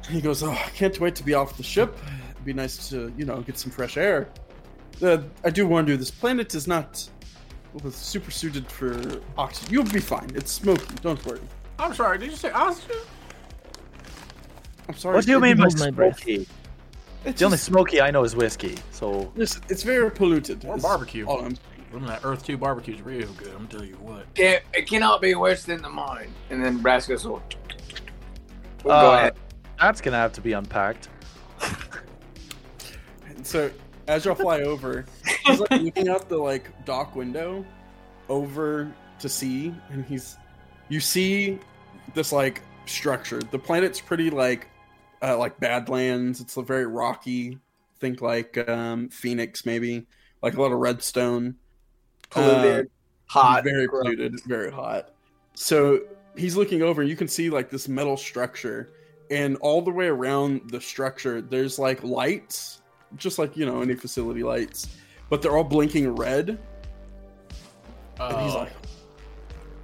He goes, "Oh, I can't wait to be off the ship. It'd be nice to you know get some fresh air." Uh, I do warn you, this planet is not was super suited for oxygen. You'll be fine. It's smoky. Don't worry. I'm sorry, did you say oxygen? I'm sorry. what do you It- mean by hold my breath. smoky? It's, The only just- smoky I know is whiskey. So it's, it's very polluted. Or is barbecue. all I'm saying. Well, Oh, that Earth 2 barbecue's real good, I'm telling you what. It, it cannot be worse than the mine. And then Raskus will. will go uh, ahead. that's gonna have to be unpacked. And So as y'all fly *laughs* over, he's like looking out the like dock window over to sea, and he's you see this like structure. The planet's pretty like uh, like Badlands. It's very rocky. Think like um, Phoenix, maybe like a lot of redstone. uh, Polluted, hot, very gross. polluted, very hot. So he's looking over, and you can see like this metal structure, and all the way around the structure, there's like lights, just like you know any facility lights, but they're all blinking red. And he's Oh. like,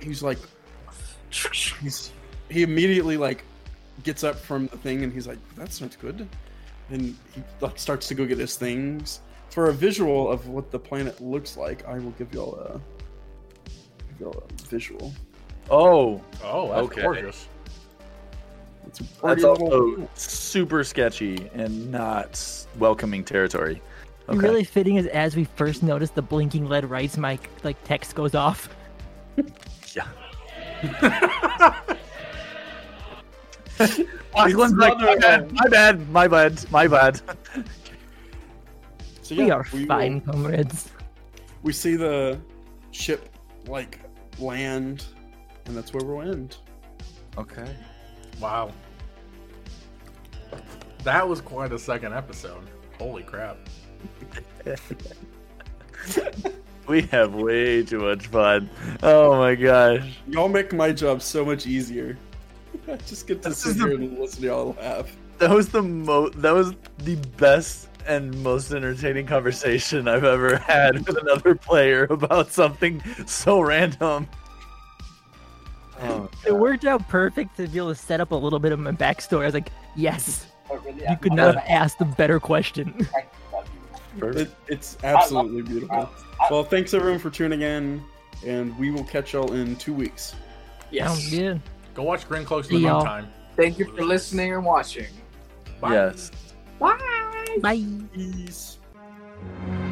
he's like, he's he immediately like gets up from the thing, and he's like, that's not good, and he like starts to go get his things. For a visual of what the planet looks like, I will give y'all a, give y'all a visual. Oh, oh, that's Okay. gorgeous. It's a pretty that's little- also super sketchy and not welcoming territory. Be Really fitting is as we first noticed the blinking LED lights, my like text goes off. *laughs* England's like, my bad, my bad, my bad, my bad. So we yeah, are will- fine, comrades. we see the ship like land, and that's where we'll end. Okay. Wow. That was quite a second episode. Holy crap. We have way too much fun. Oh my gosh. Y'all make my job so much easier. *laughs* I just get to This sit is here the- and listen to y'all laugh. That was the mo that was the best and most entertaining conversation I've ever had with another player about something so random. Oh, It worked out perfect to be able to set up a little bit of my backstory. I was like, yes, you could Yeah. not have asked a better question. It, it's absolutely beautiful. Well, thanks everyone for tuning in, and we will catch y'all in two weeks. Sounds Yes. good. Go watch Grin Cloaks See in the y'all. time. Thank you for listening and watching. Bye. Yes. Bye. Bye. Peace. Bye.